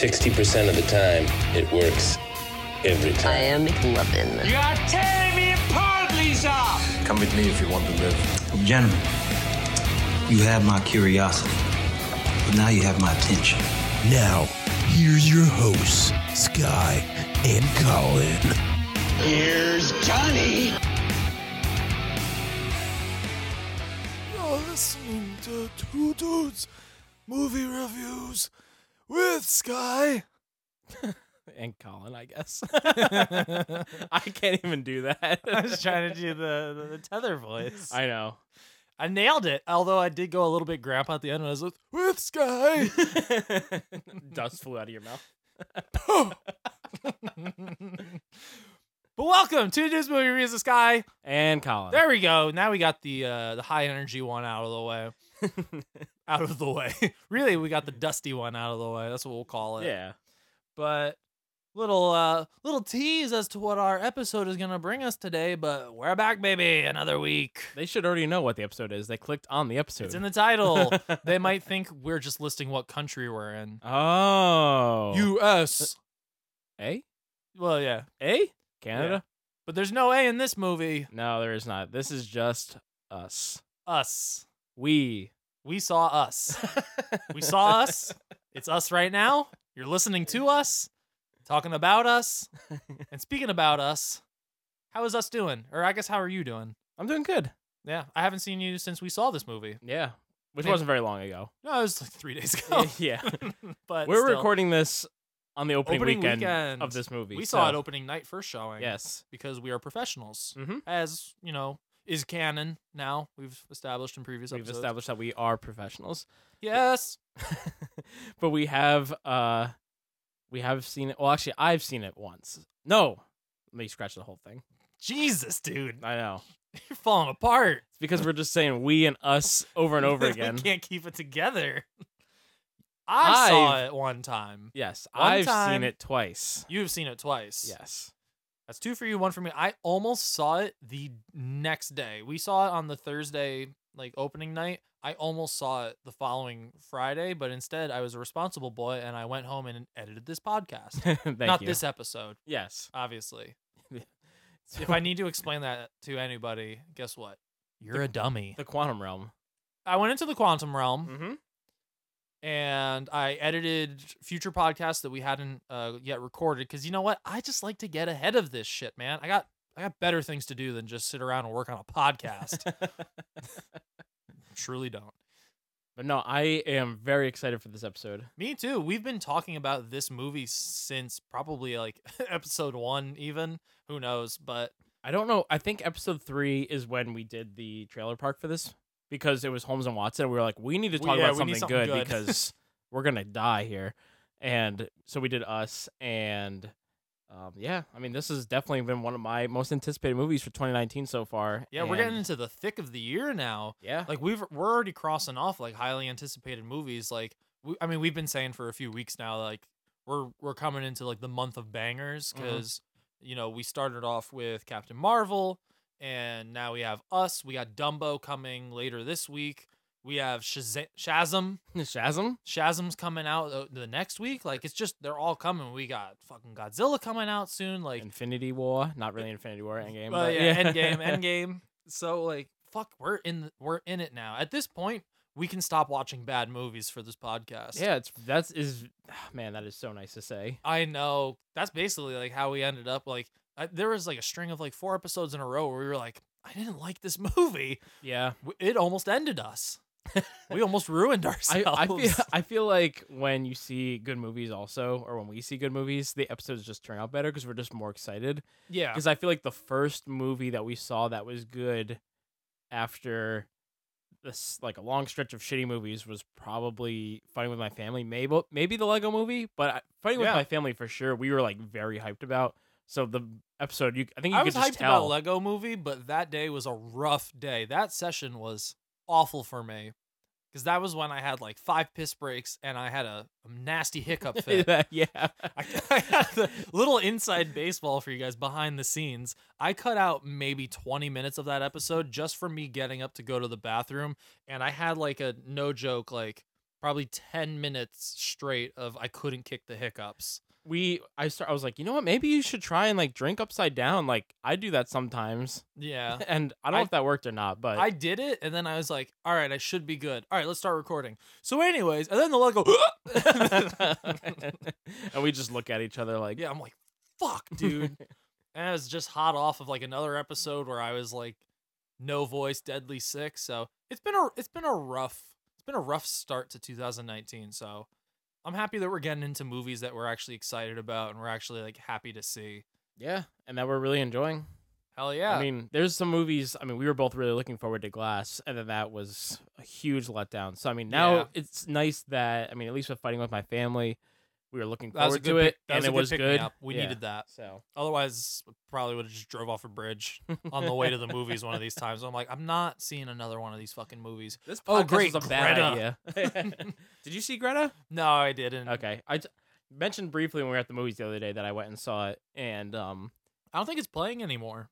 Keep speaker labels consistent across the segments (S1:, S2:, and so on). S1: 60% of the time, it works every time.
S2: I am McLovin.
S3: You are tearing me apart, Lisa!
S4: Come with me if you want to live.
S5: Gentlemen, you have my curiosity, but now you have my attention. Now, here's your hosts, Sky and Colin.
S4: You're listening to Two Dudes Movie Reviews with Sky.
S6: and Colin, I guess. I can't even do that.
S7: I was trying to do the, the, the tether voice. I,
S6: I know.
S7: nailed it, although I did go a little bit grandpa at the end. When I was like,
S4: With Sky.
S6: Dust flew out of your mouth.
S7: but welcome to this movie reviews the sky.
S6: And Colin.
S7: There we go. Now we got the uh, the high energy one out of the way. out of the way. really, we got the dusty one out of the way. That's what we'll call it.
S6: Yeah.
S7: But little uh little tease as to what our episode is gonna bring us today. But we're back, baby. Another week.
S6: They should already know what the episode is. They clicked on the episode.
S7: It's in the title. they might think we're just listing what country we're in.
S6: oh. Uh,
S7: U.S.
S6: A?
S7: Well, yeah,
S6: A? Canada?
S7: but there's no A in this movie.
S6: No, there is not. This is just us.
S7: Us.
S6: We.
S7: We saw us. we saw us. It's us right now. You're listening to us, talking about us, and speaking about us. How is us doing? Or I guess how are you doing?
S6: I'm doing good.
S7: Yeah, I haven't seen you since we saw this movie.
S6: Yeah. Which
S7: Maybe-
S6: wasn't very long ago.
S7: No, it was like three days ago.
S6: yeah.
S7: but
S6: We're
S7: still.
S6: recording this on the opening,
S7: Opening
S6: weekend,
S7: weekend.
S6: of this movie.
S7: We saw it
S6: so-
S7: opening night first showing.
S6: Yes.
S7: because we are professionals,
S6: Mhm.
S7: as you know, is canon now. We've established in previous
S6: We've
S7: episodes.
S6: established that we are professionals.
S7: yes,
S6: but we have uh we have seen it well actually i've seen it once no let me scratch the whole thing
S7: Jesus, dude,
S6: i know
S7: you're falling apart.
S6: it's because we're just saying we and us over and over again
S7: we can't keep it together. I saw
S6: I've-
S7: it one time.
S6: yes
S7: One
S6: i've
S7: time.
S6: seen it twice
S7: You've seen it twice.
S6: yes
S7: that's two for you, one for me. I almost saw it the next day. We saw it on the Thursday, like opening night. I almost saw it the following Friday, but instead I was a responsible boy and I went home and edited this podcast.
S6: thank
S7: Not
S6: you
S7: this episode,
S6: yes
S7: obviously.
S6: Yeah.
S7: if I need to explain that to anybody, guess what? You're a dummy.
S6: the quantum realm
S7: I went into the quantum realm
S6: mm-hmm
S7: and I edited future podcasts that we hadn't uh, yet recorded because you know what? I just like to get ahead of this shit, man. I got I got better things to do than just sit around and work on a podcast. Truly don't.
S6: but no i am very excited for this episode
S7: Me too. We've been talking about this movie since probably like episode one, even who knows? But
S6: i don't know i think episode three is when we did the trailer park for this because it was holmes and watson we were like we need to
S7: We-
S6: talk
S7: yeah,
S6: about
S7: we need
S6: something,
S7: something good.
S6: good because we're gonna die here. And so we did us, and um, yeah, I mean, this has definitely been one of my most anticipated movies for 2019 so far.
S7: yeah, we're getting
S6: and-
S7: into the thick of the year now.
S6: yeah,
S7: like we've we're already crossing off like highly anticipated movies like we, i mean we've been saying for a few weeks now like we're we're coming into like the month of bangers
S6: Mhm.
S7: because you know we started off with captain marvel and now we have us we got dumbo coming later this week we have Shazam, Shazam.
S6: Shazam.
S7: Shazam's coming out uh, the next week. Like it's just they're all coming. We got fucking Godzilla coming out soon. Like
S6: Infinity War, not really Infinity War, Endgame.
S7: well,
S6: but
S7: yeah, Endgame, Endgame. So like, fuck, we're in the, we're in it now. At this point, we can stop watching bad movies for this podcast.
S6: yeah, it's that's is man, that is so nice to say.
S7: I know. That's basically like how we ended up. Like, I, there was like a string of like four episodes in a row where we were like, I didn't like this movie.
S6: Yeah,
S7: W- It almost ended us. we almost ruined
S6: I,
S7: ourselves.
S6: I feel I feel like when you see good movies, also, or when we see good movies, the episodes just turn out better because we're just more excited.
S7: yeah.
S6: because I feel like the first movie that we saw that was good after this like a long stretch of shitty movies was probably fighting with my family. Maybe maybe the Lego Movie, but I, fighting
S7: Yeah.
S6: with my family for sure. We were like very hyped about. So the episode, you I think you
S7: I was
S6: could just
S7: hyped
S6: tell.
S7: about Lego Movie, but that day was a rough day. That session was awful for me because that was when I had like five piss breaks and I had a, a nasty hiccup fit.
S6: yeah,
S7: I, I had the little inside baseball for you guys behind the scenes. I cut out maybe 20 minutes of that episode just for me getting up to go to the bathroom. And I had like a no joke, like probably 10 minutes straight of I couldn't kick the hiccups.
S6: we I start. I was like, you know what? Maybe you should try and like drink upside down. Like I do that sometimes,
S7: Yeah.
S6: and I don't know
S7: Uh, I-
S6: if that worked or not. But
S7: I did it, and then I was like, "All right, I should be good. All right, let's start recording." So, anyways, and then the logo,
S6: and we just look at each other like,
S7: yeah, I'm like, "Fuck, dude!" and I was just hot off of like another episode where I was like, no voice, deadly sick. So it's been a it's been a rough it's been a rough start to 2019. So I'm happy that we're getting into movies that we're actually excited about and we're actually like happy to see.
S6: yeah, and that we're really enjoying.
S7: Hell yeah!
S6: I mean, there's some movies. I mean, we were both really looking forward to Glass, and then that was a huge letdown. So I mean, now
S7: Yeah.
S6: it's nice that I mean, at least with fighting with my family, we were looking
S7: that was a
S6: forward
S7: good
S6: to it,
S7: pick- that
S6: and
S7: was a
S6: it was
S7: pick me
S6: good.
S7: up. We
S6: Yeah.
S7: needed that.
S6: So
S7: Otherwise, probably would have just drove off a bridge on the way to the movies one of these times. I'm like, I'm not seeing another one of these fucking movies.
S6: this
S7: Oh,
S6: podcast
S7: great,
S6: was a bad
S7: Greta.
S6: idea. Did you see Greta?
S7: No, I didn't.
S6: Okay, I t- mentioned briefly when we were at the movies the other day that I went and saw it, and um,
S7: I don't think it's playing anymore.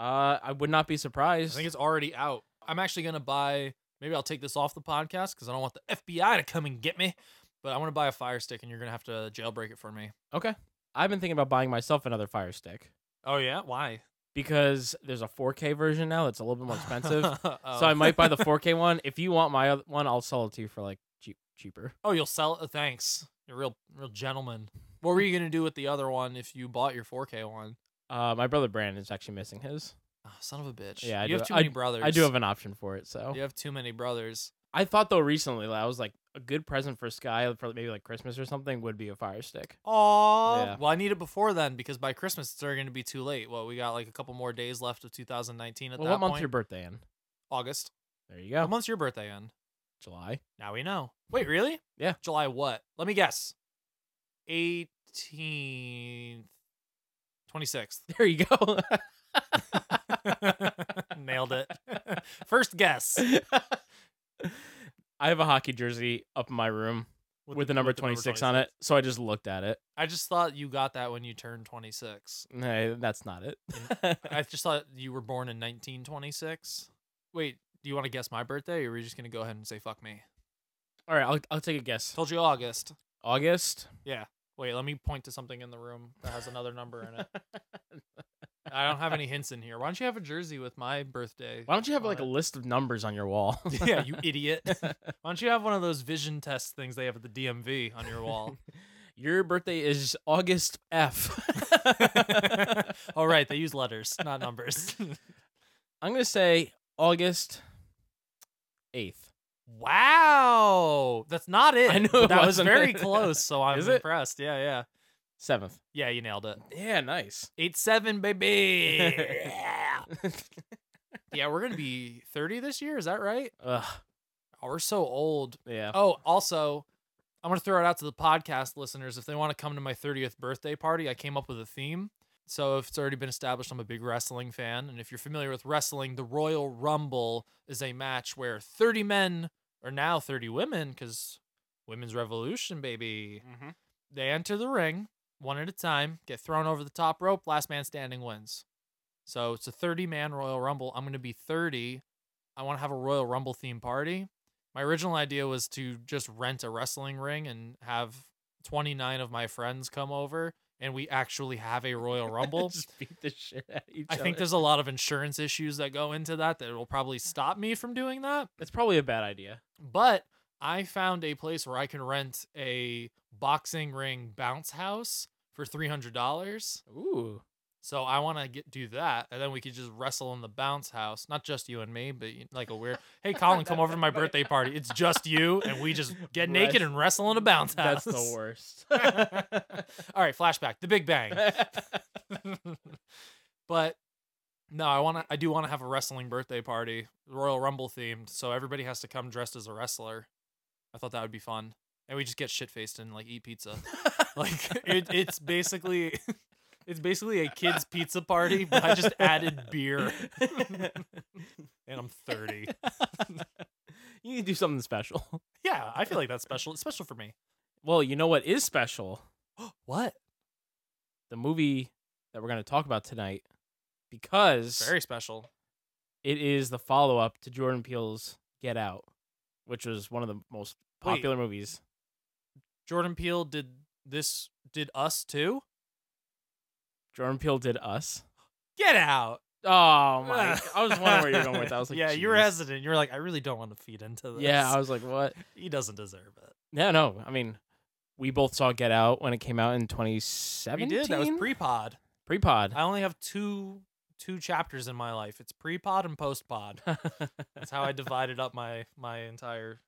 S6: uh, I would not be
S7: I
S6: surprised.
S7: think it's already out. I'm actually gonna buy. Maybe I'll take this off the podcast because I don't want the FBI to come and get me. But I want to buy a Fire Stick, and you're gonna have to jailbreak it for me.
S6: okay. I've been thinking about buying myself another Fire Stick
S7: Oh yeah, why?
S6: because there's a 4K version now that's a little bit more expensive.
S7: Oh.
S6: So I might buy the 4K one. If you want my other one, I'll sell it to you for like cheap, cheaper.
S7: oh, you'll sell. it? Thanks. You're a real, real gentleman. What were you gonna do with the other one if you bought your 4K one?
S6: Uh, my brother Brandon's actually missing his.
S7: Oh, son of a bitch.
S6: Yeah, I
S7: you
S6: do-
S7: have too
S6: I-
S7: many brothers.
S6: I do have an option for it, so
S7: You have too many brothers.
S6: I thought though recently like, I was like a good present for Sky for maybe like Christmas or something would be a Fire Stick.
S7: Aww.
S6: Yeah.
S7: Well, I need it before then because by Christmas it's already going to be too late. Well, we got like a couple more days left of 2019 at
S6: well,
S7: that
S6: what month's
S7: point.
S6: your birthday in?
S7: August.
S6: There you go.
S7: What month's your birthday in?
S6: July.
S7: Now we know. Wait, really?
S6: Yeah.
S7: July what? Let me guess. 18th. 26th.
S6: There you go.
S7: Nailed it. First guess.
S6: I have a hockey jersey up in my room with, the, number 26 on it, so I just looked at it.
S7: I just thought you got that when you turned 26.
S6: Hey, that's not it.
S7: I just thought you were born in 1926. Wait, do you want to guess my birthday, or are you just gonna go ahead and say fuck me?
S6: All right, I'll, I'll take a guess.
S7: Told you August.
S6: August.
S7: Wait, let me point to something in the room that has another number in it. I don't have any hints in here. Why don't you have a jersey with my birthday?
S6: Why don't you have
S7: on
S6: like a
S7: it?
S6: list of numbers on your wall?
S7: yeah, you idiot. Why don't you have one of those vision test things they have at the DMV on your wall?
S6: Your birthday is August F.
S7: All Oh, right, they use letters, not numbers.
S6: I'm gonna say August eighth.
S7: wow, that's not it.
S6: I knew
S7: but
S6: it
S7: that was
S6: wasn't.
S7: very close. So I'm
S6: Is it?
S7: impressed. Yeah, yeah.
S6: Seventh.
S7: Yeah, you nailed it.
S6: Yeah, nice.
S7: Eight seven, baby. yeah, we're gonna be thirty this year. Is that right?
S6: Ugh,
S7: Oh, we're so old.
S6: yeah.
S7: Oh, also, I'm gonna throw it out to the podcast listeners if they want to come to my thirtieth birthday party. I came up with a theme. So if it's already been established, I'm a big wrestling fan, and if you're familiar with wrestling, the Royal Rumble is a match where thirty men are now thirty women because women's revolution, baby. They enter the ring one at a time, get thrown over the top rope, last man standing wins. So it's a 30 man Royal Rumble. I'm going to be 30. I want to have a Royal Rumble theme party. My original idea was to just rent a wrestling ring and have 29 of my friends come over and we actually have a Royal Rumble.
S6: just beat the shit out of each
S7: I
S6: other.
S7: think there's a lot of insurance issues that go into that that will probably stop me from doing that.
S6: That's probably a bad idea.
S7: But I found a place where I can rent a boxing ring bounce house for three hundred dollars.
S6: Ooh.
S7: So I want to get do that, and then we could just wrestle in the bounce house. Not just you and me, but you- like a weird. Hey, Colin, come over to my birthday party. It's just you, and we just get naked
S6: Rest-
S7: and wrestle in a bounce house.
S6: That's the worst.
S7: All right, flashback. The Big Bang. but No, I want to. I do want to have a wrestling birthday party, Royal Rumble themed. So everybody has to come dressed as a wrestler. I thought that would be fun, and we just get shit faced and like eat pizza. like it, it's basically, it's basically a kids' pizza party, but I just added beer, and I'm 30.
S6: you need to do something special.
S7: Yeah, I feel like that's special. It's special for me.
S6: Well, you know what is special?
S7: What?
S6: The movie that we're going to talk about tonight, because
S7: Very special.
S6: it is the follow up to Jordan Peele's Get Out, which was one of the most
S7: Wait.
S6: popular movies.
S7: Jordan Peele did this. Did us too?
S6: Jordan Peele did Us.
S7: Get out.
S6: Oh my! I was wondering where you're going with that. I was like,
S7: yeah, you were
S6: "Jeez."
S7: hesitant. You were like, I really don't want to feed into this.
S6: Yeah, I was like, what?
S7: he doesn't deserve it.
S6: No, no. I mean, we both saw Get Out when it came out in 2017.
S7: We did. That was pre-pod.
S6: pre-pod.
S7: I only have two two chapters in my life. It's pre-pod and post-pod. That's how I divided up my my entire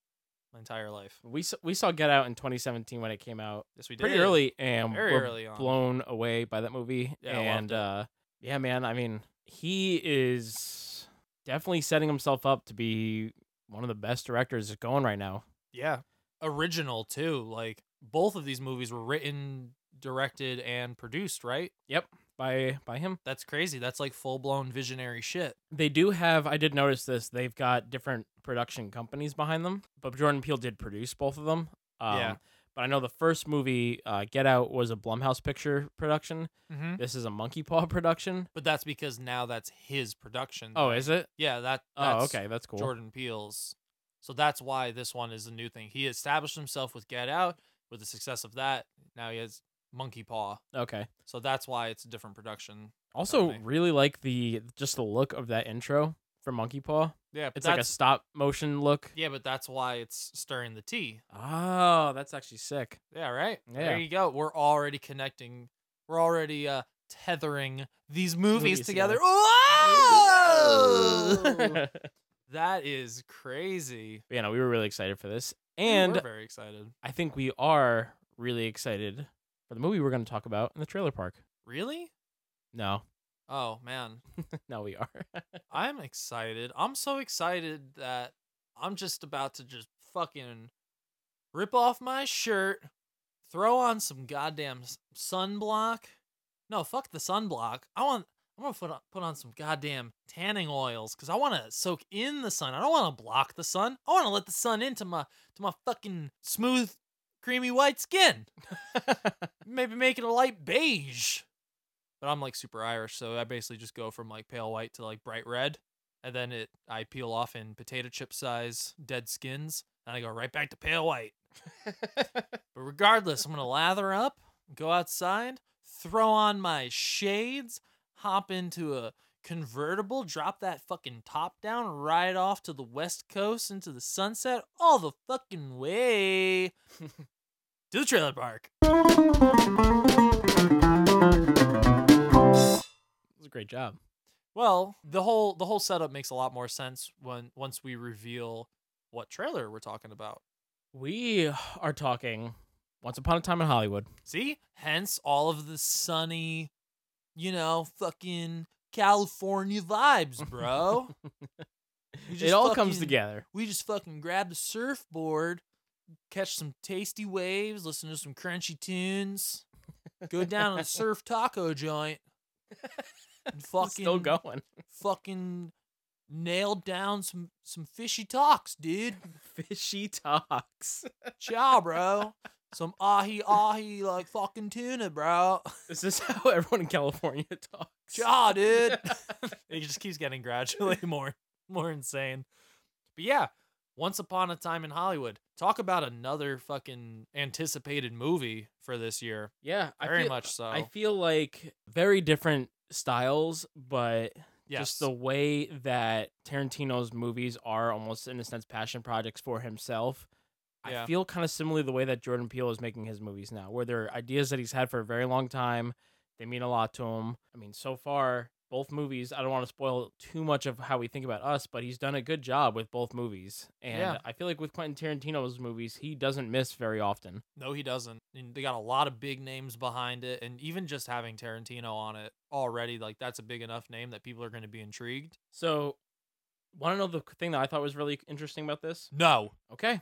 S7: my entire life.
S6: we saw, we saw Get Out in 2017 when it came out.
S7: Yes, we did.
S6: Pretty early and
S7: Very
S6: we're
S7: early on.
S6: blown away by that movie.
S7: Yeah, I
S6: and
S7: loved it.
S6: uh yeah, man, I mean, he is definitely setting himself up to be one of the best directors going right now.
S7: Yeah. Original too. Like both of these movies were written, directed, and produced, right?
S6: Yep. By by him.
S7: That's crazy. That's like full-blown visionary shit.
S6: They do have I did notice this, they've got different production companies behind them, but Jordan Peele did produce both of them. Um,
S7: Yeah.
S6: But I know the first movie, uh, Get Out, was a Blumhouse picture production.
S7: Mm-hmm.
S6: This is a Monkey Paw production.
S7: But that's because now that's his production.
S6: Oh, is it?
S7: yeah, that
S6: Oh,
S7: that's
S6: okay, that's cool.
S7: Jordan Peele's. So that's why this one is a new thing. He established himself with Get Out. With the success of that, now he has Monkey Paw.
S6: Okay.
S7: So that's why it's a different production.
S6: Also,
S7: Definitely.
S6: really like the just the look of that intro for Monkey Paw.
S7: Yeah, but
S6: It's like a
S7: that's,
S6: stop motion look.
S7: yeah, but that's why it's stirring the tea.
S6: Oh, that's actually sick.
S7: Yeah, right.
S6: Yeah.
S7: There you go. We're already connecting. We're already uh tethering these movies,
S6: Movies
S7: together.
S6: together.
S7: Oh. Whoa!
S6: but
S7: that is crazy.
S6: you know, we were really excited for this,
S7: We were
S6: and
S7: very excited.
S6: I think we are really excited for the movie we're going to talk about in the trailer park.
S7: Really?
S6: No,
S7: Oh man.
S6: no, we are.
S7: I'm excited. I'm so excited that I'm just about to just fucking rip off my shirt, throw on some goddamn s- sunblock. No, fuck the sunblock. I want I'm going to put on, put on some goddamn tanning oils cuz I want to soak in the sun. I don't want to block the sun. I want to let the sun into my to my fucking smooth creamy white skin. Maybe make it a light beige but I'm like super Irish, so I basically just go from like pale white to like bright red, and then it I peel off in potato chip size dead skins, and I go right back to pale white. but regardless, I'm gonna lather up, go outside, throw on my shades, hop into a convertible, drop that fucking top down, ride off to the west coast into the sunset, all the fucking way to the trailer park.
S6: It's a great job.
S7: Well, the whole the whole setup makes a lot more sense when once we reveal what trailer we're talking about.
S6: We are talking Once Upon a Time in Hollywood.
S7: See? Hence all of the sunny, you know, fucking California vibes, bro. You
S6: it
S7: just
S6: all comes
S7: fucking-
S6: together.
S7: we just fucking grab the surfboard, catch some tasty waves, listen to some crunchy tunes, go down to the surf taco joint. And
S6: It's
S7: fucking
S6: Still going.
S7: fucking nailed down some some fishy talks, dude.
S6: Fishy talks.
S7: Ciao, bro. Some ahi ahi like fucking tuna, bro.
S6: Is this how everyone in California talks?
S7: Ciao, dude. it just keeps getting gradually more more insane. But yeah, Once Upon a Time in Hollywood. Talk about another fucking anticipated movie for this year.
S6: Yeah, I
S7: Very
S6: feel,
S7: much so.
S6: I feel like very different styles, but
S7: Yes.
S6: just the way that Tarantino's movies are almost in a sense passion projects for himself. I
S7: Yeah.
S6: feel kind of similarly the way that Jordan Peele is making his movies now, where there are ideas that he's had for a very long time. They mean a lot to him. I mean, so far both movies. I don't want to spoil too much of how we think about us, but he's done a good job with both movies. And
S7: Yeah.
S6: I feel like with Quentin Tarantino's movies, he doesn't miss very often.
S7: No, he doesn't. And they got a lot of big names behind it, and even just having Tarantino on it already, like that's a big enough name that people are going to be intrigued.
S6: So, want to know the thing that I thought was really interesting about this?
S7: No,
S6: Okay.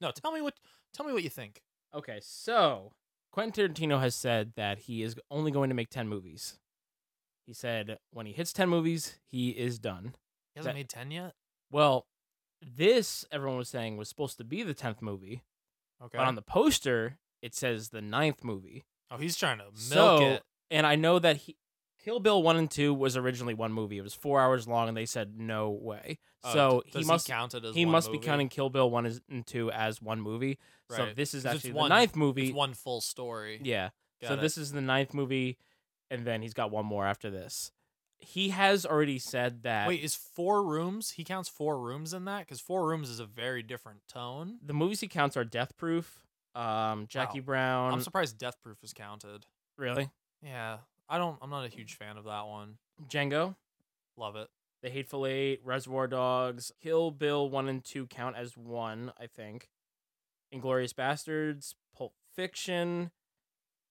S7: no, tell me what, tell me what you think.
S6: Okay, so Quentin Tarantino has said that he is only going to make 10 movies. He said when he hits 10 movies, he is done.
S7: He hasn't
S6: That-
S7: made ten yet.
S6: Well, this, everyone was saying, was supposed to be the 10th movie,
S7: Okay.
S6: but on the poster, it says the ninth movie.
S7: oh, he's trying to milk
S6: so,
S7: it.
S6: and I know that he, Kill Bill 1 and 2 was originally one movie. It was four hours long, and they said, no way.
S7: Oh,
S6: so
S7: d-
S6: he
S7: does
S6: must.
S7: count it as
S6: he
S7: one
S6: must
S7: movie?
S6: be counting Kill Bill one as- and two as one movie. So
S7: Right.
S6: this is
S7: 'Cause it's
S6: actually
S7: one-
S6: the ninth
S7: It's
S6: movie.
S7: one full story.
S6: Yeah. so
S7: Got it.
S6: this is the ninth movie, and then he's got one more after this. He has already said that
S7: Wait, is four rooms? He counts four rooms in that because four rooms is a very different tone.
S6: the movies he counts are Death Proof, um, Jackie
S7: Wow.
S6: Brown.
S7: I'm surprised Death Proof is counted.
S6: really?
S7: Yeah, I don't. I'm not a huge fan of that one.
S6: Django,
S7: Love it.
S6: The Hateful Eight, Reservoir Dogs, Kill Bill 1 and 2 count as one, I think. Inglorious Bastards, Pulp Fiction,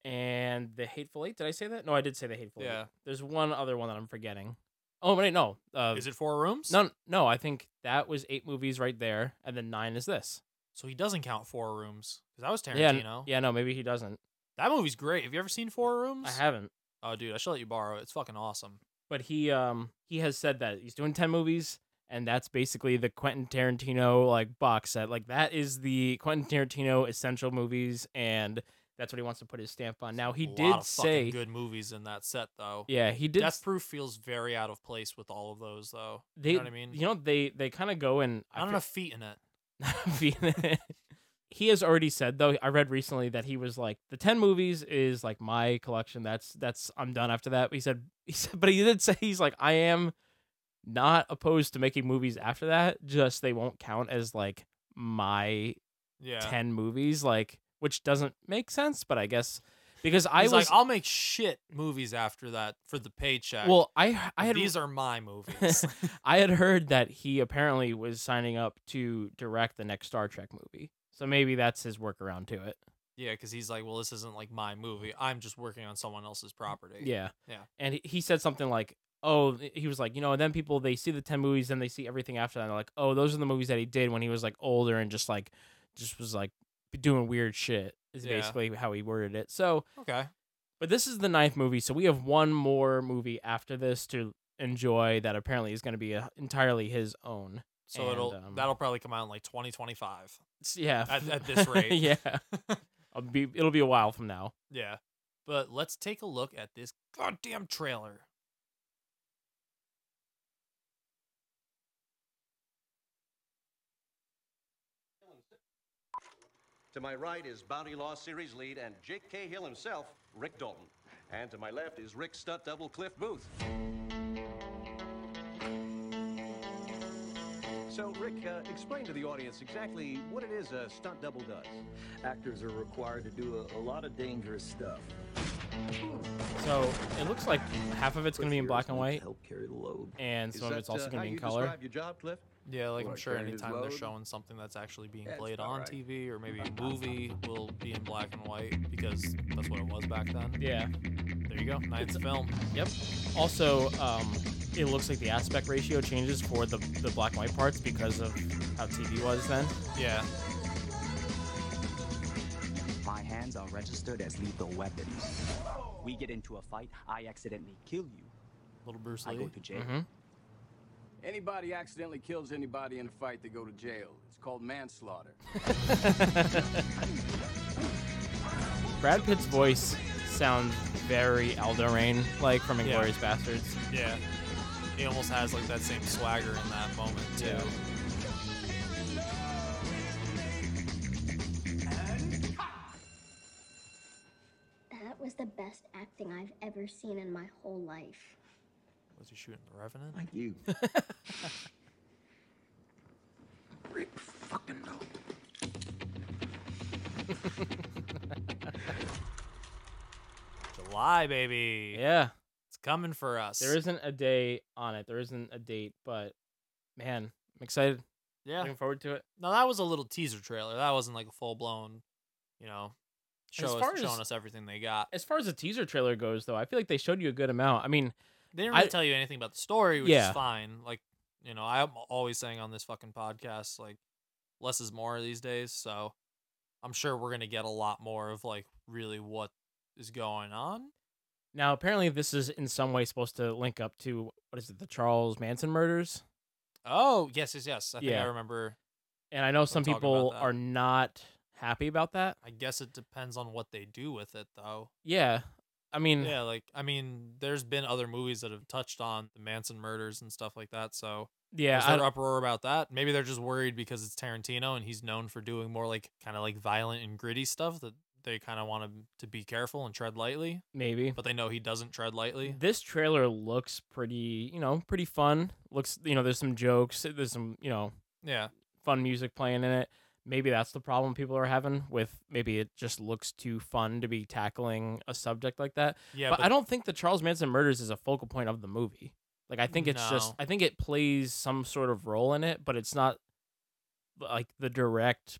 S6: and The Hateful Eight. Did I say that? No, I did say The Hateful Eight.
S7: Yeah.
S6: There's one other one that I'm forgetting. Oh, wait, no. Uh,
S7: Is it four rooms?
S6: No, no, I think that was eight movies right there, and then nine is this.
S7: So he doesn't count Four Rooms because that was
S6: Yeah, n-
S7: Tarantino.
S6: yeah, no, maybe he doesn't.
S7: That movie's great. Have you ever seen Four Rooms?
S6: I haven't.
S7: Oh, dude, I should let you borrow it. It's fucking awesome.
S6: But he, um, he has said that he's doing ten movies, and that's basically the Quentin Tarantino like box set. Like that is the Quentin Tarantino essential movies, and that's what he wants to put his stamp on. Now he
S7: A lot
S6: did
S7: of fucking
S6: say,
S7: good movies in that set though.
S6: yeah, he did.
S7: Death Proof feels very out of place with all of those though.
S6: they,
S7: you know what I mean?
S6: You know, they they kind of go and
S7: I don't know feet in it.
S6: Venus. he has already said though i read recently that he was like the 10 movies is like my collection that's that's i'm done after that he said he said but he did say he's like i am not opposed to making movies after that just they won't count as like my
S7: Yeah.
S6: 10 movies like which doesn't make sense but i guess because i
S7: He's
S6: was
S7: like, I'll make shit movies after that for the paycheck.
S6: well i i had
S7: these are my movies.
S6: I had heard that he apparently was signing up to direct the next Star Trek movie. So maybe that's his workaround to it.
S7: yeah, because he's like, well, this isn't like my movie. I'm just working on someone else's property.
S6: Yeah.
S7: Yeah.
S6: And he- he said something like, "Oh, he was like, you know, and then people they see the 10 movies and they see everything after that and they're like, "Oh, those are the movies that he did when he was like older and just like just was like doing weird shit." Is
S7: Yeah.
S6: basically how he worded it. So,
S7: Okay.
S6: but this is the ninth movie, so we have one more movie after this to enjoy that apparently is going to be uh entirely his own.
S7: So
S6: And,
S7: it'll
S6: um,
S7: that'll probably come out in like 2025.
S6: It's- yeah.
S7: At- at this rate.
S6: yeah. It'll be it'll be a while from now.
S7: Yeah. But let's take a look at this goddamn trailer.
S2: To my right is Bounty Law Series lead and Jake Cahill himself, Rick Dalton. And to my left is Rick Stutt Double Cliff Booth. So, Rick, uh, explain to the audience exactly what it is a stunt double does.
S8: actors are required to do a, a lot of dangerous stuff.
S6: So, it looks like half of it's going to be in black and white
S8: Help carry the load.
S6: and
S2: Is
S6: some of
S2: that,
S6: it's also
S2: uh,
S6: going to
S2: how
S6: be in
S2: you
S6: color.
S2: describe your job, Cliff?
S7: Yeah, like I'm
S8: What,
S7: sure
S8: during his
S7: anytime they're
S8: load?
S7: showing something that's actually being
S8: Yeah, it's
S7: played
S8: about
S7: on
S8: right.
S7: TV or maybe a movie will be in black and white because that's what it was back then.
S6: Yeah.
S7: There you go. Ninth film.
S6: Yep. Also, um, it looks like the aspect ratio changes for the, the black and white parts because of how TV was then.
S7: Yeah.
S9: My hands are registered as lethal weapons. We get into a fight, I accidentally kill you.
S7: Little Bruce
S9: I go
S7: Lee.
S9: to jail.
S2: Mm-hmm.
S8: Anybody accidentally kills anybody in a fight, they go to jail. It's called manslaughter.
S6: Brad Pitt's voice sounds very Aldo Rain, like from
S7: Yeah.
S6: Inglorious Bastards.
S7: Yeah. He almost has like that same swagger in that moment too.
S6: Yeah.
S10: That was the best acting I've ever seen in my whole life.
S7: Was he shooting the Revenant?
S8: Like you. Rick fucking Dalton.
S7: July, baby.
S6: Yeah.
S7: It's coming for us.
S6: There isn't a day on it. There isn't a date, but man, I'm excited.
S7: Yeah.
S6: Looking forward to it.
S7: Now that was a little teaser trailer. That wasn't like a full blown, you know,
S6: As
S7: show
S6: far
S7: us, showing
S6: as-
S7: us everything they got.
S6: As far as the teaser trailer goes, though, I feel like they showed you a good amount. I mean,
S7: They didn't really
S6: I-
S7: tell you anything about the story, which
S6: Yeah.
S7: is fine. Like, you know, I'm always saying on this fucking podcast, like, less is more these days. So I'm sure we're gonna get a lot more of like really what is going on.
S6: Now, apparently, this is in some way supposed to link up to what is it, the Charles Manson murders?
S7: Oh yes, yes, yes. I think I
S6: Yeah.
S7: remember.
S6: And I know some
S7: talking about
S6: people
S7: that.
S6: are not happy about that.
S7: I guess it depends on what they do with it, though.
S6: Yeah. I mean,
S7: yeah, like I mean, there's been other movies that have touched on the Manson murders and stuff like that. So
S6: Yeah,
S7: is
S6: I-
S7: there uproar about that? Maybe they're just worried because it's Tarantino and he's known for doing more like kind of like violent and gritty stuff that they kind of want him to be careful and tread lightly.
S6: Maybe.
S7: but they know he doesn't tread lightly.
S6: this trailer looks pretty, you know, pretty fun. Looks, you know, there's some jokes, there's some, you know,
S7: Yeah.
S6: fun music playing in it. Maybe that's the problem people are having with maybe it just looks too fun to be tackling a subject like that.
S7: Yeah,
S6: but, I
S7: but-
S6: don't think the Charles Manson murders is a focal point of the movie. Like I think it's just
S7: No.
S6: I think it plays some sort of role in it, but it's not like the direct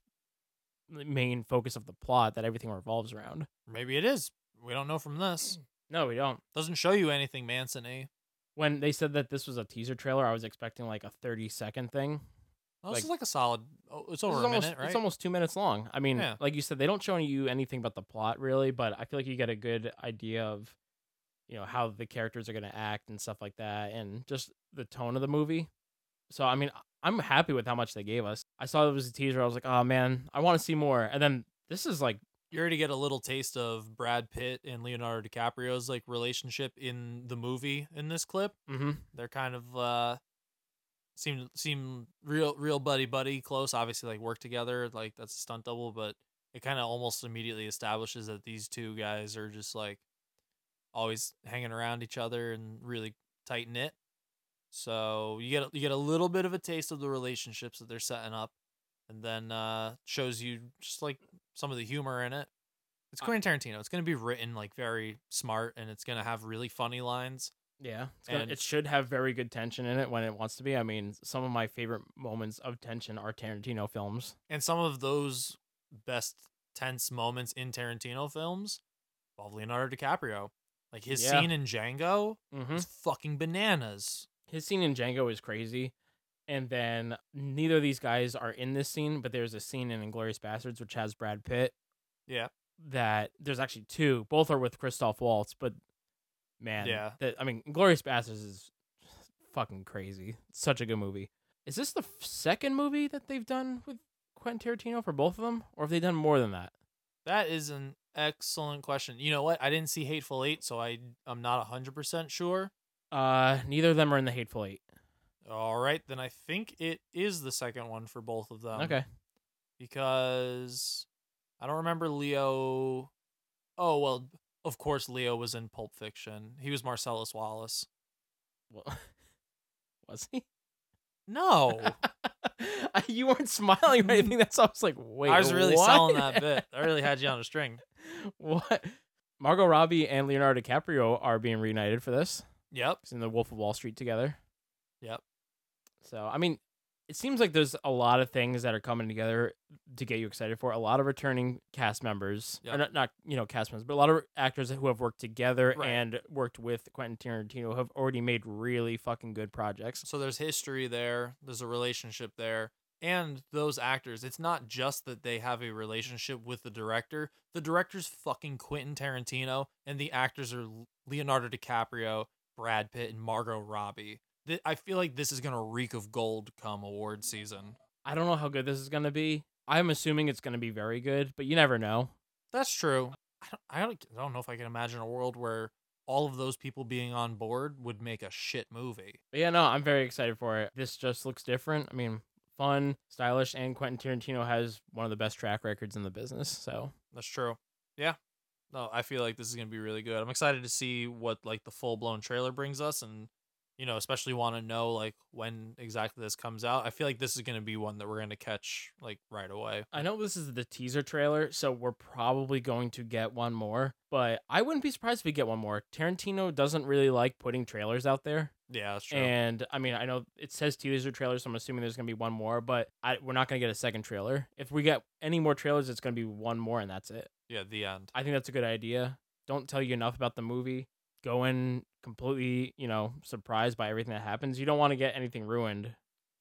S6: main focus of the plot that everything revolves around.
S7: Maybe it is. We don't know from this.
S6: No, we don't.
S7: Doesn't show you anything, Manson. Eh?
S6: When they said that this was a teaser trailer, I was expecting like a 30 second thing.
S7: Oh, this is like a solid. Oh, it's over a
S6: This is almost,
S7: minute, right?
S6: It's almost two minutes long. I mean,
S7: Yeah.
S6: like you said, they don't show you anything about the plot really, but I feel like you get a good idea of, you know, how the characters are going to act and stuff like that, and just the tone of the movie. So I mean, I'm happy with how much they gave us. I saw it was a teaser. I was like, oh man, I want to see more. And then this is like,
S7: you already get a little taste of Brad Pitt and Leonardo DiCaprio's like relationship in the movie in this clip.
S6: Mhm.
S7: They're kind of uh seem seem real real buddy buddy close. Obviously, like work together. Like that's a stunt double, but it kind of almost immediately establishes that these two guys are just like always hanging around each other and really tight knit. So you get you get a little bit of a taste of the relationships that they're setting up, and then uh, shows you just like some of the humor in it. It's Quentin Tarantino. It's going to be written like very smart, and it's going to have really funny lines.
S6: yeah, it's gonna,
S7: And-
S6: it should have very good tension in it when it wants to be. I mean, some of my favorite moments of tension are Tarantino films.
S7: And some of those best tense moments in Tarantino films involve Leonardo DiCaprio. Like his
S6: Yeah.
S7: scene in Django
S6: Mhm.
S7: is fucking bananas.
S6: his scene in Django is crazy. And then neither of these guys are in this scene, but there's a scene in Inglorious Bastards which has Brad Pitt.
S7: Yeah.
S6: That there's actually two. Both are with Christoph Waltz, but man,
S7: Yeah.
S6: That I mean, Glorious Bastards is fucking crazy. It's such a good movie. Is this the f- second movie that they've done with Quentin Tarantino for both of them, or have they done more than that?
S7: That is an excellent question. You know what? I didn't see Hateful Eight, so I I'm not hundred percent sure.
S6: Uh, neither of them are in the Hateful Eight.
S7: All right, then I think it is the second one for both of them.
S6: Okay.
S7: Because I don't remember Leo. Oh well, of course Leo was in Pulp Fiction. He was Marcellus Wallace.
S6: Well, was he?
S7: No,
S6: you weren't smiling or anything. That's why I was like, wait.
S7: I was really
S6: what?
S7: selling that bit. I really had you on a string.
S6: What? Margot Robbie and Leonardo DiCaprio are being reunited for this.
S7: Yep.
S6: It's in The Wolf of Wall Street together.
S7: Yep.
S6: So, I mean, it seems like there's a lot of things that are coming together to get you excited for. A lot of returning cast members, or
S7: Yep.
S6: not, not, you know, cast members, but a lot of actors who have worked together
S7: Right.
S6: and worked with Quentin Tarantino have already made really fucking good projects.
S7: So there's history there, there's a relationship there. And those actors, it's not just that they have a relationship with the director. The director's fucking Quentin Tarantino, and the actors are Leonardo DiCaprio, Brad Pitt, and Margot Robbie. Th- I feel like this is going to reek of gold come award season.
S6: I don't know how good this is going to be. I'm assuming it's going to be very good, but you never know.
S7: That's true. I don't, I don't, I don't know if I can imagine a world where all of those people being on board would make a shit movie.
S6: But yeah, no, I'm very excited for it. This just looks different. I mean, fun, stylish, and Quentin Tarantino has one of the best track records in the business. So
S7: That's true. Yeah. No, I feel like this is gonna be really good. I'm excited to see what like the full blown trailer brings us and you know, especially want to know like when exactly this comes out. I feel like this is going to be one that we're going to catch like right away.
S6: I know this is the teaser trailer, so we're probably going to get one more, but I wouldn't be surprised if we get one more. Tarantino doesn't really like putting trailers out there.
S7: Yeah, that's true.
S6: And I mean, I know it says teaser trailer, so I'm assuming there's going to be one more, but I, we're not going to get a second trailer. If we get any more trailers, it's going to be one more, and that's it.
S7: Yeah, the end.
S6: I think that's a good idea. Don't tell you enough about the movie. Go in completely, you know, surprised by everything that happens. You don't want to get anything ruined.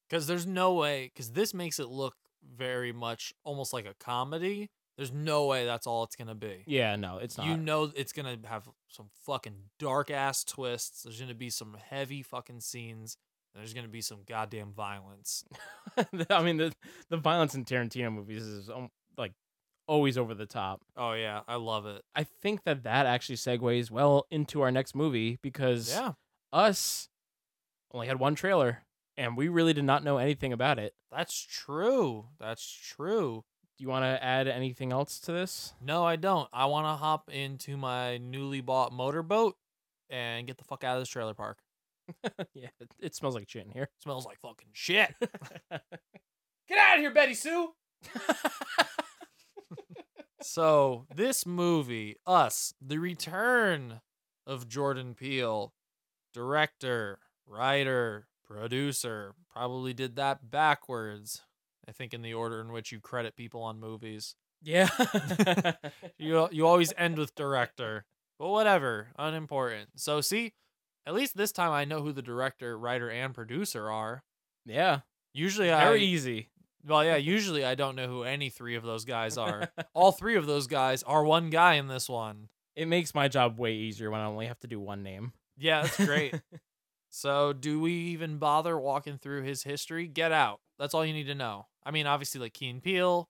S7: Because there's no way, because this makes it look very much almost like a comedy. There's no way that's all it's going to be.
S6: Yeah, no, it's not.
S7: You know, it's going to have some fucking dark ass twists. There's going to be some heavy fucking scenes. and There's going to be some goddamn violence.
S6: I mean, the the violence in Tarantino movies is um, like always over the top.
S7: Oh, yeah. I love it.
S6: I think that that actually segues well into our next movie because
S7: Yeah.
S6: us only had one trailer and we really did not know anything about it.
S7: That's true. That's true.
S6: Do you want to add anything else to this?
S7: No, I don't. I want to hop into my newly bought motorboat and get the fuck out of this trailer park.
S6: yeah, it, it smells like shit in here.
S7: smells like fucking shit.
S6: Get out of here, Betty Sue.
S7: so this movie, Us, the return of Jordan Peele, director, writer, producer, probably did that backwards. I think in the order in which you credit people on movies.
S6: Yeah.
S7: you you always end with director. But whatever, unimportant. So see, at least this time I know who the director, writer, and producer are.
S6: Yeah.
S7: Usually I
S6: Very easy.
S7: Well, yeah, usually I don't know who any three of those guys are. All three of those guys are one guy in this one.
S6: It makes my job way easier when I only have to do one name.
S7: Yeah, that's great. so, do we even bother walking through his history? Get out. That's all you need to know. I mean, obviously, like Keen Peele.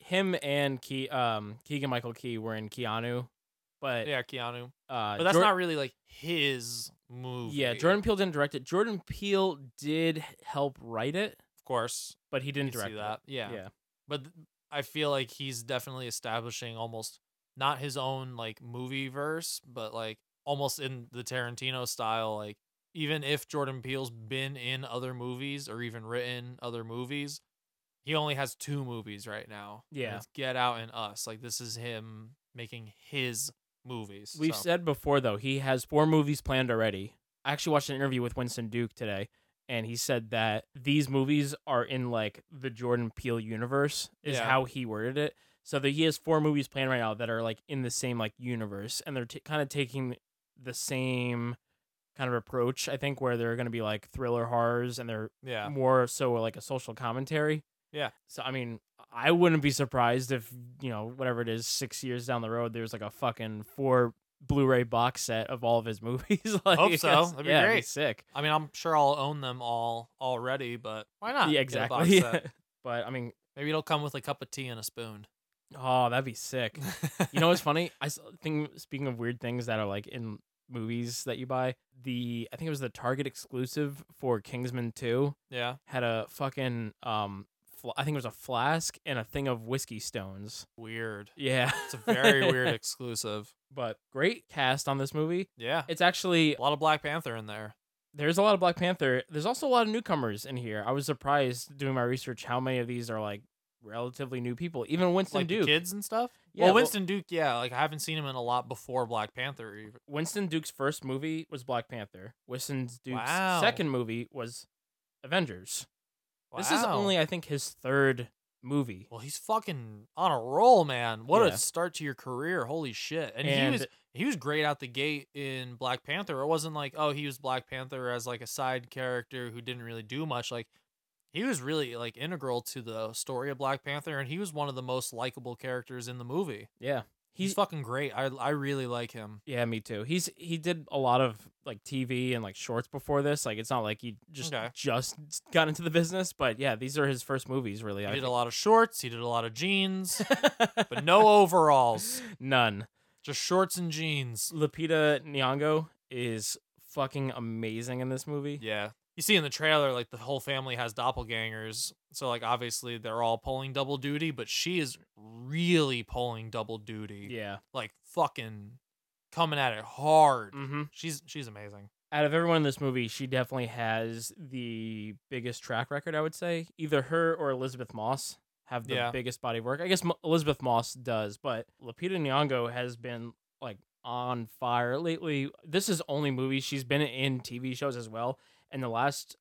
S6: Him and Ke- um, Keegan Michael Key were in Keanu, but
S7: Yeah, Keanu.
S6: uh,
S7: But that's
S6: Jor-
S7: not really like his movie.
S6: Yeah, Jordan Peele didn't direct it. Jordan Peele did help write it,
S7: Of course.
S6: but he didn't
S7: can
S6: direct
S7: see that.
S6: it.
S7: Yeah.
S6: yeah,
S7: But th- I feel like he's definitely establishing almost not his own like movie verse, but like almost in the Tarantino style. Like even if Jordan Peele's been in other movies or even written other movies, he only has two movies right now. and
S6: Yeah.
S7: it's Get Out and Us. Like this is him making his movies.
S6: We've
S7: so.
S6: said before though he has four movies planned already. I actually watched an interview with Winston Duke today, and he said that these movies are in like the Jordan Peele universe is
S7: Yeah.
S6: how he worded it. So that he has four movies planned right now that are like in the same like universe, and they're t- kind of taking the same kind of approach. I think where they're going to be like thriller horrors, and they're
S7: Yeah.
S6: more so like a social commentary.
S7: Yeah.
S6: So I mean, I wouldn't be surprised if you know whatever it is, six years down the road, there's like a fucking four Blu-ray box set of all of his movies. like,
S7: Hope so.
S6: yes.
S7: That'd be
S6: yeah,
S7: great.
S6: sick.
S7: I mean, I'm sure I'll own them all already, but why not?
S6: yeah,
S7: Get a box
S6: exactly.
S7: set.
S6: but I mean,
S7: Maybe it'll come with a cup of tea and a spoon.
S6: oh, that'd be sick. you know what's funny? I s- think speaking of weird things that are like in movies that you buy, the I think it was the Target exclusive for Kingsman Two.
S7: Yeah.
S6: had a fucking um fl- I think it was a flask and a thing of whiskey stones.
S7: Weird.
S6: Yeah.
S7: It's a very weird exclusive.
S6: e, but great cast on this movie.
S7: Yeah.
S6: It's actually
S7: A lot of Black Panther in there.
S6: there's a lot of Black Panther. There's also a lot of newcomers in here. I was surprised doing my research how many of these are like relatively new people. Even Winston
S7: Like the
S6: Duke.
S7: kids and stuff?
S6: Yeah,
S7: well,
S6: well-
S7: Winston Duke, yeah. Like, I haven't seen him in a lot before Black Panther. Even.
S6: Winston Duke's first movie was Black Panther. Winston Duke's
S7: Wow.
S6: second movie was Avengers. This is
S7: Wow.
S6: only I think his third movie.
S7: Well, he's fucking on a roll, man. What
S6: Yeah.
S7: a start to your career. Holy shit. And,
S6: And-
S7: he was he was great out the gate in Black Panther. It wasn't like, oh, he was Black Panther as like a side character who didn't really do much. Like he was really like integral to the story of Black Panther and he was one of the most likable characters in the movie.
S6: Yeah.
S7: He's
S6: He-
S7: fucking great. I I really like him.
S6: Yeah, me too. He's he did a lot of like TV and like shorts before this. Like it's not like he just
S7: Okay.
S6: just got into the business, but yeah, these are his first movies really.
S7: He
S6: I
S7: did a
S6: think.
S7: lot of shorts, he did a lot of jeans, but no overalls.
S6: None.
S7: Just shorts and jeans.
S6: Lupita Nyong'o is fucking amazing in this movie.
S7: Yeah. You see in the trailer, like the whole family has doppelgangers. So, like, obviously they're all pulling double duty, but she is really pulling double duty.
S6: Yeah.
S7: Like, fucking coming at it hard.
S6: Mm-hmm.
S7: She's she's amazing.
S6: out of everyone in this movie, she definitely has the biggest track record, I would say. Either her or Elizabeth Moss have the
S7: Yeah.
S6: biggest body of work. I guess Mo- Elizabeth Moss does, but Lupita Nyong'o has been like on fire lately. This is only movies she's been in TV shows as well. And the last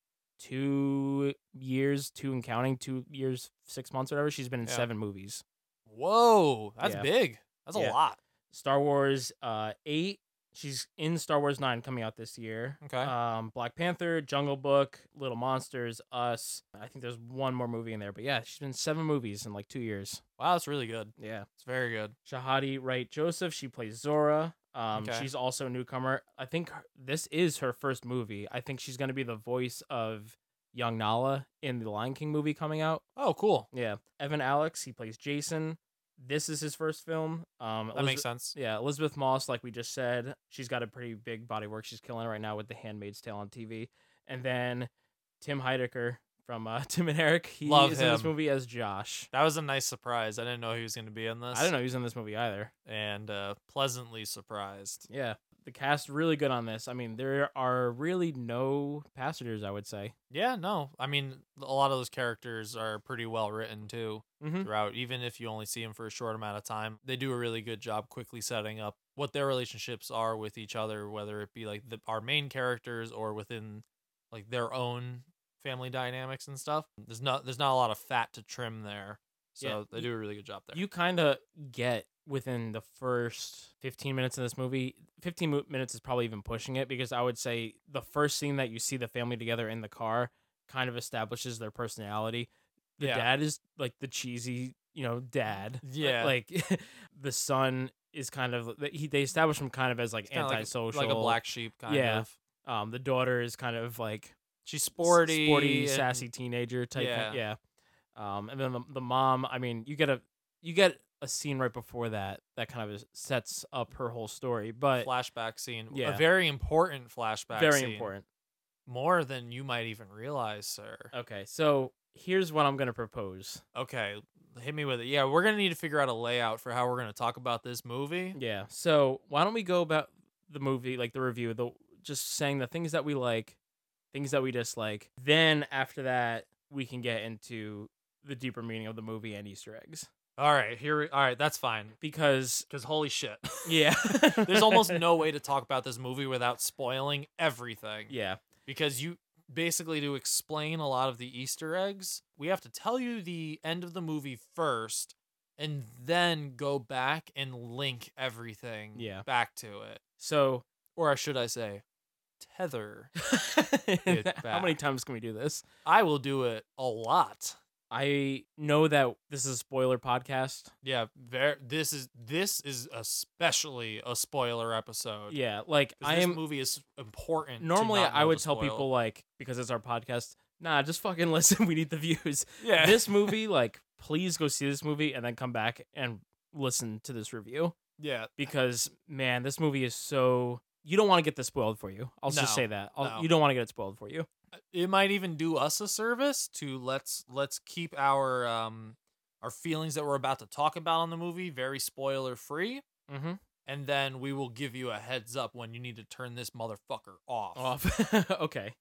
S6: two years, two and counting, two years, six months, whatever, she's been in
S7: Yeah.
S6: seven movies.
S7: Whoa, that's
S6: Yeah.
S7: big. That's
S6: Yeah.
S7: a lot.
S6: Star Wars uh eight. She's in Star Wars nine coming out this year.
S7: Okay.
S6: Um, Black Panther, Jungle Book, Little Monsters, Us. I think there's one more movie in there, but yeah, she's been in seven movies in like two years.
S7: Wow, that's really good.
S6: Yeah.
S7: It's very good.
S6: Shahadi Wright Joseph. She plays Zora. Um,
S7: Okay.
S6: she's also a newcomer. I think her- this is her first movie. I think she's gonna be the voice of young Nala in the Lion King movie coming out.
S7: Oh, cool.
S6: Yeah. Evan Alex, he plays Jason. This is his first film. Um,
S7: That makes sense.
S6: Yeah, Elizabeth Moss, like we just said, she's got a pretty big body work. She's killing it right now with The Handmaid's Tale on TV. And then Tim Heidecker from uh, Tim and Eric, he
S7: Love
S6: is in this
S7: him.
S6: movie as Josh.
S7: That was a nice surprise. I didn't know he was going to be in this.
S6: I didn't know he was in this movie either.
S7: And uh, pleasantly surprised.
S6: Yeah, the cast really good on this. I mean, there are really no passengers, I would say.
S7: Yeah, no. I mean, a lot of those characters are pretty well written too
S6: Mhm.
S7: throughout, even if you only see them for a short amount of time. They do a really good job quickly setting up what their relationships are with each other, whether it be like the, our main characters or within like their own family dynamics and stuff. There's not there's not a lot of fat to trim there. So
S6: Yeah,
S7: they
S6: y-
S7: do a really good job there.
S6: You kind of get within the first 15 minutes of this movie. 15 mo- minutes is probably even pushing it because I would say the first scene that you see the family together in the car kind of establishes their personality. The
S7: Yeah.
S6: dad is like the cheesy, you know, dad. Li-
S7: Yeah.
S6: Like the son is kind of th- he they establish him kind of as like
S7: kinda like a- like a
S6: antisocial.
S7: black sheep, kind
S6: yeah.
S7: of.
S6: Um the daughter is kind of like
S7: She's
S6: s-
S7: sporty
S6: sporty,
S7: and-
S6: sassy teenager type.
S7: Yeah.
S6: Yeah. yeah. Um, and then the, the mom. I mean, you get a you get a scene right before that that kind of is- sets up her whole story. But
S7: flashback scene.
S6: Yeah.
S7: A very important flashback
S6: Very
S7: scene.
S6: important.
S7: More than you might even realize, sir.
S6: okay, so here's what I'm gonna propose.
S7: Okay, hit me with it. Yeah, we're gonna need to figure out a layout for how we're gonna talk about this movie.
S6: Yeah. So why don't we go about the movie, like the review, the just saying the things that we like, things that we dislike. Then after that, we can get into the deeper meaning of the movie and Easter eggs.
S7: All right, here. We, all right, that's fine.
S6: Because
S7: because holy shit.
S6: Yeah.
S7: There's almost no way to talk about this movie without spoiling everything.
S6: Yeah.
S7: Because you basically to explain a lot of the Easter eggs, we have to tell you the end of the movie first and then go back and link everything
S6: Yeah.
S7: back to it.
S6: So
S7: Or should I say, tether. it
S6: How many
S7: back.
S6: times can we do this?
S7: I will do it a lot.
S6: I know that this is a spoiler podcast.
S7: Yeah, ver- this is this is especially a spoiler episode.
S6: Yeah, like
S7: 'Cause
S6: I
S7: Oh, this
S6: am
S7: movie is important. to
S6: normally
S7: not
S6: I
S7: know
S6: would
S7: to
S6: tell
S7: spoil.
S6: people like because it's our podcast, nah, just fucking listen. We need the views.
S7: Yeah.
S6: this movie, like, please go see this movie and then come back and listen to this review
S7: Yeah,
S6: because man, this movie is so you don't want to get this spoiled for you. I'll just
S7: No,
S6: say that I'll,
S7: no.
S6: you don't want to get it spoiled for you.
S7: it might even do us a service to let's let's keep our um our feelings that we're about to talk about on the movie very spoiler free,
S6: Mm-hmm.
S7: and then we will give you a heads up when you need to turn this motherfucker off,
S6: Off. okay.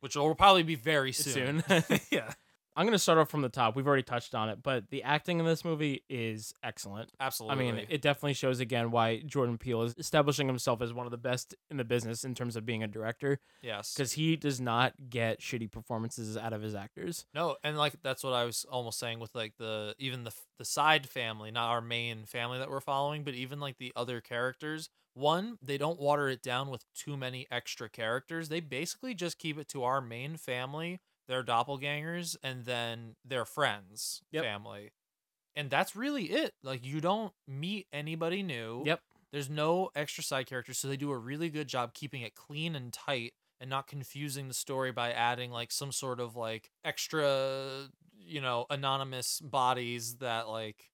S7: which will probably be very soon.
S6: yeah. I'm gonna start off from the top. We've already touched on it, but the acting in this movie is excellent.
S7: Absolutely.
S6: I mean, it definitely shows again why Jordan Peele is establishing himself as one of the best in the business in terms of being a director.
S7: Yes.
S6: Because he does not get shitty performances out of his actors.
S7: No, and like that's what I was almost saying with like the even the f- the side family, not our main family that we're following, but even like the other characters. One, they don't water it down with too many extra characters. They basically just keep it to our main family, their doppelgangers, and then their friends
S6: Yep.
S7: family. And that's really it. Like you don't meet anybody new.
S6: Yep.
S7: There's no extra side characters, so they do a really good job keeping it clean and tight and not confusing the story by adding like some sort of like extra, you know, anonymous bodies that like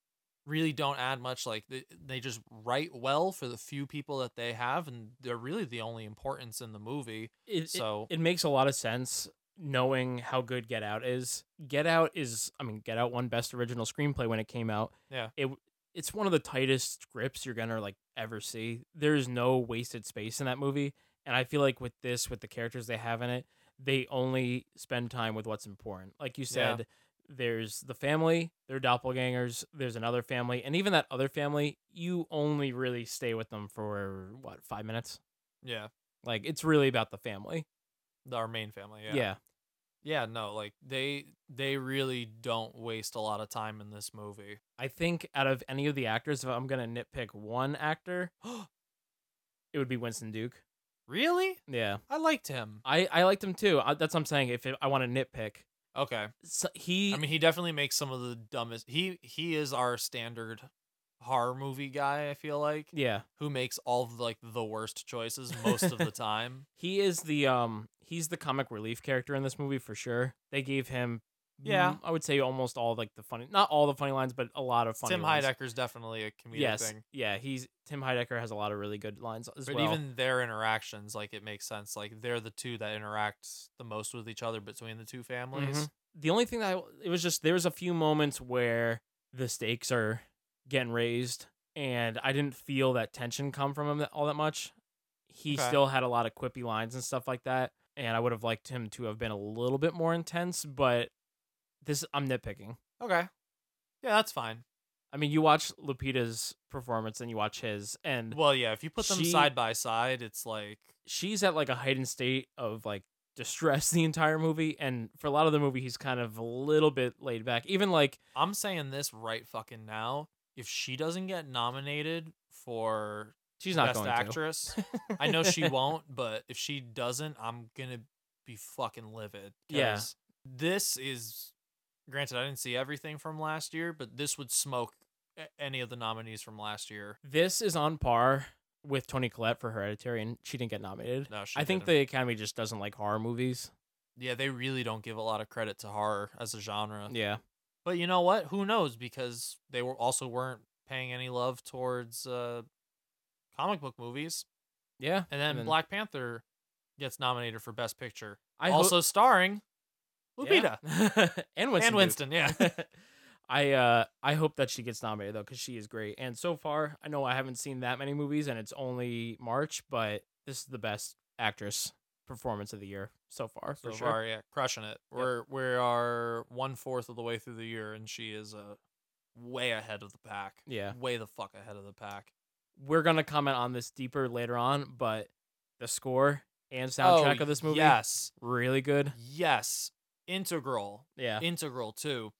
S7: really don't add much like they, they just write well for the few people that they have and they're really the only importance in the movie.
S6: It, it-
S7: so
S6: it, makes a lot of sense knowing how good Get Out is. Get Out is, I mean, Get Out won Best Original Screenplay when it came out.
S7: Yeah.
S6: It it's one of the tightest scripts you're gonna like ever see. There is no wasted space in that movie, And I feel like with this, with the characters they have in it, they only spend time with what's important. Like you
S7: Yeah.
S6: said, there's the family, their doppelgangers, there's another family, and even that other family, you only really stay with them for what, five minutes?
S7: Yeah.
S6: Like it's really about the family.
S7: our main family. Yeah.
S6: Yeah.
S7: Yeah, no, like they they really don't waste a lot of time in this movie.
S6: I think out of any of the actors, if I'm gonna nitpick one actor, it would be Winston Duke.
S7: Really?
S6: Yeah,
S7: I liked him.
S6: I I liked him too. I, that's what I'm saying. If it, I want to nitpick,
S7: Okay.
S6: So he
S7: I mean, he definitely makes some of the dumbest. He he is our standard horror movie guy, I feel like.
S6: Yeah.
S7: Who makes all of like the worst choices most of the time.
S6: he is the um he's the comic relief character in this movie for sure. They gave him
S7: Yeah.
S6: mm, I would say almost all like the funny, not all the funny lines, but a lot of funny.
S7: Tim
S6: ones.
S7: Heidecker's definitely a comedic
S6: yes,
S7: thing.
S6: yeah, he's Tim Heidecker has a lot of really good lines as
S7: But
S6: well.
S7: even their interactions, like it makes sense. Like they're the two that interact the most with each other between the two families.
S6: Mhm. The only thing that I, it was just there was a few moments where the stakes are getting raised, and I didn't feel that tension come from him that, all that much. He
S7: Okay.
S6: still had a lot of quippy lines and stuff like that, and I would have liked him to have been a little bit more intense. But this, I'm nitpicking.
S7: Okay. Yeah, that's fine.
S6: I mean, you watch Lupita's performance and you watch his, and
S7: Well, yeah, if you put them
S6: She-
S7: side by side, it's like
S6: she's at like a heightened state of like distress the entire movie, and for a lot of the movie, he's kind of a little bit laid back. Even like
S7: I'm saying this right fucking now. If she doesn't get nominated for
S6: She's not
S7: best
S6: going to.
S7: actress, I know she won't. But if she doesn't, I'm gonna be fucking livid.
S6: Yeah.
S7: 'cause This is granted. I didn't see everything from last year, but this would smoke a- any of the nominees from last year.
S6: This is on par with Tony Collette for Hereditary, and she didn't get nominated.
S7: No, she
S6: I think
S7: didn't.
S6: the Academy just doesn't like horror movies.
S7: Yeah, they really don't give a lot of credit to horror as a genre.
S6: Yeah,
S7: But you know what? Who knows? Because they were also weren't paying any love towards uh, comic book movies.
S6: yeah.
S7: And then
S6: and then-
S7: Black Panther gets nominated for Best Picture.
S6: I ho-
S7: also starring Lupita.
S6: Yeah. and Winston. Duke.
S7: Winston, yeah.
S6: I uh I hope that she gets nominated though because she is great. And so far, I know I haven't seen that many movies, and it's only March, but this is the best actress performance of the year so far.
S7: So
S6: for sure.
S7: far, yeah, crushing it. We're we are one fourth of the way through the year, and she is uh, way ahead of the pack.
S6: Yeah.
S7: way the fuck ahead of the pack.
S6: We're gonna comment on this deeper later on, but the score and soundtrack of this movie,
S7: Oh, yes.
S6: really good.
S7: Yes, integral.
S6: Yeah.
S7: integral too.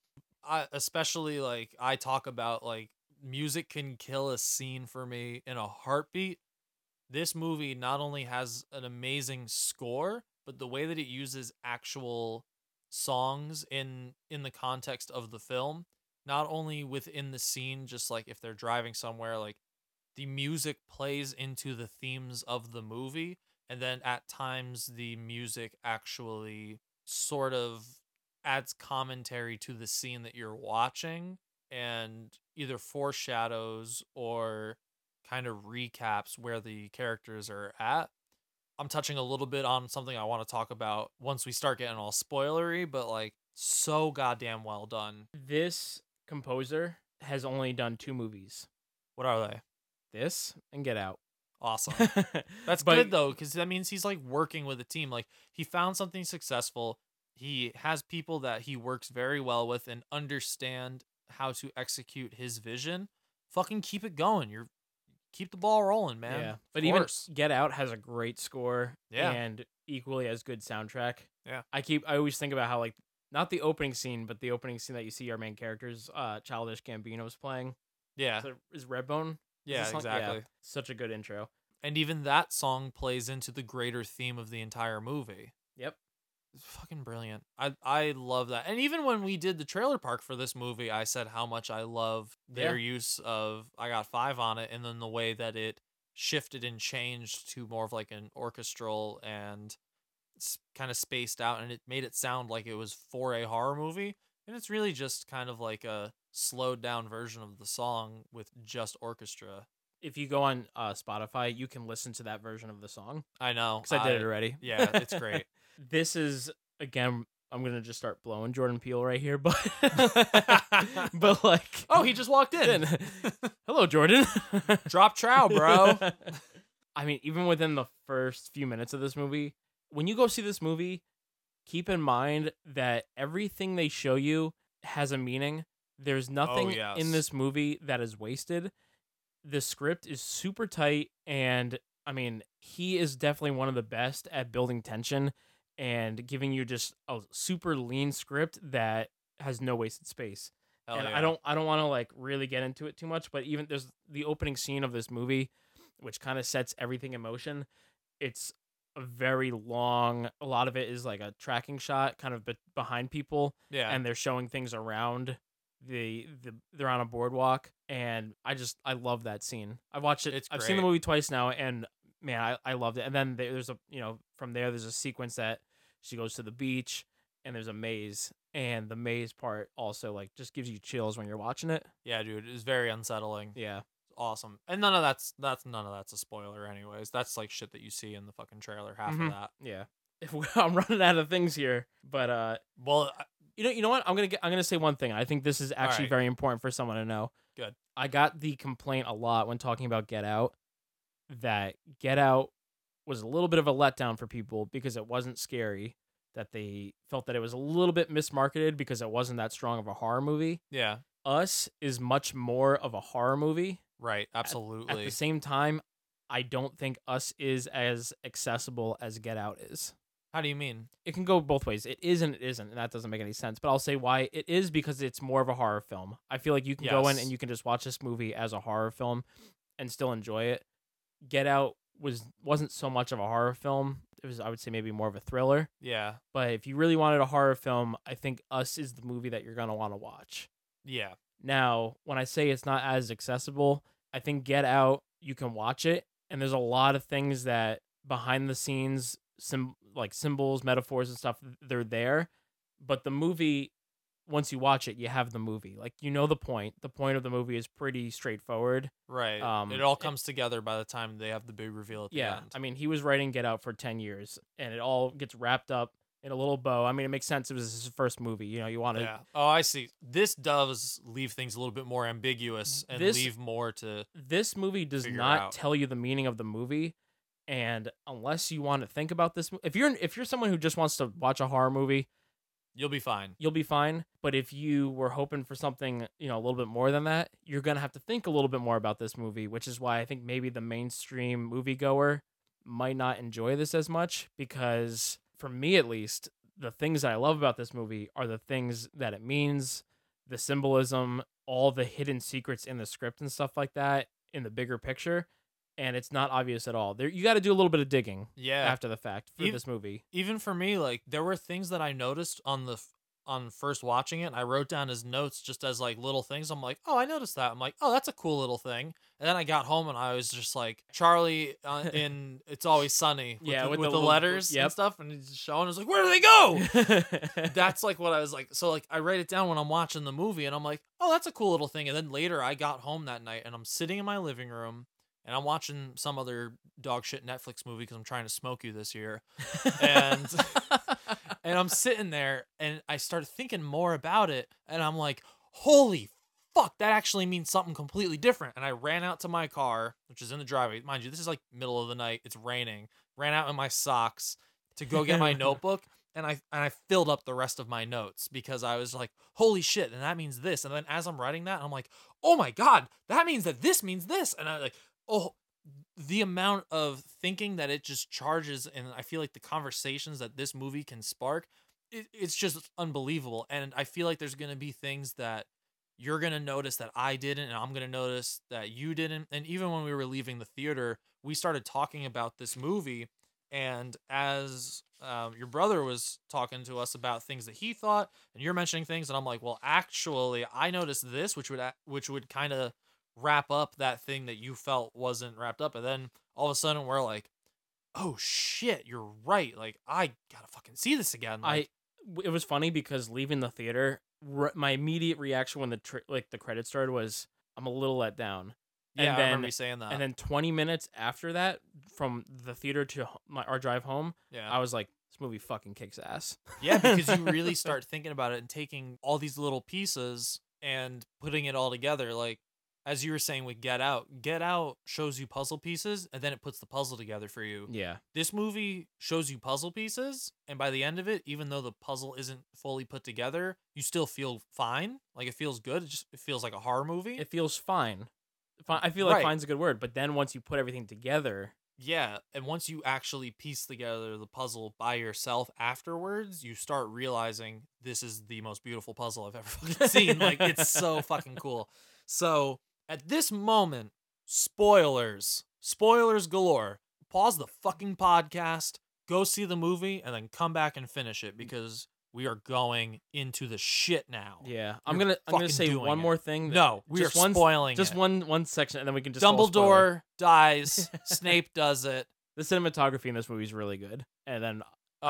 S7: I especially like I talk about like music can kill a scene for me in a heartbeat. This movie not only has an amazing score, but the way that it uses actual songs in in the context of the film, not only within the scene just like if they're driving somewhere like the music plays into the themes of the movie and then at times the music actually sort of adds commentary to the scene that you're watching and either foreshadows or kind of recaps where the characters are at. I'm touching a little bit on something I want to talk about once we start getting all spoilery, but like so goddamn well done.
S6: This composer has only done two movies.
S7: What are they?
S6: This and Get Out.
S7: Awesome.
S6: That's
S7: That's good though, because that means he's like working with a team. Like he found something successful. He has people that he works very well with and understand how to execute his vision. Fucking keep it going. You're keep the ball rolling, man.
S6: Yeah,
S7: Of
S6: but even
S7: course.
S6: Get Out has a great score.
S7: Yeah.
S6: and equally as good soundtrack.
S7: Yeah.
S6: I keep I always think about how like not the opening scene, but the opening scene that you see our main characters, uh, Childish Gambino's playing.
S7: yeah,
S6: So is Redbone? Is
S7: Yeah,
S6: this song-
S7: exactly.
S6: Such a good intro.
S7: and even that song plays into the greater theme of the entire movie.
S6: Yep.
S7: It's fucking brilliant. I I love that. And even when we did the trailer park for this movie, I said how much I love their use of I Got 5 on it and then the way that it shifted and changed to more of like an orchestral and kind of spaced out and it made it sound like it was for a horror movie and it's really just kind of like a slowed down version of the song with just orchestra.
S6: If you go on uh, Spotify, you can listen to that version of the song.
S7: I know.
S6: because I did it already.
S7: Yeah, it's great.
S6: this is again. I'm gonna just start blowing Jordan Peele right here, but but like,
S7: Oh, he just walked in.
S6: hello, Jordan.
S7: Drop trow, bro.
S6: I mean, even within the first few minutes of this movie, when you go see this movie, keep in mind that everything they show you has a meaning. There's nothing in
S7: Oh, yes.
S6: this movie that is wasted. The script is super tight, and I mean, he is definitely one of the best at building tension and giving you just a super lean script that has no wasted space.
S7: Hell
S6: and I
S7: Oh, yeah.
S6: don't I don't want to like really get into it too much, but even there's the opening scene of this movie, which kind of sets everything in motion. It's a very long. A lot of it is like a tracking shot, kind of be- behind people.
S7: Yeah.
S6: and they're showing things around. The, the they're on a boardwalk, and I just I love that scene. I've watched it.
S7: It's
S6: I've seen the
S7: great.
S6: movie twice now, and man, I, I loved it. And then there- there's a you know from there there's a sequence that she goes to the beach, and there's a maze, and the maze part also like just gives you chills when you're watching it.
S7: Yeah, dude, it's very unsettling.
S6: Yeah.
S7: It's awesome. And none of that's that's none of that's a spoiler anyways. That's like shit that you see in the fucking trailer half
S6: Mhm.
S7: of that.
S6: Yeah. I'm running out of things here, but uh
S7: well,
S6: you know you know what? I'm going to I'm going to say one thing. I think this is actually
S7: right.
S6: very important for someone to know.
S7: Good.
S6: I got the complaint a lot when talking about Get Out that Get Out was a little bit of a letdown for people because it wasn't scary that they felt that it was a little bit mismarketed because it wasn't that strong of a horror movie.
S7: Yeah.
S6: Us is much more of a horror movie.
S7: Right,
S6: At- At,
S7: absolutely.
S6: the same time, I don't think Us is as accessible as Get Out is.
S7: How do you mean?
S6: It can go both ways. It is and it isn't, and that doesn't make any sense. But I'll say why it is because it's more of a horror film. I feel like you can go in
S7: Yes.
S6: and you can just watch this movie as a horror film and still enjoy it. Get Out was wasn't so much of a horror film. It was I would say maybe more of a thriller.
S7: Yeah.
S6: But if you really wanted a horror film, I think Us is the movie that you're gonna want to watch.
S7: Yeah.
S6: Now, when I say it's not as accessible, I think Get Out, you can watch it, and there's a lot of things that behind the scenes, some like symbols, metaphors, and stuff, they're there. But the movie, once you watch it, you have the movie. Like you know the point. The point of the movie is pretty straightforward.
S7: Right.
S6: Um,
S7: it all comes together by the time they have the big reveal at the
S6: yeah,
S7: end.
S6: I mean, he was writing Get Out for ten years, and it all gets wrapped up in a little bow. I mean, it makes sense. It was his first movie. You know, you want to
S7: Yeah. Oh, I see. This does leave things a little bit more ambiguous and
S6: This-
S7: leave more to
S6: this movie does
S7: figure
S6: not
S7: out.
S6: tell you the meaning of the movie and unless you want to think about this mo- if you're if you're someone who just wants to watch a horror movie
S7: You'll be fine.
S6: you'll be fine but if you were hoping for something you know a little bit more than that you're gonna have to think a little bit more about this movie which is why i think maybe the mainstream moviegoer might not enjoy this as much because for me at least the things that i love about this movie are the things that it means the symbolism, all the hidden secrets in the script and stuff like that in the bigger picture, and it's not obvious at all. There, you got to do a little bit of digging.
S7: Yeah.
S6: After the fact for
S7: Ev-
S6: this movie.
S7: Even for me, like there were things that I noticed on the f- on first watching it. and I wrote down his notes just as like little things. I'm like, oh, I noticed that. I'm like, oh, that's a cool little thing. And then I got home and I was just like, Charlie uh, in It's Always Sunny. With
S6: Yeah,
S7: the,
S6: with
S7: with,
S6: the
S7: the,
S6: little-
S7: letters
S6: yep.
S7: and stuff, and it's showing. I was like, where do they go? Oh! that's like what I was like. So like I write it down when I'm watching the movie, and I'm like, oh, that's a cool little thing. And then later I got home that night, and I'm sitting in my living room. And I'm watching some other dog shit Netflix movie because I'm trying to smoke you this year and and I'm sitting there and I start thinking more about it and I'm like, holy fuck, that actually means something completely different. And I ran out to my car, which is in the driveway. Mind you, this is like middle of the night, it's raining. Ran out in my socks to go get my notebook and I and I filled up the rest of my notes because I was like, holy shit, and that means this. And then as I'm writing that, I'm like, oh my god, that means that this means this. And I'm like, oh the amount of thinking that it just charges and i feel like the conversations that this movie can spark it, it's just unbelievable and i feel like there's going to be things that you're going to notice that i didn't and i'm going to notice that you didn't and even when we were leaving the theater we started talking about this movie and as um, your brother was talking to us about things that he thought and you're mentioning things and i'm like well actually i noticed this which would a- which would kind of wrap up that thing that you felt wasn't wrapped up and then all of a sudden we're like oh shit you're right like i gotta fucking see this again
S6: I
S7: like,
S6: w- it was funny because leaving the theater, r- my immediate reaction when the tr- like the credits started was I'm a little let down.
S7: Yeah, I remember you saying that.
S6: And then 20 minutes after that, from the theater to h- my our drive home,
S7: Yeah.
S6: I was like, this movie fucking kicks ass.
S7: yeah because you really start thinking about it and taking all these little pieces and putting it all together like as you were saying with Get Out, Get Out shows you puzzle pieces and then it puts the puzzle together for you.
S6: Yeah.
S7: This movie shows you puzzle pieces, and by the end of it, even though the puzzle isn't fully put together, you still feel fine. Like it feels good. It just it feels like a horror movie.
S6: It feels fine. Fi- I feel like
S7: Right.
S6: fine's a good word, but then once you put everything together,
S7: Yeah, and once you actually piece together the puzzle by yourself afterwards, you start realizing this is the most beautiful puzzle I've ever fucking seen. like it's so fucking cool. So at this moment, spoilers, spoilers galore. Pause the fucking podcast, go see the movie, and then come back and finish
S6: Mm.
S7: it because we are going into the shit now.
S6: yeah, I'm
S7: You're
S6: gonna I'm gonna
S7: fucking
S6: say
S7: doing
S6: one
S7: it.
S6: more thing. that-
S7: No, we
S6: just
S7: are
S6: one,
S7: spoiling
S6: Just
S7: it.
S6: one one section, and then we can just all spoil it.
S7: Dumbledore dies. Snape does it.
S6: The cinematography in this movie is really good, and then I-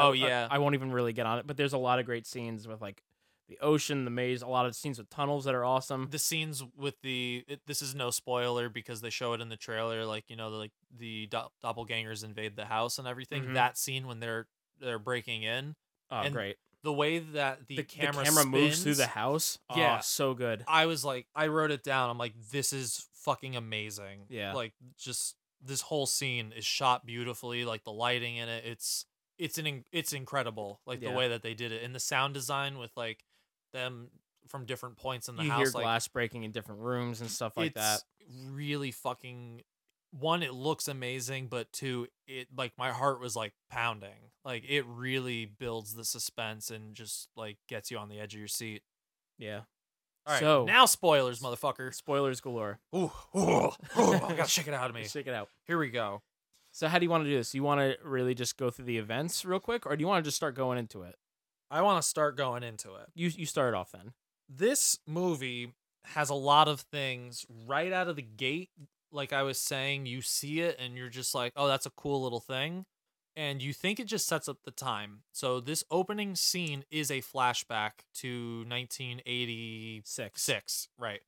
S7: Oh
S6: I-
S7: yeah.
S6: I, won't even really get on it. But there's a lot of great scenes with like the ocean, the maze, a lot of scenes with tunnels that are awesome.
S7: the scenes with the it, this is no spoiler because they show it in the trailer like you know the, like the do- doppelgangers invade the house and everything
S6: Mhm.
S7: that scene when they're they're breaking in
S6: Oh,
S7: and
S6: great!
S7: the way that the,
S6: The, the
S7: camera,
S6: camera, moves through the
S7: spins,
S6: house. Oh,
S7: Yeah.
S6: so good.
S7: i was like i wrote it down i'm like this is fucking amazing
S6: Yeah.
S7: like just this whole scene is shot beautifully like the lighting in it it's it's an in- it's incredible like
S6: Yeah.
S7: the way that they did it and the sound design with like them from different points in the
S6: you
S7: house
S6: hear
S7: like
S6: glass breaking in different rooms and stuff like that.
S7: really fucking one it looks amazing but two it like my heart was like pounding like it really builds the suspense and just like gets you on the edge of your seat
S6: Yeah.
S7: all right
S6: So-
S7: now spoilers motherfucker
S6: Spoilers galore.
S7: ooh, ooh, ooh, i gotta shake it out of me
S6: Shake it out.
S7: here we go
S6: So how do you want to do this? You want to really just go through the events real quick, or do you want to just start going into it?
S7: i want to start going into it
S6: You you start off then.
S7: this movie has a lot of things right out of the gate. Like I was saying, you see it and you're just like, oh, that's a cool little thing. And you think it just sets up the time. So this opening scene is a flashback to 1986.
S6: Six.
S7: Right.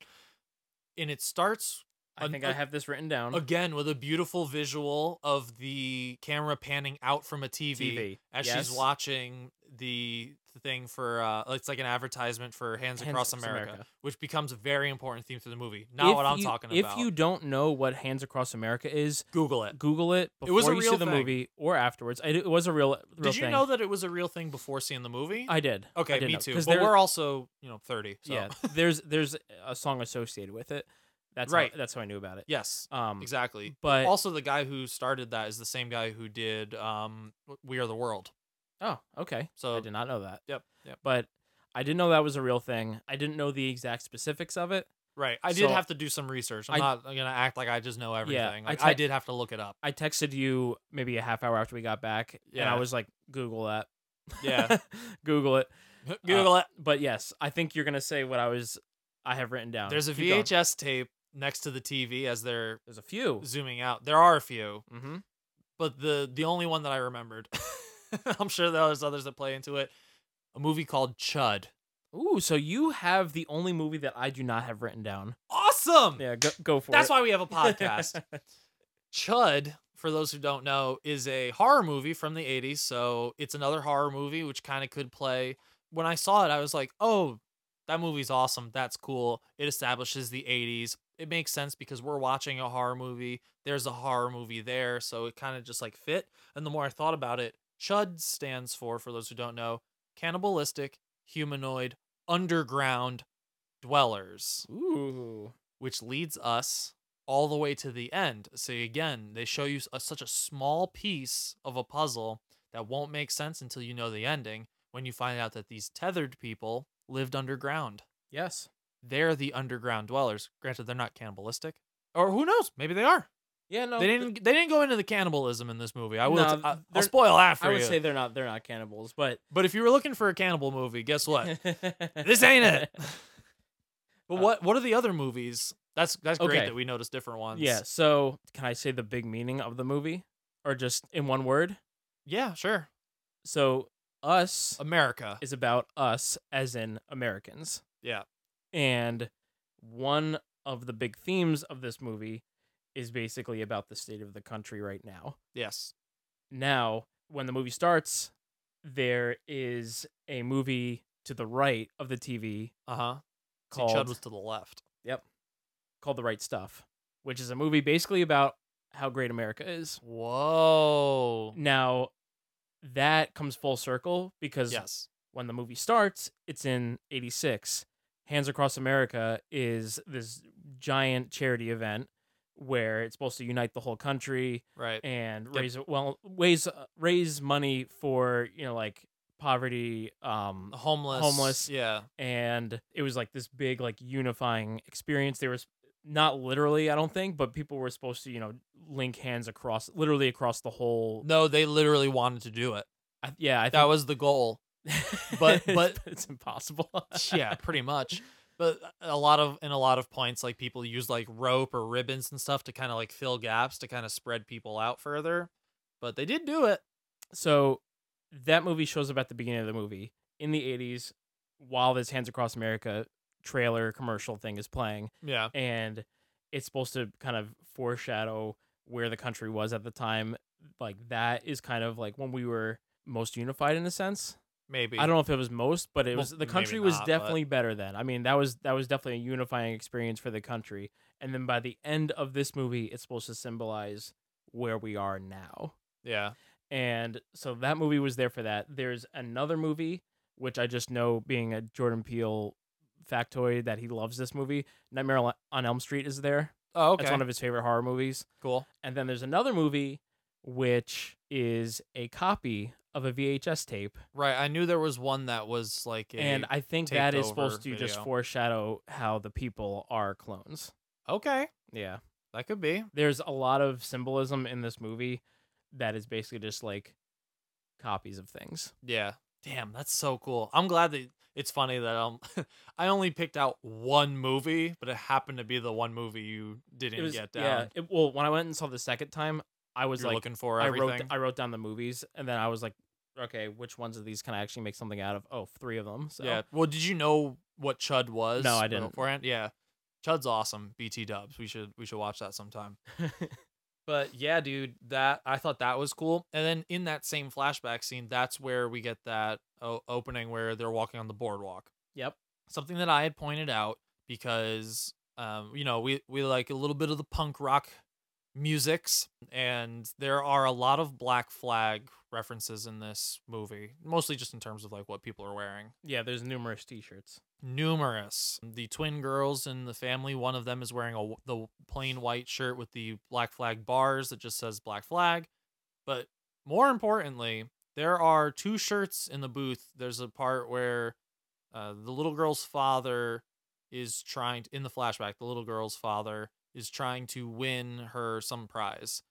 S7: And it starts
S6: I
S7: An-
S6: think
S7: a-
S6: I have this written down.
S7: again with a beautiful visual of the camera panning out from a TV,
S6: TV,
S7: as
S6: yes.
S7: she's watching the thing for uh it's like an advertisement for Hands,
S6: Hands
S7: Across
S6: Across
S7: America,
S6: America.
S7: which becomes a very important theme to the movie. Not
S6: If
S7: what I'm
S6: you-
S7: talking about.
S6: If you don't know what Hands Across America is,
S7: Google it.
S6: Google it
S7: It
S6: before
S7: was a
S6: you see
S7: real
S6: the
S7: thing.
S6: movie or afterwards. It, it was a real, real
S7: Did you
S6: thing.
S7: know that it was a real thing before seeing the movie?
S6: I did. I
S7: Okay,
S6: did
S7: me
S6: know,
S7: too.
S6: 'cause
S7: But
S6: there-
S7: we're also, you know, 30. So.
S6: Yeah, there's there's a song associated with it. That's how-
S7: Right.
S6: that's how I knew about it.
S7: Yes.
S6: Um,
S7: Exactly.
S6: but-
S7: also the guy who started that is the same guy who did um We Are the World.
S6: Oh, okay.
S7: So
S6: I did not know that.
S7: Yep. Yep.
S6: But I didn't know that was a real thing. I didn't know the exact specifics of it.
S7: Right. I did
S6: So-
S7: have to do some research. I'm
S6: I-
S7: not gonna act like I just know everything.
S6: I
S7: like, I,
S6: te-
S7: did have to look it up.
S6: I texted you maybe a half hour after we got back, and
S7: Yeah.
S6: I was like, "Google that."
S7: Yeah.
S6: Google it.
S7: Google it.
S6: But yes, I think you're gonna say what I was. I have written down.
S7: There's a
S6: uh, Keep going.
S7: VHS tape next to the TV as they're
S6: There's a few.
S7: zooming out. There are a few,
S6: Mm-hmm.
S7: but the the only one that I remembered. I'm sure there's others that play into it. A movie called Chud.
S6: Ooh, so you have the only movie that I do not have written down.
S7: Awesome.
S6: Yeah, go, go for
S7: That's
S6: it.
S7: why we have a podcast. Chud, for those who don't know, is a horror movie from the 80s. So it's another horror movie, which kind of could play. When I saw it, I was like, oh, that movie's awesome. That's cool. It establishes the 80s. It makes sense because we're watching a horror movie. There's a horror movie there. So it kind of just like fit. And the more I thought about it, Chud stands for, for those who don't know, cannibalistic, humanoid, underground dwellers
S6: Ooh.
S7: which leads us all the way to the end. So again, they show you s- a, such a small piece of a puzzle that won't make sense until you know the ending when you find out that these tethered people lived underground.
S6: Yes.
S7: They're the underground dwellers. Granted, they're not cannibalistic. Or who knows? Maybe they are.
S6: Yeah. No.
S7: they didn't. they didn't go into the cannibalism in this movie. I will.
S6: No,
S7: t- I, will
S6: they're-
S7: spoil that for
S6: I would
S7: you.
S6: say they're not. They're not cannibals, but
S7: but if you were looking for a cannibal movie, guess what? this ain't it. But what? What are the other movies? That's that's great
S6: Okay.
S7: that we noticed different ones.
S6: Yeah. So can I say the big meaning of the movie, or just in one word?
S7: Yeah. Sure.
S6: So us
S7: America.
S6: is about us as in Americans.
S7: Yeah.
S6: And one of the big themes of this movie is basically about the state of the country right now.
S7: Yes.
S6: Now, when the movie starts, there is a movie to the right of the TV
S7: Uh huh. See,
S6: called
S7: Chud was to the left.
S6: called The Right Stuff, which is a movie basically about how great America is.
S7: Whoa.
S6: Now, that comes full circle because
S7: Yes.
S6: when the movie starts, it's in 86. Hands Across America is this giant charity event where it's supposed to unite the whole country
S7: Right.
S6: and
S7: Yep.
S6: raise well raise raise money for you know like poverty um
S7: The homeless.
S6: homeless
S7: Yeah.
S6: and it was like this big like unifying experience there was not literally i don't think but people were supposed to you know link hands across literally across the whole
S7: No, they literally wanted to do it.
S6: I, yeah i
S7: that
S6: think-
S7: was the goal. But
S6: It's-
S7: but
S6: it's impossible
S7: yeah, pretty much. But a lot of in a lot of points, like people use like rope or ribbons and stuff to kind of like fill gaps to kind of spread people out further. But they did do it.
S6: so that movie shows up at the beginning of the movie in the 80s while this hands across america trailer commercial thing is playing
S7: Yeah.
S6: and it's supposed to kind of foreshadow where the country was at the time like that is kind of like when we were most unified in a sense
S7: Maybe.
S6: i don't know if it was most but it
S7: Well,
S6: was the
S7: maybe
S6: country was
S7: not, but-
S6: definitely better then i mean that was that was definitely a unifying experience for the country and then by the end of this movie it's supposed to symbolize where we are now
S7: Yeah.
S6: and so that movie was there for that. There's another movie, which I just know being a Jordan Peele factoid that he loves this movie. Nightmare on- on Elm Street is there.
S7: Oh,
S6: It's
S7: okay.
S6: one of his favorite horror movies.
S7: Cool.
S6: And then there's another movie, which is a copy of a VHS tape.
S7: Right. I knew there was one that was like a
S6: and I think that is
S7: taped
S6: supposed to
S7: over
S6: just
S7: video.
S6: foreshadow how the people are clones.
S7: Okay.
S6: Yeah.
S7: That could be.
S6: There's a lot of symbolism in this movie that is basically just like copies of things.
S7: Yeah. Damn, that's so cool. I'm glad that it's funny that um I only picked out one movie, but it happened to be the one movie you didn't
S6: it was,
S7: get down.
S6: Yeah. It, well, when I went and saw the second time, I was
S7: You're
S6: like
S7: looking for
S6: I wrote
S7: everything?
S6: I wrote down the movies, and then I was like, okay, which ones of these can I actually make something out of? Oh, three of them. So
S7: Yeah. Well, did you know what Chud was?
S6: No, I didn't.
S7: Beforehand? Yeah. Chud's awesome. BT Dubs. We should we should watch that sometime. but yeah, dude, that I thought that was cool. And then in that same flashback scene, that's where we get that o- opening where they're walking on the boardwalk.
S6: Yep.
S7: Something that I had pointed out because um you know, we we like a little bit of the punk rock musics and there are a lot of black flag references in this movie mostly just in terms of like what people are wearing
S6: yeah, there's numerous T-shirts.
S7: numerous. The twin girls in the family, one of them is wearing a w- the plain white shirt with the black flag bars that just says black flag. But more importantly, there are two shirts in the booth. There's a part where uh, the little girl's father is trying in the flashback. The little girl's father is trying to win her some prize.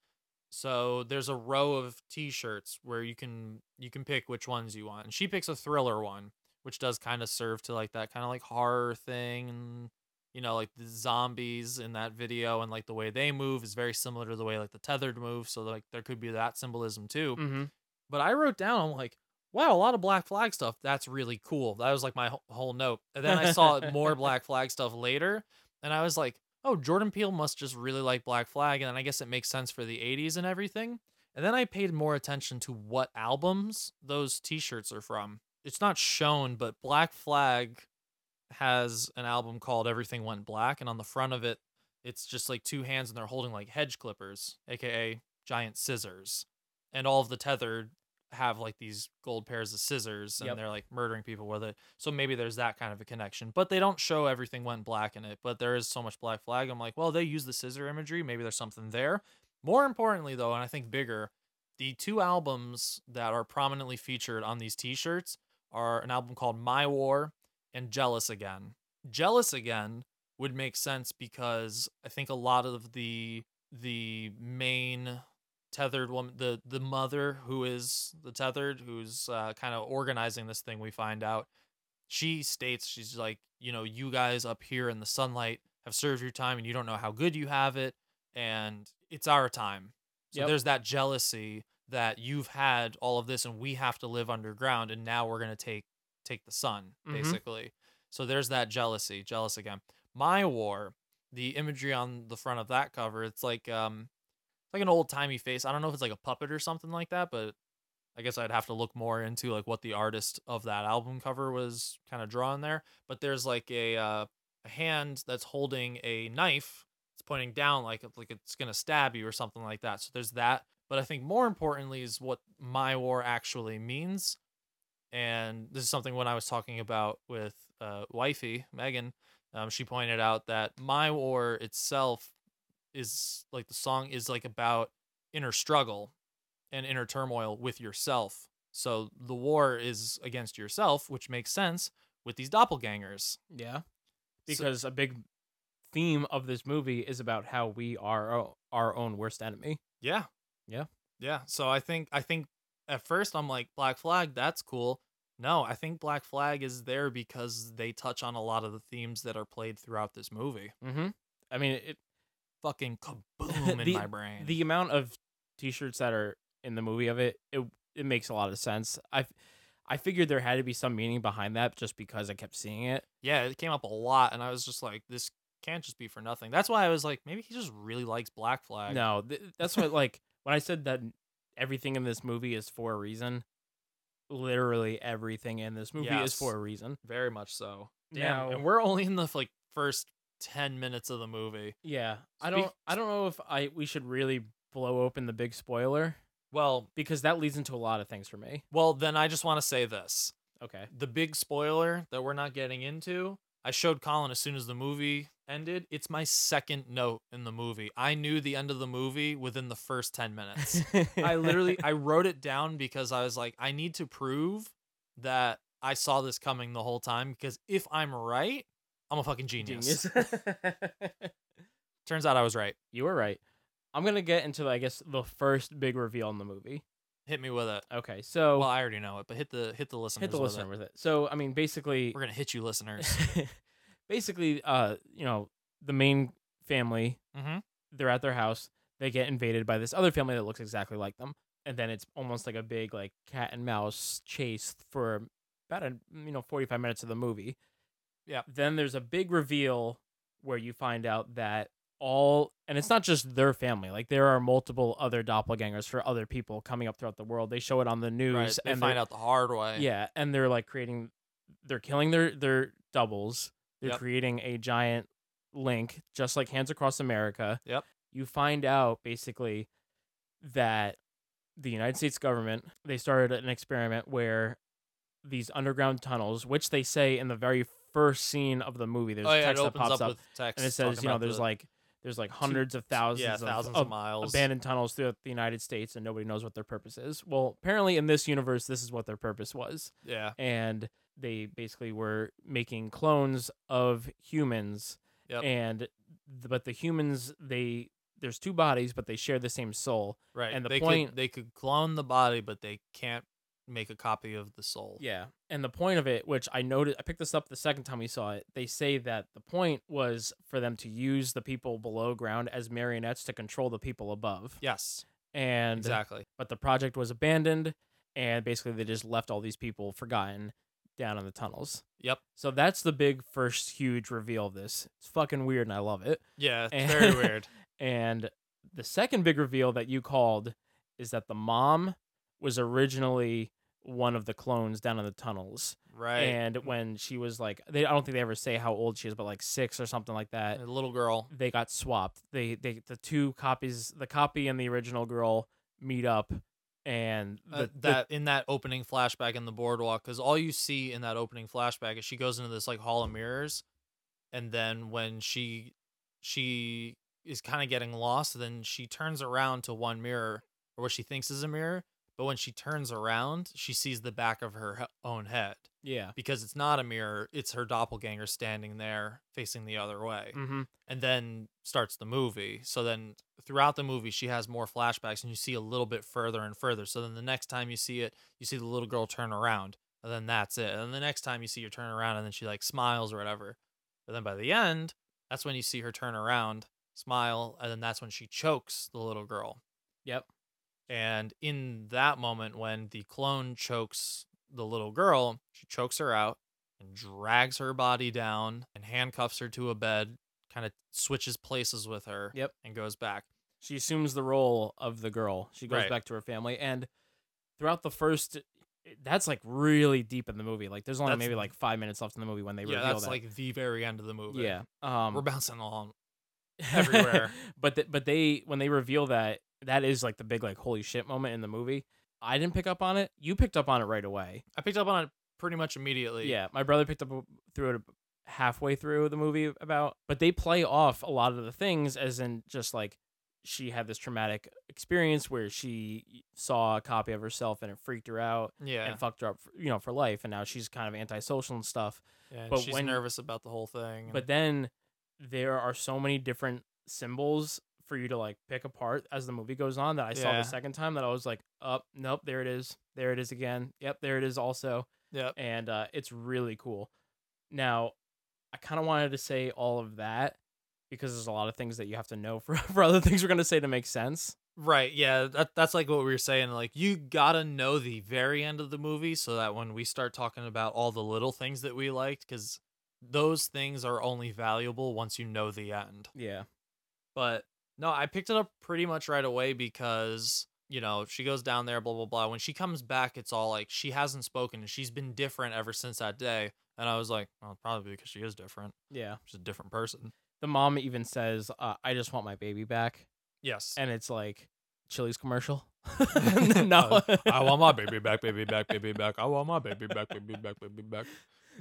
S7: So there's a row of t-shirts where you can you can pick which ones you want. And she picks a thriller one which does kind of serve to like that kind of like horror thing and you know like the zombies in that video and like the way they move is very similar to the way like the tethered move so like there could be that symbolism too
S6: Mm-hmm.
S7: but i wrote down i'm like wow a lot of black flag stuff that's really cool that was like my wh- whole note and then i saw more black flag stuff later and i was like oh jordan peele must just really like black flag and then i guess it makes sense for the 80s and everything and then i paid more attention to what albums those t-shirts are from it's not shown, but Black Flag has an album called Everything Went Black, and on the front of it, it's just like two hands and they're holding like hedge clippers, aka giant scissors. And all of the tethered have like these gold pairs of scissors and
S6: Yep.
S7: they're like murdering people with it. So maybe there's that kind of a connection. But they don't show everything went black in it, but there is so much black flag. I'm like, well, they use the scissor imagery. Maybe there's something there. More importantly, though, and I think bigger, the two albums that are prominently featured on these t shirts are an album called My War and Jealous Again. Jealous Again would make sense because I think a lot of the the main tethered woman the the mother who is the tethered who's uh, kind of organizing this thing we find out she states she's like you know you guys up here in the sunlight have served your time and you don't know how good you have it and it's our time so
S6: Yep.
S7: there's that jealousy that you've had all of this and we have to live underground and now we're going to take take the sun
S6: Mhm.
S7: basically so there's that jealousy jealous again my war the imagery on the front of that cover it's like um it's like an old timey face. I don't know if it's like a puppet or something like that, but I guess I'd have to look more into like what the artist of that album cover was kind of drawing there. But there's like a uh, a hand that's holding a knife. It's pointing down like like it's gonna stab you or something like that. So there's that. But I think more importantly is what my war actually means. And this is something when I was talking about with uh, wifey Megan, um, she pointed out that my war itself is like the song is like about inner struggle and inner turmoil with yourself. So the war is against yourself, which makes sense with these doppelgangers.
S6: Yeah. Because a big theme of this movie is about how we are our- our own worst enemy.
S7: Yeah.
S6: Yeah.
S7: Yeah. So I think I think at first I'm like Black Flag, that's cool. No, I think Black Flag is there because they touch on a lot of the themes that are played throughout this movie.
S6: Mm-hmm. I mean, it
S7: fucking kaboom in
S6: the,
S7: my brain.
S6: The amount of t-shirts that are in the movie of it, it it makes a lot of sense. I I figured there had to be some meaning behind that just because I kept seeing it.
S7: yeah, it came up a lot, and I was just like, this can't just be for nothing. That's why I was like, maybe he just really likes Black Flag.
S6: No, th- that's what like when I said that everything in this movie is for a reason. Literally everything in this movie is
S7: Yes.
S6: for a reason.
S7: Very much so.
S6: Now-
S7: Damn. And we're only in the like first ten minutes of the movie.
S6: Yeah, I
S7: Speak-
S6: don't. I don't know if I we should really blow open the big spoiler.
S7: Well,
S6: because that leads into a lot of things for me.
S7: Well, then I just want to say this.
S6: Okay.
S7: The big spoiler that we're not getting into. I showed Colin as soon as the movie ended. It's my second note in the movie. I knew the end of the movie within the first 10 minutes. I literally I wrote it down because I was like I need to prove that I saw this coming the whole time because if I'm right, I'm a fucking genius. Turns out I was right.
S6: You were right. I'm gonna get into I guess the first big reveal in the movie.
S7: Hit me with it.
S6: Okay, so
S7: well, I already know it, but hit the hit the listeners.
S6: Oh. hit the
S7: with
S6: listener with
S7: it.
S6: it. So I mean, basically,
S7: We're gonna hit you, listeners.
S6: basically, uh, you know, the main family,
S7: Mhm.
S6: they're at their house. They get invaded by this other family that looks exactly like them, and then it's almost like a big like cat and mouse chase for about a you know 45 minutes of the movie.
S7: Yeah.
S6: Then there's a big reveal where you find out that all and it's not just their family. Like there are multiple other doppelgangers for other people coming up throughout the world. They show it on the news
S7: Right, they
S6: and
S7: find
S6: they're-
S7: out the hard way.
S6: Yeah, and they're like creating they're killing their their doubles. They're
S7: Yep.
S6: creating a giant link just like Hands Across America.
S7: Yep.
S6: You find out basically that the United States government they started an experiment where these underground tunnels, which they say in the very first scene of the movie, there's
S7: Oh, yeah, it
S6: text that
S7: opens up
S6: pops up,
S7: with text
S6: and it
S7: talking
S6: says, you know,
S7: about
S6: there's
S7: the-
S6: like there's like
S7: Two-
S6: hundreds of
S7: yeah,
S6: thousands,
S7: thousands of miles.
S6: abandoned tunnels throughout the United States, and nobody knows what their purpose is. Well, apparently in this universe, this is what their purpose was.
S7: Yeah.
S6: and they basically were making clones of humans,
S7: Yep.
S6: and th- but the humans they there's two bodies, but they share the same soul.
S7: Right.
S6: and the
S7: they
S6: point
S7: could, they could clone the body, but they can't make a copy of the soul.
S6: Yeah. And the point of it, which I noted, I picked this up the second time we saw it. They say that the point was for them to use the people below ground as marionettes to control the people above.
S7: Yes.
S6: And
S7: Exactly.
S6: But the project was abandoned, and basically they just left all these people forgotten down in the tunnels.
S7: Yep.
S6: So that's the big first huge reveal of this. It's fucking weird, and I love it.
S7: Yeah, it's very weird.
S6: And the second big reveal that you called is that the mom was originally one of the clones down in the tunnels.
S7: Right. Mm-hmm.
S6: And when she was like, they I don't think they ever say how old she is, but like six or something like that.
S7: A little girl.
S6: They got swapped. They they the two copies, the copy and the original girl meet up, and Mm, the,
S7: Uh, that in that opening flashback in the boardwalk, because all you see in that opening flashback is she goes into this like hall of mirrors, and then when she she is kind of getting lost, then she turns around to one mirror or what she thinks is a mirror, but when she turns around, she sees the back of her he- own head.
S6: Yeah.
S7: because it's not a mirror; it's her doppelganger standing there facing the other way
S6: Mhm.
S7: and then starts the movie. So then throughout the movie, she has more flashbacks, and you see a little bit further and further. So then the next time you see it, you see the little girl turn around, and then that's it. And then the next time you see her turn around, and then she like smiles or whatever. But then by the end, that's when you see her turn around, smile, and then that's when she chokes the little girl.
S6: Yep.
S7: And in that moment, when the clone chokes the little girl, she chokes her out and drags her body down and handcuffs her to a bed, kind of switches places with her.
S6: Yep.
S7: And goes back.
S6: She assumes the role of the girl. She goes
S7: Right.
S6: back to her family, and throughout the first that's like really deep in the movie. Like there's only
S7: That's-
S6: maybe like five minutes left in the movie when they
S7: yeah,
S6: reveal
S7: that's
S6: that.
S7: like the very end of the movie.
S6: Yeah, um,
S7: we're bouncing along everywhere.
S6: but th- but they when they reveal that that is like the big like holy shit moment in the movie. I didn't pick up on it. You picked up on it right away.
S7: I picked up on it pretty much immediately.
S6: Yeah, my brother picked up through it halfway through the movie about, but they play off a lot of the things as in just like she had this traumatic experience where she saw a copy of herself and it freaked her out
S7: Yeah.
S6: and fucked her up, for, you know, for life and now she's kind of antisocial and stuff.
S7: Yeah, and she's nervous about the whole thing. and-
S6: But then there are so many different symbols for you to like pick apart as the movie goes on that I saw
S7: Yeah.
S6: the second time that I was like, up, nope, there it is. There it is again. Yep, there it is also.
S7: Yep.
S6: And uh, it's really cool. Now, I kind of wanted to say all of that because there's a lot of things that you have to know for, for other things we're going to say to make sense.
S7: Right, yeah, that, that's like what we were saying. Like, you gotta know the very end of the movie so that when we start talking about all the little things that we liked, because those things are only valuable once you know the end.
S6: Yeah.
S7: But no, I picked it up pretty much right away because, you know, she goes down there, blah, blah, blah. When she comes back, it's all like she hasn't spoken and she's been different ever since that day. And I was like, well, probably because she is different.
S6: Yeah.
S7: She's a different person.
S6: The mom even says, uh, I just want my baby back.
S7: Yes.
S6: And it's like Chili's commercial.
S7: Uh,
S6: no.
S7: I want my baby back, baby back, baby back. I want my baby back, baby back, baby back.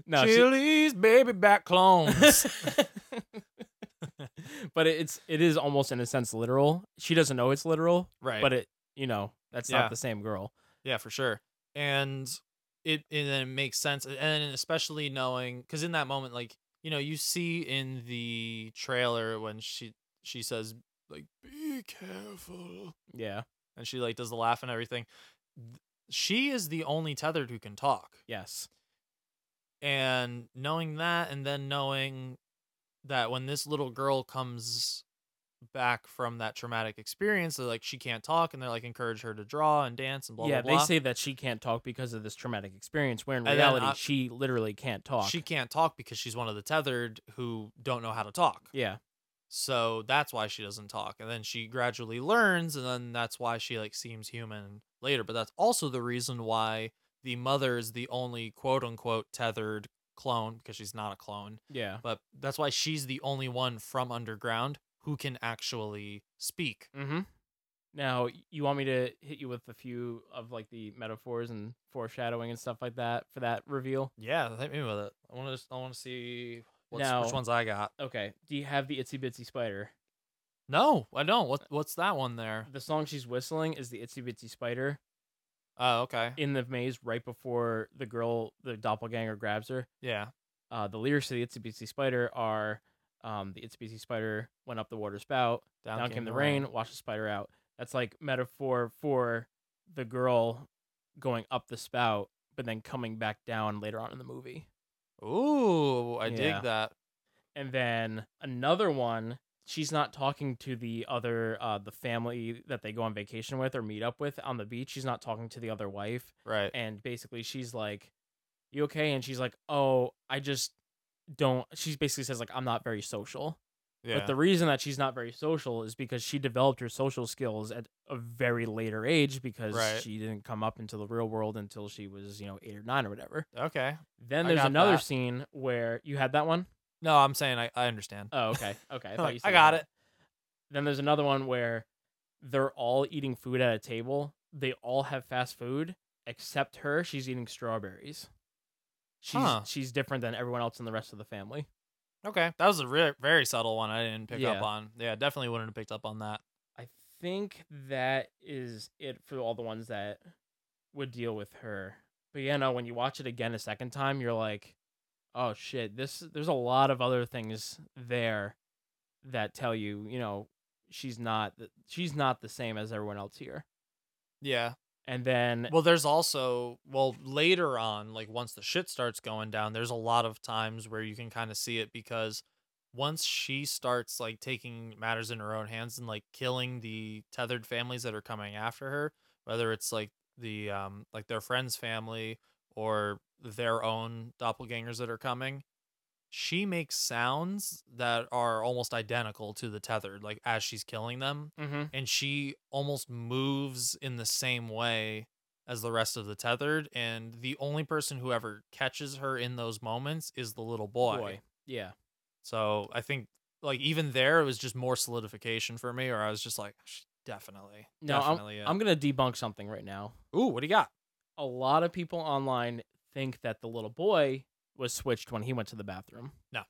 S6: No, she-
S7: Chili's baby back clones.
S6: but it- it's it is almost in a sense literal. She doesn't know it's literal,
S7: Right.
S6: But it, you know, that's
S7: Yeah.
S6: not the same girl.
S7: yeah, for sure. And it and then it makes sense, and especially knowing because in that moment, like you know, you see in the trailer when she she says like be careful,
S6: Yeah.
S7: and she like does the laugh and everything. Th- She is the only tethered who can talk.
S6: Yes.
S7: and knowing that and then knowing that when this little girl comes back from that traumatic experience they're like she can't talk and they're like encourage her to draw and dance and blah
S6: yeah,
S7: blah blah
S6: they say that she can't talk because of this traumatic experience, where in
S7: And then
S6: reality
S7: I-
S6: she literally can't talk.
S7: she can't talk because she's one of the tethered who don't know how to talk
S6: yeah.
S7: so that's why she doesn't talk and then she gradually learns and then that's why she like seems human later but that's also the reason why the mother is the only quote unquote tethered clone because she's not a clone
S6: Yeah.
S7: but that's why she's the only one from underground who can actually speak.
S6: Mm-hmm. Now, y- you want me to hit you with a few of like the metaphors and foreshadowing and stuff like that for that reveal?
S7: Yeah, hit me with it. I want to. I want to see what's,
S6: now,
S7: which ones I got.
S6: Okay. Do you have the itsy bitsy spider?
S7: No, I don't. What What's that one there?
S6: The song she's whistling is the itsy bitsy spider.
S7: Oh, okay.
S6: in the maze right before the girl, the doppelganger, grabs her.
S7: Yeah.
S6: Uh, the lyrics to the Itsy Bitsy Spider are um, the Itsy Bitsy Spider went up the water spout, down, came, the rain, washed the spider out. That's like metaphor for the girl going up the spout, but then coming back down later on in the movie.
S7: Ooh, I
S6: Yeah.
S7: dig that.
S6: And then another one, she's not talking to the other, uh, the family that they go on vacation with or meet up with on the beach. She's not talking to the other wife.
S7: Right.
S6: and basically she's like you okay and she's like oh i just don't she basically says like i'm not very social
S7: Yeah.
S6: but the reason that she's not very social is because she developed her social skills at a very later age because
S7: Right.
S6: she didn't come up into the real world until she was you know eight or nine or whatever
S7: Okay.
S6: then
S7: I
S6: there's
S7: got
S6: another
S7: that.
S6: scene where you had that one
S7: No, I'm saying I, I understand.
S6: Oh, okay. Okay. I, thought
S7: Like,
S6: you
S7: I
S6: said
S7: got
S6: that.
S7: it.
S6: Then there's another one where they're all eating food at a table. They all have fast food except her. She's eating strawberries. She's
S7: Huh.
S6: she's different than everyone else in the rest of the family.
S7: Okay, that was a re- very subtle one. I didn't pick
S6: Yeah.
S7: up on. Yeah, definitely wouldn't have picked up on that.
S6: I think that is it for all the ones that would deal with her. But yeah, no, when you watch it again a second time, you're like, oh shit, this there's a lot of other things there that tell you, you know, she's not th- she's not the same as everyone else here.
S7: Yeah.
S6: And then
S7: Well, there's also well later on, like once the shit starts going down, there's a lot of times where you can kind of see it because once she starts like taking matters in her own hands and like killing the tethered families that are coming after her, whether it's like the um like their friends' family or their own doppelgangers that are coming, she makes sounds that are almost identical to the tethered, like as she's killing them
S6: Mhm.
S7: and she almost moves in the same way as the rest of the tethered, and the only person who ever catches her in those moments is the little boy.
S6: Boy, yeah.
S7: So I think like even there, it was just more solidification for me, or I was just like, "Sh- definitely,
S6: No, I'm,
S7: definitely. it."
S6: I'm gonna debunk something right now.
S7: Ooh, what do you got?
S6: A lot of people online think that the little boy was switched when he went to the bathroom.
S7: No.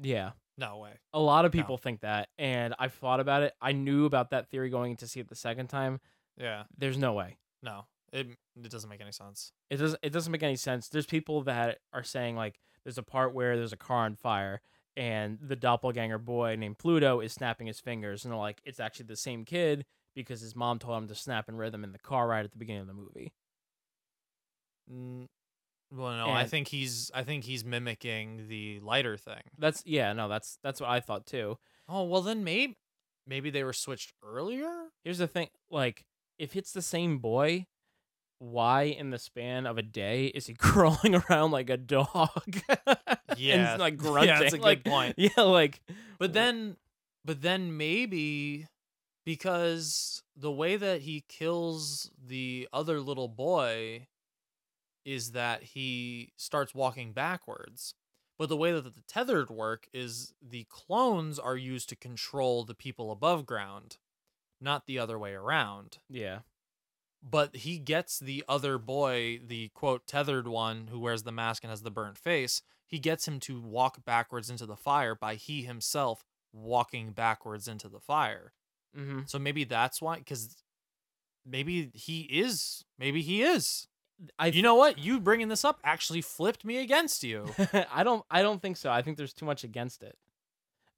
S6: Yeah.
S7: No way.
S6: A lot of people think that, and I've thought about it. I knew about that theory going to see it the second time.
S7: Yeah.
S6: There's no way.
S7: No, it it doesn't make any sense.
S6: It doesn't. It doesn't make any sense. There's people that are saying like, there's a part where there's a car on fire, and the doppelganger boy named Pluto is snapping his fingers, and they're like, it's actually the same kid because his mom told him to snap and rhythm in the car ride at the beginning of the movie.
S7: N- Well, no, I
S6: And-
S7: think he's I think he's mimicking the lighter thing.
S6: That's yeah, no, that's that's what I thought too.
S7: Oh well, then maybe maybe they were switched earlier.
S6: Here's the thing, like if it's the same boy, why in the span of a day is he crawling around like a dog?
S7: Yeah,
S6: and like grunting.
S7: Yeah, that's a good
S6: like,
S7: point.
S6: Yeah, like
S7: But then, but then maybe because the way that he kills the other little boy is that he starts walking backwards. But the way that the tethered work is the clones are used to control the people above ground, not the other way around.
S6: Yeah.
S7: But he gets the other boy, the quote tethered one who wears the mask and has the burnt face, he gets him to walk backwards into the fire by he himself walking backwards into the fire.
S6: Mm-hmm.
S7: So maybe that's why, because maybe he is, maybe he is.
S6: I,
S7: you know what? You bringing this up actually flipped me against you.
S6: I don't I don't think so. I think there's too much against it.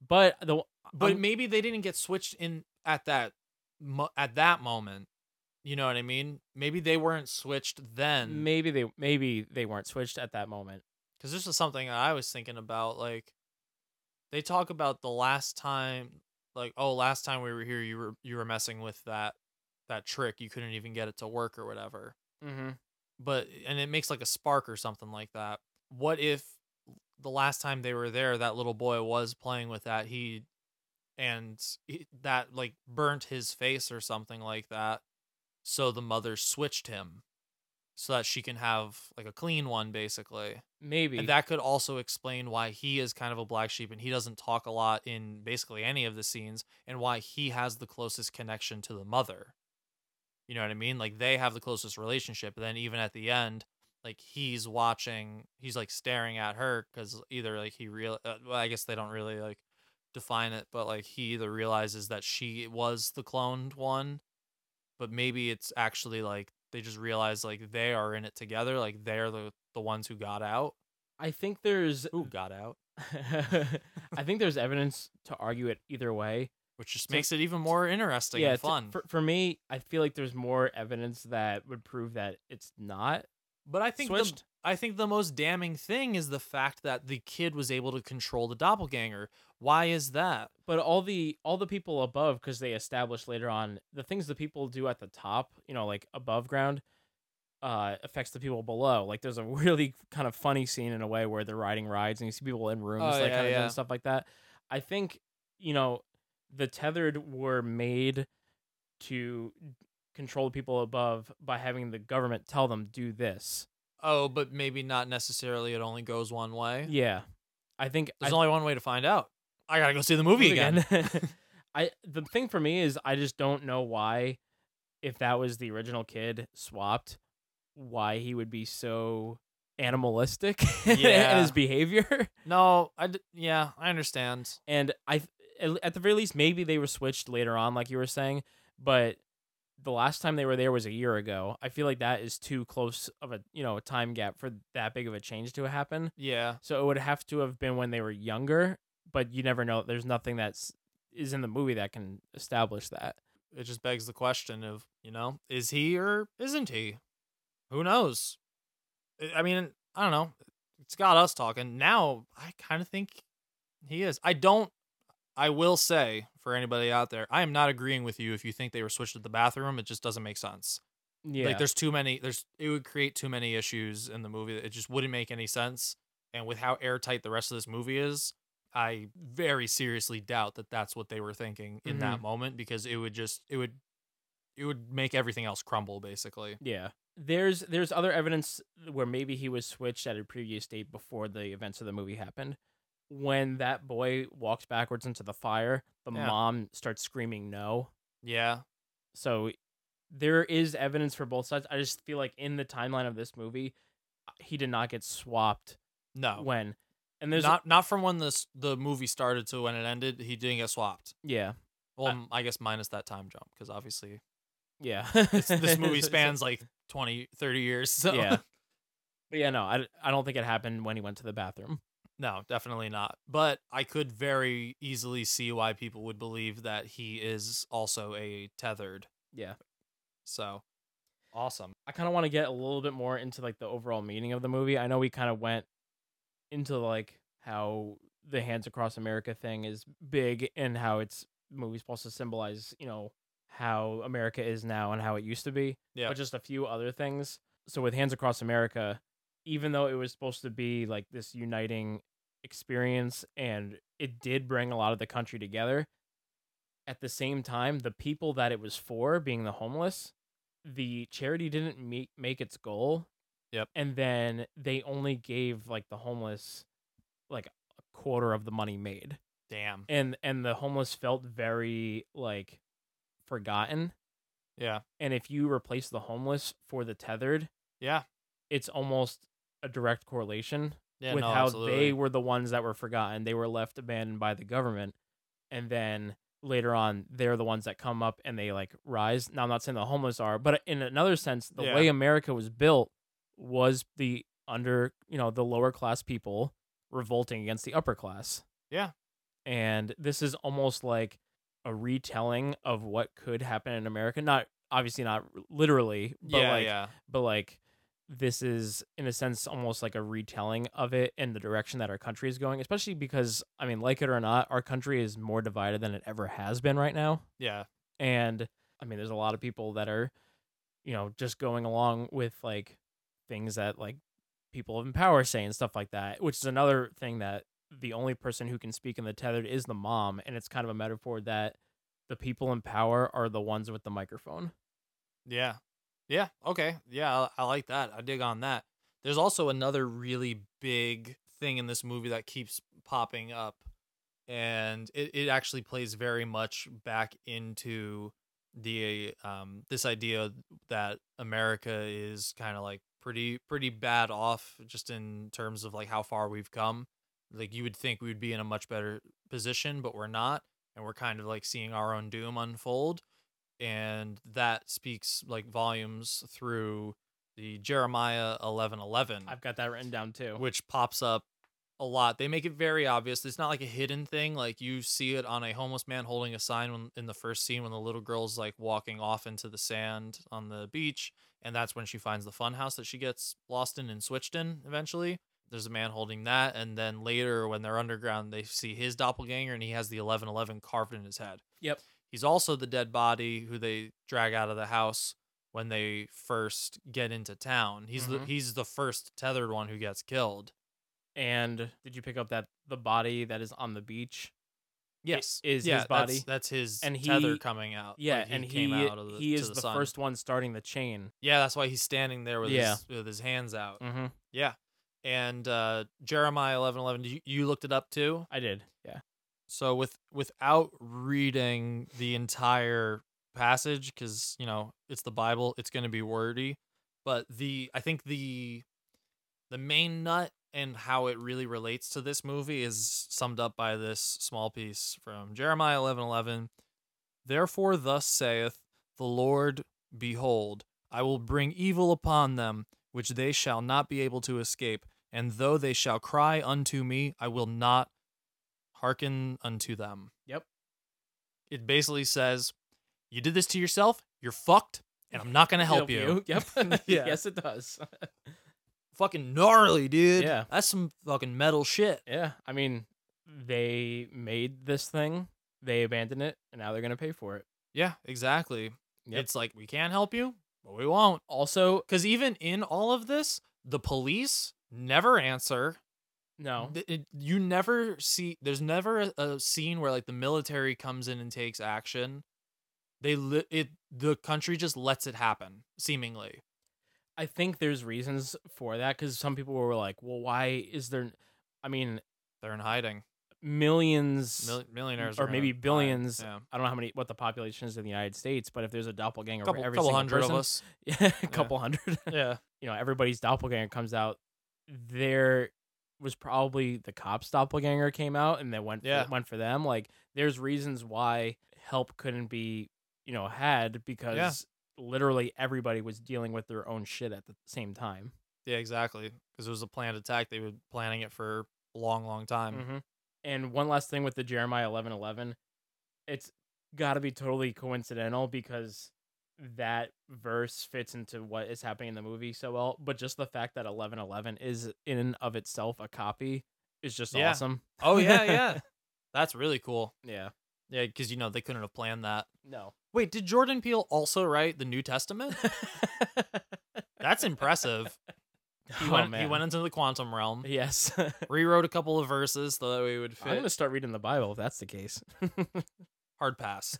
S6: But the
S7: But
S6: I'm-
S7: maybe they didn't get switched in at that mo- at that moment. You know what I mean? Maybe they weren't switched then.
S6: maybe they maybe they weren't switched at that moment.
S7: because this was something that I was thinking about. Like, they talk about the last time, like, oh, last time we were here, you were you were messing with that that trick. You couldn't even get it to work or whatever.
S6: Mhm.
S7: But and it makes like a spark or something like that. What if the last time they were there, that little boy was playing with that. He and he, that like burnt his face or something like that. So the mother switched him so that she can have like a clean one basically.
S6: Maybe.
S7: And that could also explain why he is kind of a black sheep and he doesn't talk a lot in basically any of the scenes and why he has the closest connection to the mother. You know what I mean? Like they have the closest relationship. Then even at the end, like he's watching, he's like staring at her because either like he real, uh, well, I guess they don't really like define it, but like he either realizes that she was the cloned one, but maybe it's actually like they just realize like they are in it together, like they're the the ones who got out.
S6: I think there's
S7: who got out,
S6: I think there's evidence to argue it either way.
S7: which just
S6: So-
S7: makes it even more interesting and
S6: it's-
S7: fun.
S6: For, for me, I feel like there's more evidence that would prove that it's not.
S7: But I think the,
S6: switched.
S7: I think the most damning thing is the fact that the kid was able to control the doppelganger. Why is that?
S6: But all the all the people above, because they established later on the things the people do at the top, you know, like above ground, uh, affects the people below. Like there's a really kind of funny scene in a way where they're riding rides and you see people in rooms,
S7: Oh,
S6: like
S7: yeah,
S6: kind of
S7: yeah.
S6: doing stuff like that. I think you know the tethered were made to control the people above by having the government tell them do this.
S7: Oh, but maybe not necessarily. It only goes one way.
S6: Yeah, I think I
S7: There's only one way to find out. I gotta go see the movie again.
S6: I the thing for me is I just don't know why, if that was the original kid swapped, why he would be so animalistic in
S7: Yeah.
S6: his behavior.
S7: No, I d- yeah, I understand.
S6: And I th- at the very least maybe they were switched later on, like you were saying, but the last time they were there was a year ago. I feel like that is too close of a you know a time gap for that big of a change to happen.
S7: Yeah.
S6: So it would have to have been when they were younger, but you never know. There's nothing that's is in the movie that can establish that.
S7: It just begs the question of, you know, is he or isn't he? Who knows? I- I mean, I don't know. It's got us talking. Now I kind of think he is. I don't I will say for anybody out there, I am not agreeing with you if you think they were switched to the bathroom. It just doesn't make sense.
S6: Yeah.
S7: Like there's too many there's it would create too many issues in the movie. It just wouldn't make any sense. And with how airtight the rest of this movie is, I very seriously doubt that that's what they were thinking in that
S6: Mhm.
S7: moment because it would just it would it would make everything else crumble basically.
S6: Yeah. There's there's other evidence where maybe he was switched at a previous date before the events of the movie happened. When that boy walks backwards into the fire, the
S7: Yeah.
S6: mom starts screaming no.
S7: Yeah.
S6: So there is evidence for both sides. I just feel like in the timeline of this movie, he did not get swapped.
S7: No.
S6: When and there's
S7: Oh. not not from when this the movie started to when it ended. He didn't get swapped.
S6: Yeah.
S7: Well, m- I, guess minus that time jump because obviously,
S6: Yeah.
S7: this, this movie spans like 20, 30 years. So
S6: Yeah. But yeah, no, I, I don't think it happened when he went to the bathroom.
S7: no, definitely not. But I could very easily see why people would believe that he is also a tethered.
S6: Yeah.
S7: So awesome.
S6: I kind of want to get a little bit more into like the overall meaning of the movie. I know we kind of went into like how the Hands Across America thing is big and how it's movie's supposed to symbolize, you know, how America is now and how it used to be.
S7: Yeah.
S6: But just a few other things. So with Hands Across America, even though it was supposed to be like this uniting experience and it did bring a lot of the country together, at the same time, the people that it was for, being the homeless, the charity didn't meet, make its goal.
S7: Yep.
S6: And then they only gave like the homeless like a quarter of the money made.
S7: Damn.
S6: And and the homeless felt very like forgotten.
S7: Yeah.
S6: And if you replace the homeless for the tethered,
S7: Yeah.
S6: it's almost a direct correlation
S7: Yeah,
S6: with
S7: no,
S6: how
S7: absolutely.
S6: they were the ones that were forgotten. They were left abandoned by the government. And then later on, they're the ones that come up and they like rise. Now, I'm not saying the homeless are, but in another sense, the
S7: Yeah.
S6: way America was built was the under, you know, the lower class people revolting against the upper class.
S7: Yeah.
S6: And this is almost like a retelling of what could happen in America. Not obviously not r- literally, but
S7: Yeah,
S6: like
S7: yeah.
S6: but like this is in a sense almost like a retelling of it in the direction that our country is going, especially because I mean, like it or not, our country is more divided than it ever has been right now.
S7: Yeah.
S6: And I mean, there's a lot of people that are, you know, just going along with like things that like people in power say and stuff like that, which is another thing that the only person who can speak in the tethered is the mom. And it's kind of a metaphor that the people in power are the ones with the microphone.
S7: Yeah. Yeah. Okay. Yeah. I, I like that. I dig on that. There's also another really big thing in this movie that keeps popping up. And it, it actually plays very much back into the um this idea that America is kind of like pretty pretty bad off just in terms of like how far we've come. Like you would think we would be in a much better position, but we're not. And we're kind of like seeing our own doom unfold and that speaks like volumes through the Jeremiah eleven eleven,
S6: I've got that written down too.
S7: which pops up a lot. They make it very obvious. It's not like a hidden thing. Like you see it on a homeless man holding a sign when, in the first scene when the little girl's like walking off into the sand on the beach, and that's when she finds the fun house that she gets lost in and switched in eventually. There's a man holding that, and then later when they're underground, they see his doppelganger, and he has the eleven eleven carved in his head.
S6: Yep.
S7: He's also the dead body who they drag out of the house when they first get into town. He's the
S6: Mhm.
S7: he's the first tethered one who gets killed.
S6: And did you pick up that the body that is on the beach? i-
S7: Yes.
S6: is
S7: Yeah,
S6: his
S7: that's-
S6: body.
S7: that's his
S6: and he,
S7: tether coming out, like,
S6: Yeah,
S7: he
S6: and
S7: came
S6: he
S7: out of the-
S6: he
S7: to
S6: is
S7: the
S6: the,
S7: sun.
S6: first one starting the chain.
S7: Yeah, that's why he's standing there with
S6: Yeah.
S7: his with his hands out.
S6: Mm-hmm.
S7: Yeah. And uh Jeremiah eleven eleven, you, you looked it up too?
S6: I did. Yeah.
S7: So with without reading the entire passage cuz you know, it's the Bible, it's going to be wordy, but the I think the the main nut and how it really relates to this movie is summed up by this small piece from Jeremiah 11:11. Therefore thus saith the Lord, behold, I will bring evil upon them which they shall not be able to escape, and though they shall cry unto me, I will not hearken unto them.
S6: Yep.
S7: It basically says, you did this to yourself, you're fucked, and I'm not going to help you.
S6: Yep.
S7: Yeah.
S6: Yes, it does.
S7: Fucking gnarly, dude.
S6: Yeah.
S7: That's some fucking metal shit.
S6: Yeah. I mean, they made this thing, they abandoned it, and now they're gonna pay for it.
S7: Yeah, exactly.
S6: Yep.
S7: It's like we can't help you, but we won't.
S6: Also,
S7: because even in all of this, the police never answer.
S6: No.
S7: Th- it- you never see. There's never a, a scene where like the military comes in and takes action. They li- it the country just lets it happen seemingly.
S6: I think there's reasons for that because some people were like, well, why is there? I mean,
S7: they're in hiding.
S6: Millions,
S7: Mil- millionaires
S6: or
S7: are gonna
S6: maybe
S7: buy it,
S6: billions.
S7: yeah.
S6: I don't know how many, what the population is in the United States, but if there's a doppelganger,
S7: Couple-
S6: for every
S7: couple
S6: single
S7: hundred of
S6: person-
S7: us.
S6: yeah, a
S7: Yeah.
S6: couple hundred,
S7: Yeah.
S6: you know, everybody's doppelganger comes out. There was probably the cops doppelganger came out, and they went,
S7: Yeah.
S6: for, went for them. Like, there's reasons why help couldn't be, you know, had because literally everybody was dealing with their own shit at the same time.
S7: Yeah, exactly. Because it was a planned attack. They were planning it for a long, long time.
S6: hmm And one last thing with the Jeremiah eleven eleven, it's got to be totally coincidental because that verse fits into what is happening in the movie so well. But just the fact that eleven eleven is in and of itself a copy is just
S7: Yeah.
S6: awesome.
S7: Oh yeah, yeah. That's really cool.
S6: Yeah.
S7: Yeah, because you know they couldn't have planned that.
S6: No.
S7: Wait, did Jordan Peele also write the New Testament? That's impressive. He,
S6: Oh,
S7: went, he
S6: man.
S7: went into the quantum realm.
S6: Yes.
S7: rewrote a couple of verses so that we would fit.
S6: I'm gonna start reading the Bible if that's the case.
S7: Hard pass.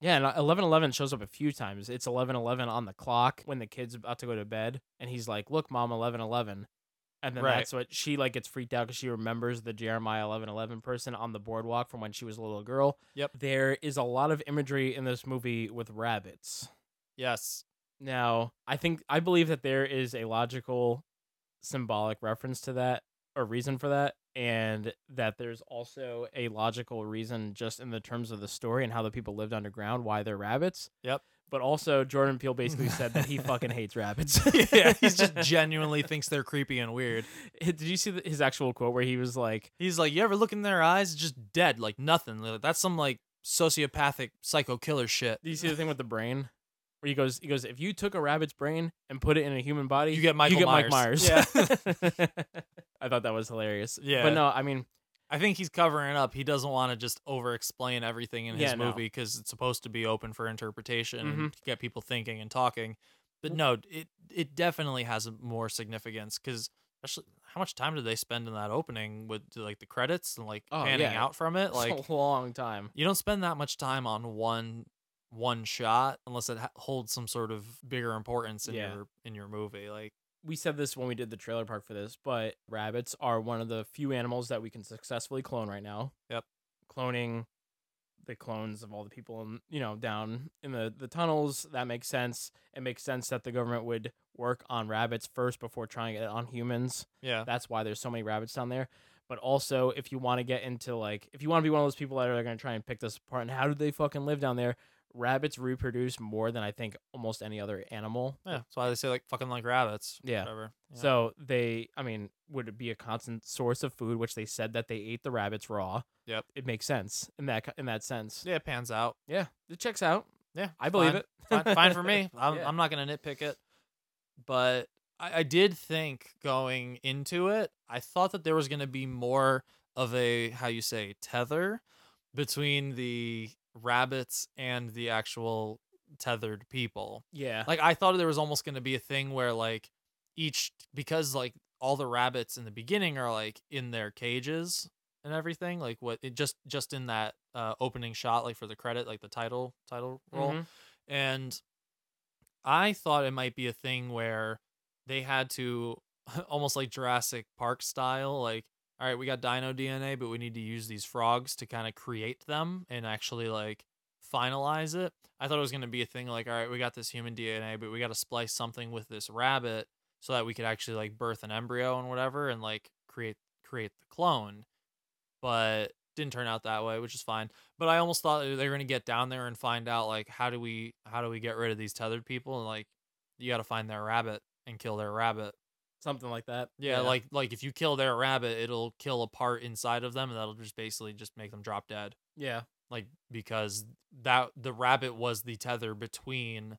S6: Yeah, and uh, eleven eleven shows up a few times. It's eleven eleven on the clock when the kid's about to go to bed, and he's like, "Look, mom, eleven eleven," and then
S7: Right.
S6: that's what she like gets freaked out because she remembers the Jeremiah eleven eleven person on the boardwalk from when she was a little girl.
S7: Yep.
S6: There is a lot of imagery in this movie with rabbits.
S7: yes.
S6: Now, I think I believe that there is a logical symbolic reference to that or reason for that and that there's also a logical reason just in the terms of the story and how the people lived underground why they're rabbits.
S7: Yep.
S6: But also Jordan Peele basically said that he fucking hates rabbits.
S7: yeah, he just genuinely thinks they're creepy and weird.
S6: Did you see the- his actual quote where he was like
S7: He's like, you ever look in their eyes, just dead, like nothing. Like, That's some like sociopathic psycho killer shit.
S6: Do you see the thing with the brain? Where he goes, he goes. If you took a rabbit's brain and put it in a human body,
S7: You get Michael
S6: you get
S7: Myers."
S6: Mike Myers. I thought that was hilarious.
S7: Yeah.
S6: but no, I mean,
S7: I think he's covering it up. He doesn't want to just over explain everything in his
S6: Yeah, no.
S7: movie because it's supposed to be open for interpretation and
S6: Mhm.
S7: to get people thinking and talking. But no, it it definitely has a more significance because especially how much time did they spend in that opening with like the credits and like
S6: Oh,
S7: panning
S6: yeah.
S7: out from it?
S6: It's
S7: Like
S6: a long time.
S7: you don't spend that much time on one one shot unless it ha- holds some sort of bigger importance in
S6: Yeah.
S7: your in your movie. Like
S6: We said this when we did the trailer park for this, but rabbits are one of the few animals that we can successfully clone right now.
S7: Yep.
S6: Cloning the clones of all the people in, you know, down in the the tunnels, that makes sense. It makes sense that the government would work on rabbits first before trying it on humans.
S7: yeah,
S6: That's why there's so many rabbits down there. But also, if you want to get into like, if you want to be one of those people that are going to try and pick this apart and how do they fucking live down there, rabbits reproduce more than I think almost any other animal.
S7: Eh, yeah. That's why they say like fucking like rabbits.
S6: Yeah.
S7: Whatever. Yeah.
S6: So they, I mean, would it be a constant source of food, which they said that they ate the rabbits raw.
S7: Yep.
S6: It makes sense in that in that sense.
S7: yeah, it pans out.
S6: Yeah, it checks out.
S7: Yeah,
S6: I believe
S7: fine.
S6: it.
S7: fine, fine for me. I'm,
S6: Yeah.
S7: I'm not gonna nitpick it, but I, I did think going into it, I thought that there was gonna be more of a how you say tether between the rabbits and the actual tethered people.
S6: Yeah.
S7: Like I thought there was almost gonna be a thing where like each because like all the rabbits in the beginning are like in their cages and everything like what it just just in that uh opening shot like for the credit like the title title role
S6: Mhm.
S7: and i thought it might be a thing where they had to almost like jurassic park style like all right we got dino dna but we need to use these frogs to kind of create them and actually like finalize it i thought it was going to be a thing like all right we got this human dna but we got to splice something with this rabbit so that we could actually like birth an embryo and whatever and like create create the clone but didn't turn out that way which is fine but i almost thought they were going to get down there and find out like how do we how do we get rid of these tethered people and like you got to find their rabbit and kill their rabbit
S6: Something like that.
S7: yeah, like like if you kill their rabbit it'll kill a part inside of them and that'll just basically just make them drop dead
S6: yeah.
S7: like because that the rabbit was the tether between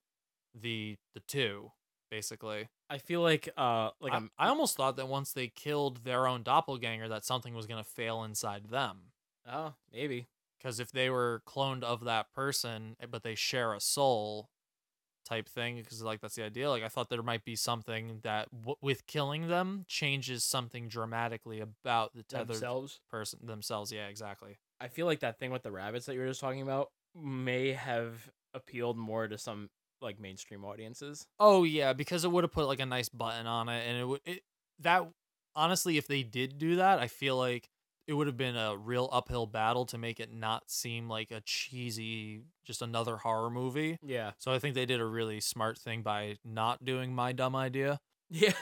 S7: the the two basically
S6: I feel like uh like
S7: I,
S6: I'm
S7: I almost thought that once they killed their own doppelganger, that something was going to fail inside them.
S6: oh maybe
S7: Because if they were cloned of that person, eh, but they share a soul type thing, because like that's the idea. Like I thought there might be something that w- with killing them changes something dramatically about the tethered
S6: themselves.
S7: person themselves. Yeah, exactly.
S6: I feel like that thing with the rabbits that you were just talking about may have appealed more to some like mainstream audiences.
S7: Oh yeah, because it would have put like a nice button on it, and it would it, that honestly, if they did do that, I feel like it would have been a real uphill battle to make it not seem like a cheesy, just another horror movie.
S6: Yeah.
S7: So I think they did a really smart thing by not doing my dumb idea.
S6: Yeah.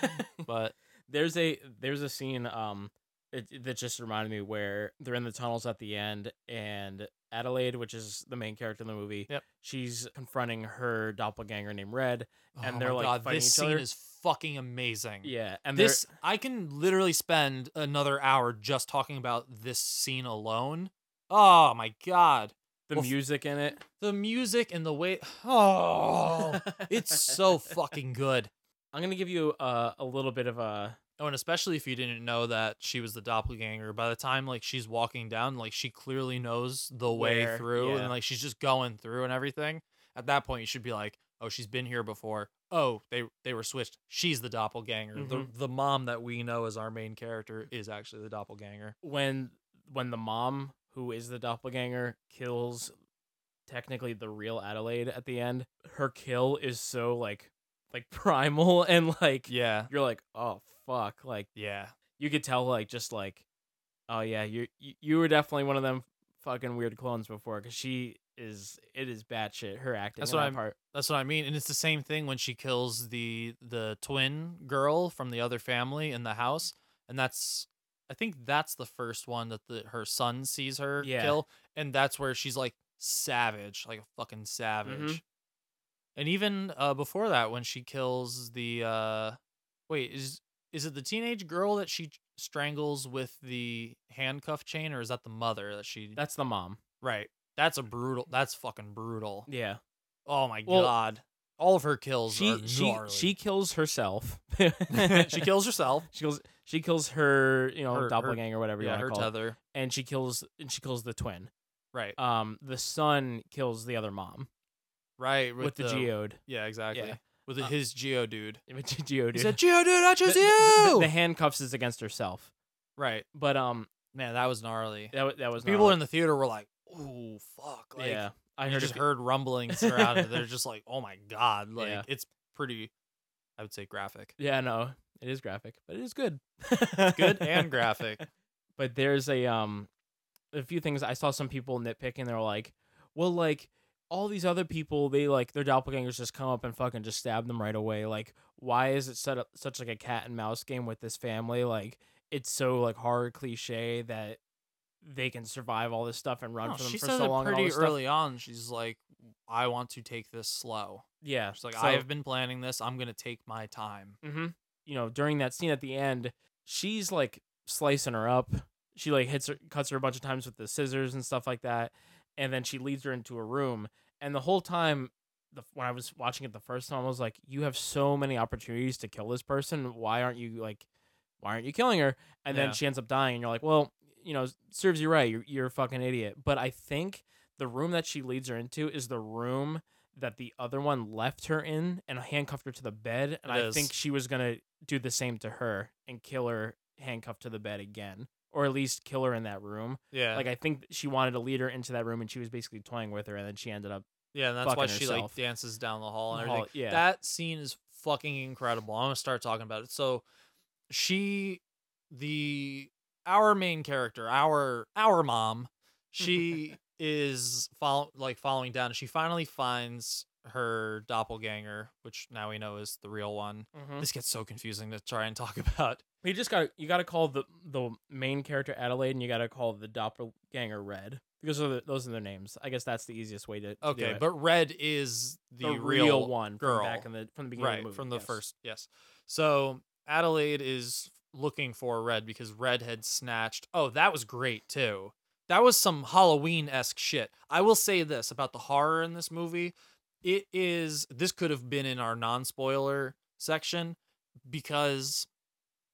S7: but
S6: there's a there's a scene um it, that just reminded me where they're in the tunnels at the end and Adelaide, which is the main character in the movie,
S7: Yep.
S6: she's confronting her doppelganger named Red, and
S7: Oh
S6: they're
S7: my
S6: like
S7: God,
S6: fighting
S7: this
S6: each
S7: scene
S6: other.
S7: is fucking amazing.
S6: Yeah, and they're-
S7: this I can literally spend another hour just talking about this scene alone. Oh my god.
S6: The
S7: Well, f-
S6: music in it.
S7: the music and the way oh it's so fucking good.
S6: I'm gonna give you uh, a little bit of a
S7: Oh, and especially if you didn't know that she was the doppelganger, by the time like she's walking down, like she clearly knows the way
S6: Where,
S7: through
S6: yeah.
S7: and like she's just going through and everything. At that point you should be like, Oh, she's been here before. Oh, they they were switched. She's the doppelganger. The
S6: Mhm.
S7: the mom that we know as our main character is actually the doppelganger.
S6: when when the mom who is the doppelganger kills technically the real Adelaide at the end. Her kill is so like like primal and like
S7: yeah,
S6: you're like oh fuck like
S7: yeah
S6: you could tell like just like oh yeah you you, you were definitely one of them fucking weird clones before because she is it is bad shit her acting
S7: That's
S6: in
S7: what
S6: that
S7: I'm.
S6: part
S7: That's what I mean, and it's the same thing when she kills the the twin girl from the other family in the house, and that's I think that's the first one that the her son sees her
S6: Yeah.
S7: kill, and that's where she's like savage, like a fucking savage. And even uh, before that, when she kills the uh, wait is is it the teenage girl that she strangles with the handcuff chain, or is that the mother that she?
S6: that's the mom
S7: right. That's a brutal. That's fucking brutal.
S6: yeah
S7: Oh my
S6: Well,
S7: god. All of her kills
S6: she
S7: are
S6: she
S7: gnarly.
S6: she kills herself
S7: she kills herself.
S6: she kills she kills her you know
S7: Her- her-
S6: doppelganger or whatever you
S7: yeah,
S6: want to
S7: her
S6: call it
S7: tether.
S6: and she kills and she kills the twin
S7: Right.
S6: um the son kills the other mom
S7: Right.
S6: with the geode.
S7: Yeah, exactly.
S6: Yeah.
S7: With the-
S6: Uh,
S7: his geo dude.
S6: with the geode
S7: He said, Geodude, I choose
S6: the,
S7: you.
S6: the, the handcuffs is against herself
S7: right.
S6: but um
S7: Man, that was gnarly.
S6: that wa- that was
S7: People
S6: gnarly.
S7: in the theater were like, "Ooh, fuck!" Like,
S6: yeah I
S7: you
S6: heard
S7: just
S6: it-
S7: heard rumblings around. it. They're just like, "Oh my god!" Like
S6: Yeah.
S7: it's pretty. I would say graphic.
S6: Yeah, no, it is graphic, but it is good.
S7: Good and graphic.
S6: But there's a um, a few things I saw some people nitpicking. They're like, well, like all these other people, they like their doppelgangers just come up and fucking just stab them right away. Like, why is it set up such like a cat and mouse game with this family? Like, it's so like horror cliche that they can survive all this stuff and run
S7: No,
S6: from
S7: she
S6: them for
S7: says
S6: so
S7: it
S6: long. and all
S7: pretty
S6: this stuff-
S7: early on. She's like, "I want to take this slow."
S6: Yeah,
S7: She's like,
S6: so-
S7: "I have been planning this. I'm gonna take my time."
S6: hmm You know, during that scene at the end, she's like slicing her up. She like hits her, cuts her a bunch of times with the scissors and stuff like that. And then she leads her into a room. And the whole time, the, when I was watching it the first time, I was like, "You have so many opportunities to kill this person. Why aren't you like, why aren't you killing her?" And
S7: Yeah.
S6: then she ends up dying. And you're like, "Well, you know, serves you right. You're, you're a fucking idiot." But I think the room that she leads her into is the room that the other one left her in and handcuffed her to the bed. And
S7: It
S6: I
S7: is.
S6: think she was gonna do the same to her and kill her handcuffed to the bed again, or at least kill her in that room.
S7: Yeah.
S6: Like I think she wanted to lead her into that room, and she was basically toying with her, and then she ended up.
S7: Yeah, and that's why
S6: fucking
S7: she
S6: herself.
S7: like dances down the hall and
S6: The hall,
S7: everything.
S6: yeah.
S7: That scene is fucking incredible. I'm gonna start talking about it. So she the our main character, our our mom, she is follow like following down and she finally finds her doppelganger, which now we know is the real one.
S6: Mhm.
S7: This gets so confusing to try and talk about.
S6: You just got you got to call the the main character Adelaide, and you got to call the doppelganger Red because of the, those are their names. I guess that's the easiest way to. to do
S7: Okay,
S6: it.
S7: but Red is the,
S6: the, real, one
S7: girl
S6: from back in the from the beginning
S7: right
S6: of the movie,
S7: from the
S6: yes.
S7: first yes so adelaide is looking for red because red had snatched oh that was great too that was some halloween-esque shit i will say this about the horror in this movie it is this could have been in our non-spoiler section because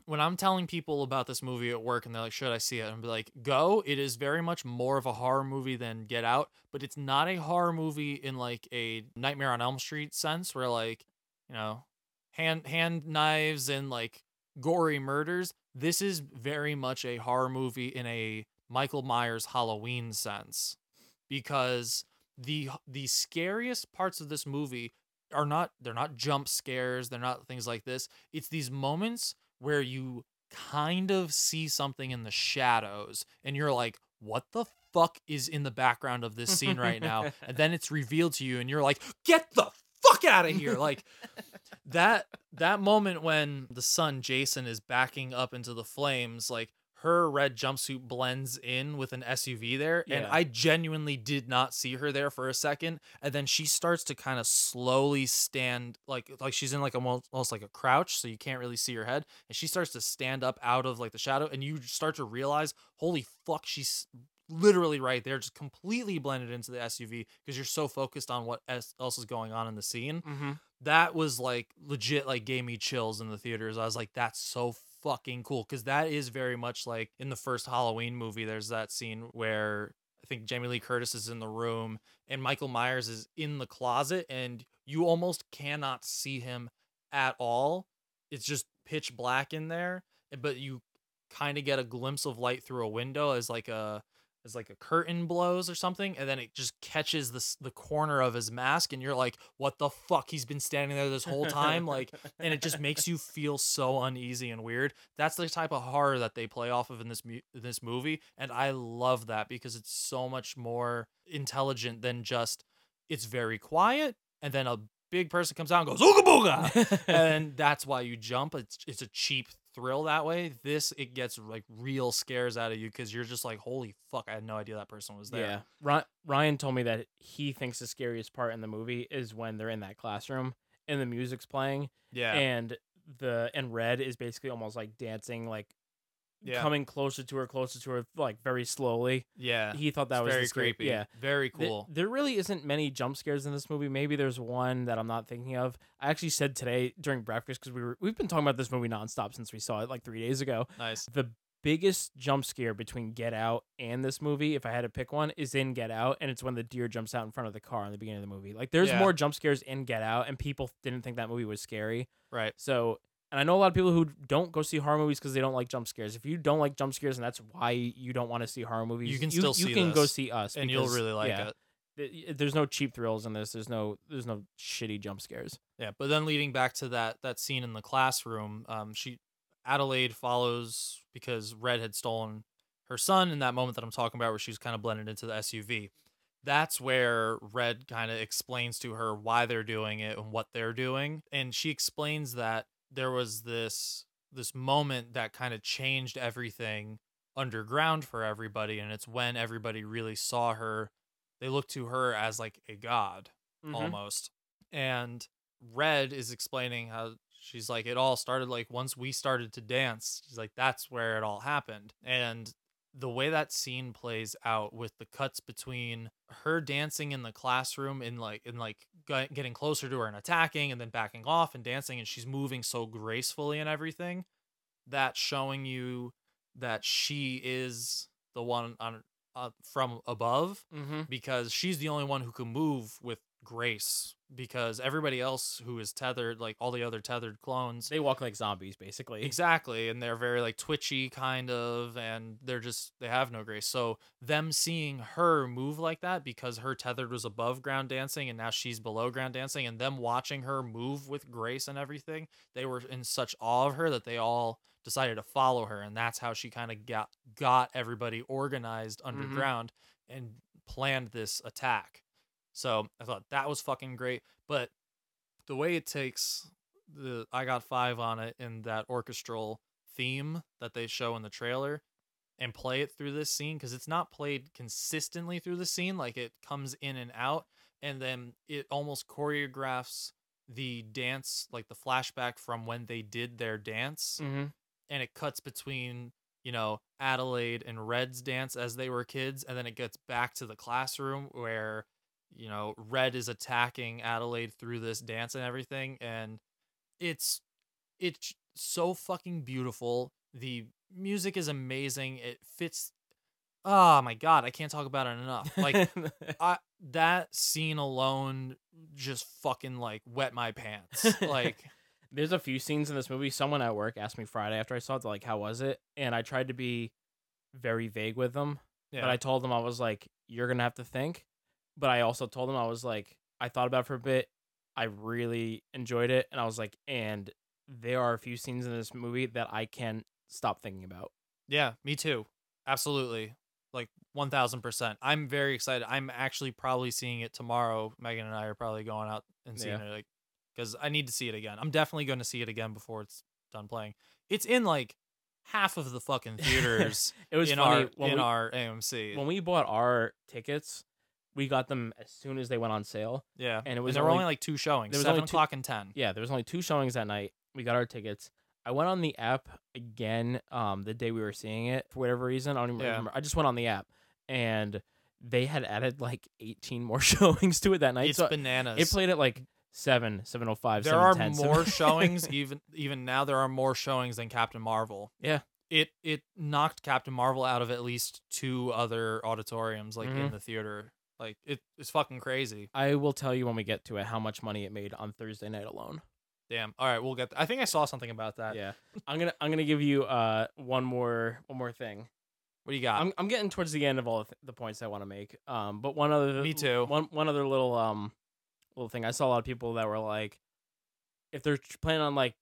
S7: when i'm telling people about this movie at work and they're like should i see it i'm like go it is very much more of a horror movie than get out but it's not a horror movie in like a nightmare on elm street sense where like you know, hand hand knives and like gory murders. This is very much a horror movie in a Michael Myers Halloween sense because the the scariest parts of this movie are not they're not jump scares, they're not things like this. It's these moments where you kind of see something in the shadows and you're like, "What the fuck is in the background of this scene right now?" and then it's revealed to you and you're like, "Get the fuck out of here." Like that that moment when the son Jason is backing up into the flames, like her red jumpsuit blends in with an SUV there, and
S6: Yeah.
S7: I genuinely did not see her there for a second, and then she starts to kind of slowly stand like like she's in like almost, almost like a crouch, so you can't really see her head, and she starts to stand up out of like the shadow, and you start to realize, holy fuck, she's literally right there, just completely blended into the SUV because you're so focused on what es- else is going on in the scene
S6: Mhm.
S7: that was like legit like gave me chills in the theaters i was like that's so fucking cool because that is very much like in the first halloween movie there's that scene where i think jamie lee curtis is in the room and michael myers is in the closet and you almost cannot see him at all it's just pitch black in there but you kind of get a glimpse of light through a window as like a as like a curtain blows or something and then it just catches the s- the corner of his mask and you're like what the fuck he's been standing there this whole time like and it just makes you feel so uneasy and weird that's the type of horror that they play off of in this mu- in this movie and I love that because it's so much more intelligent than just it's very quiet and then a big person comes out and goes ooga booga and that's why you jump it's it's a cheap thrill that way this it gets like real scares out of you because you're just like holy fuck i had no idea that person was there
S6: Yeah. Ry- Ryan told me that he thinks the scariest part in the movie is when they're in that classroom and the music's playing.
S7: Yeah.
S6: And the and red is basically almost like dancing like
S7: Yeah.
S6: coming closer to her, closer to her, like very slowly.
S7: Yeah.
S6: He thought that
S7: It's
S6: was the
S7: very
S6: scary-
S7: creepy.
S6: Yeah.
S7: Very
S6: Th-
S7: cool.
S6: there really isn't many jump scares in this movie. Maybe there's one that I'm not thinking of. I actually said today during breakfast because we were we've been talking about this movie nonstop since we saw it like three days ago.
S7: Nice.
S6: The biggest jump scare between Get Out and this movie, if I had to pick one, is in Get Out, and it's when the deer jumps out in front of the car in the beginning of the movie. Like there's
S7: Yeah.
S6: more jump scares in Get Out, and people didn't think that movie was scary.
S7: Right.
S6: So. And I know a lot of people who don't go see horror movies because they don't like jump scares. If you don't like jump scares and that's why you don't want to see horror movies,
S7: you can still
S6: you
S7: see
S6: can go
S7: this,
S6: see us,
S7: and you'll
S6: because-
S7: really like
S6: yeah.
S7: it
S6: Th- y- there's no cheap thrills in this. There's no there's no shitty jump scares.
S7: Yeah, but then leading back to that that scene in the classroom, um, she Adelaide follows because Red had stolen her son in that moment that I'm talking about, where she's kind of blended into the SUV. That's where Red kind of explains to her why they're doing it and what they're doing, and she explains that there was this this moment that kind of changed everything underground for everybody, and it's when everybody really saw her. They looked to her as like a god
S6: Mhm.
S7: almost, and Red is explaining how she's like, it all started like once we started to dance. She's like, that's where it all happened. And the way that scene plays out with the cuts between her dancing in the classroom and like and like gu- getting closer to her and attacking and then backing off and dancing and she's moving so gracefully and everything that showing you that she is the one on uh, from above
S6: Mhm.
S7: because she's the only one who can move with grace because everybody else who is tethered like all the other tethered clones
S6: they walk like zombies basically
S7: exactly and they're very like twitchy kind of and they're just they have no grace so them seeing her move like that because her tethered was above ground dancing and now she's below ground dancing and them watching her move with grace and everything they were in such awe of her that they all decided to follow her and that's how she kind of got got everybody organized underground and planned this attack so i thought that was fucking great but the way it takes the I got five on it in that orchestral theme that they show in the trailer and play it through this scene because it's not played consistently through the scene like it comes in and out and then it almost choreographs the dance like the flashback from when they did their dance
S6: Mhm.
S7: and it cuts between you know Adelaide and Red's dance as they were kids and then it gets back to the classroom where you know Red is attacking Adelaide through this dance and everything and it's it's so fucking beautiful the music is amazing it fits oh my god i can't talk about it enough like I, that scene alone just fucking like wet my pants like
S6: there's a few scenes in this movie. Someone at work asked me Friday after I saw it, they're like, "How was it?" And I tried to be very vague with them,
S7: Yeah.
S6: but I told them I was like, "You're gonna have to think." but I also told him I was like, I thought about it for a bit. I really enjoyed it, and I was like, and there are a few scenes in this movie that I can't stop thinking about.
S7: Yeah, me too. Absolutely. Like 1000%. I'm very excited. I'm actually probably seeing it tomorrow. Megan and I are probably going out and seeing
S6: Yeah.
S7: it like cuz I need to see it again. I'm definitely going to see it again before it's done playing. It's in like half of the fucking theaters
S6: It was
S7: in
S6: funny
S7: our
S6: when
S7: in
S6: we-
S7: our AMC.
S6: When we bought our tickets, we got them as soon as they went on sale.
S7: yeah.
S6: and it was
S7: there were only like two showings,
S6: there was
S7: 7
S6: only two-
S7: o'clock and 10.
S6: Yeah, there was only two showings that night. We got our tickets. I went on the app again um, the day we were seeing it for whatever reason. I don't even
S7: Yeah.
S6: remember. I just went on the app and they had added like 18 more showings to it that night.
S7: It's
S6: so
S7: bananas.
S6: It played at like oh 7, 705,
S7: there are
S6: 710,
S7: more
S6: 7
S7: showings e even even now there are more showings than Captain Marvel.
S6: Yeah.
S7: It it knocked Captain Marvel out of at least two other auditoriums like in
S6: Mhm.
S7: the theater. Like it, it's fucking crazy.
S6: I will tell you when we get to it how much money it made on Thursday night alone.
S7: Damn. All right, we'll get I think I saw something about that.
S6: Yeah. I'm going to I'm going to give you uh one more one more thing.
S7: What do you got?
S6: I'm I'm getting towards the end of all the, th- the points I want to make. Um, but one other
S7: Me too.
S6: One one other little um little thing. I saw a lot of people that were like, if they're tr- planning on like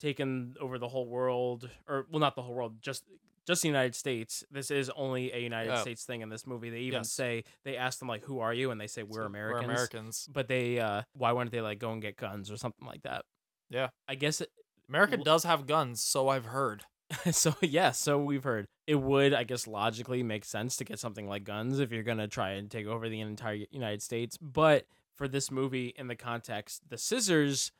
S6: taking over the whole world, or well, not the whole world, just just the United States. This is only a United
S7: Oh.
S6: States thing in this movie. They even
S7: Yes.
S6: say they ask them like, "Who are you?" and they say, "We're Americans."
S7: Americans.
S6: But they uh, why wouldn't they like go and get guns or something like that?
S7: Yeah.
S6: I guess it,
S7: America
S6: L-
S7: does have guns, so I've heard.
S6: so yeah, so we've heard it would, I guess, logically make sense to get something like guns if you're gonna try and take over the entire United States. But for this movie, in the context, the scissors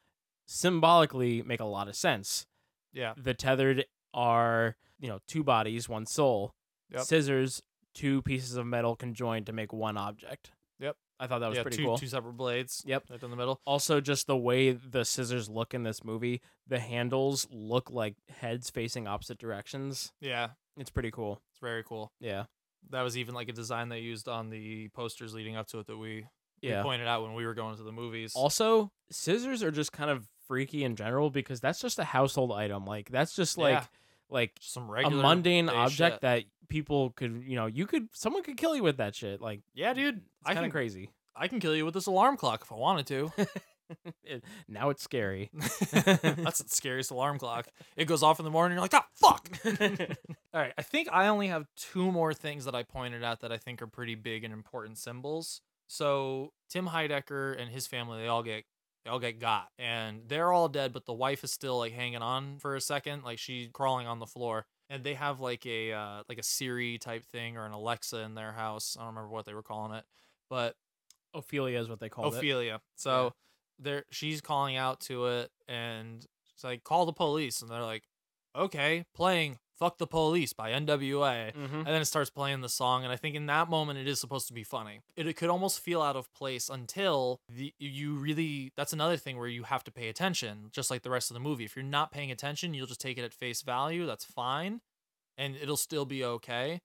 S6: symbolically make a lot of sense.
S7: Yeah.
S6: The tethered are you know two bodies, one soul.
S7: Yep.
S6: Scissors, two pieces of metal conjoined to make one object.
S7: Yep.
S6: I thought that was
S7: yeah,
S6: pretty
S7: two,
S6: cool.
S7: Two separate blades.
S6: Yep.
S7: Right in the middle.
S6: Also, just the way the scissors look in this movie, the handles look like heads facing opposite directions.
S7: Yeah.
S6: It's pretty cool.
S7: It's very cool.
S6: Yeah.
S7: That was even like a design they used on the posters leading up to it that we, we
S6: Yeah.
S7: pointed out when we were going to the movies.
S6: Also, scissors are just kind of freaky in general because that's just a household item. Like that's just like
S7: Yeah.
S6: like
S7: some
S6: a
S7: regular
S6: mundane
S7: day
S6: object
S7: shit.
S6: that people could, you know, you could someone could kill you with that shit. Like
S7: Yeah, dude.
S6: it's kind
S7: can
S6: of crazy.
S7: I can kill you with this alarm clock if I wanted to.
S6: It- now it's scary.
S7: That's the scariest alarm clock. It goes off in the morning. You're like, ah, fuck. All right. I think I only have two more things that I pointed out that I think are pretty big and important symbols. So Tim Heidecker and his family, they all get they all get got, and they're all dead, but the wife is still like hanging on for a second, like she's crawling on the floor. And they have like a uh, like a Siri type thing or an Alexa in their house. I don't remember what they were calling it, but
S6: Ophelia is what they call it.
S7: Ophelia. So there she's calling out to it and it's like call the police and they're like okay, playing Fuck the Police by NWA.
S6: Mm-hmm.
S7: And then it starts playing the song and I think in that moment it is supposed to be funny. It, it could almost feel out of place until the you really that's another thing where you have to pay attention just like the rest of the movie. If you're not paying attention, you'll just take it at face value, that's fine and it'll still be okay.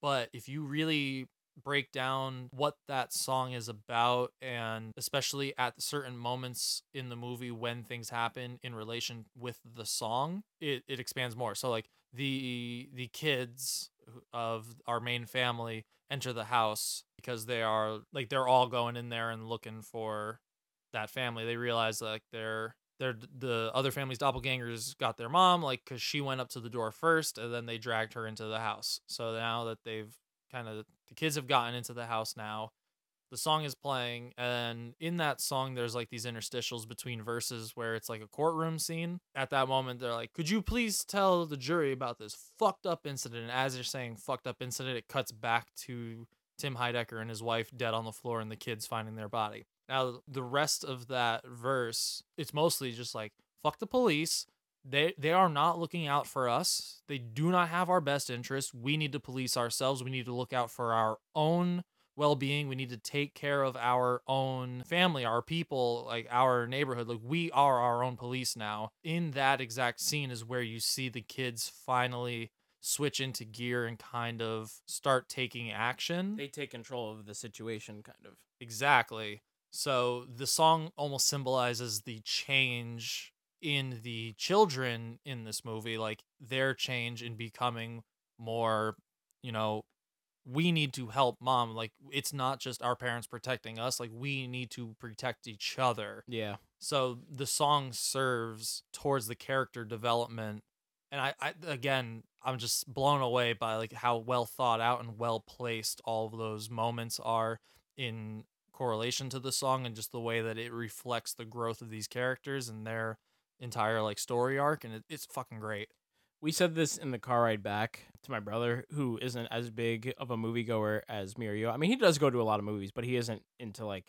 S7: But if you really break down what that song is about and especially at certain moments in the movie when things happen in relation with the song it, it expands more so like the the kids who- of our main family enter the house because they are like they're all going in there and looking for that family they realize like their their the other family's doppelgangers got their mom like because she went up to the door first and then they dragged her into the house so now that they've kind of the kids have gotten into the house now the song is playing and in that song there's like these interstitials between verses where it's like a courtroom scene at that moment they're like could you please tell the jury about this fucked up incident and as they're saying fucked up incident it cuts back to tim heidecker and his wife dead on the floor and the kids finding their body now the rest of that verse it's mostly just like fuck the police they they are not looking out for us. They do not have our best interest. We need to police ourselves. We need to look out for our own well-being. We need to take care of our own family, our people, like our neighborhood. Like we are our own police now. In that exact scene is where you see the kids finally switch into gear and kind of start taking action.
S6: They take control of the situation kind of.
S7: Exactly. So the song almost symbolizes the change in the children in this movie, like their change in becoming more, you know, we need to help mom. Like it's not just our parents protecting us. Like we need to protect each other.
S6: Yeah.
S7: So the song serves towards the character development, and I, I again, I'm just blown away by like how well thought out and well placed all of those moments are in correlation to the song, and just the way that it reflects the growth of these characters and their entire like story arc, and it, it's fucking great.
S6: We said this in the car ride back to my brother, who isn't as big of a moviegoer as me or you. I mean, he does go to a lot of movies, but he isn't into like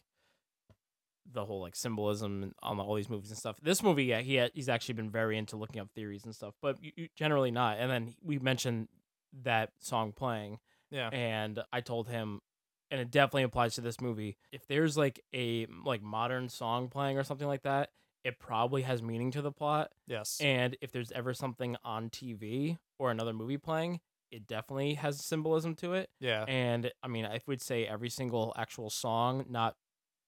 S6: the whole like symbolism on all these movies and stuff. This movie, yeah, he ha- he's actually been very into looking up theories and stuff, but you, you- generally not. And then we mentioned that song playing,
S7: Yeah.
S6: and I told him, and it definitely applies to this movie. If there's like a like modern song playing or something like that, it probably has meaning to the plot.
S7: Yes.
S6: And if there's ever something on TV or another movie playing, it definitely has symbolism to it.
S7: Yeah.
S6: And I mean, I would say every single actual song, not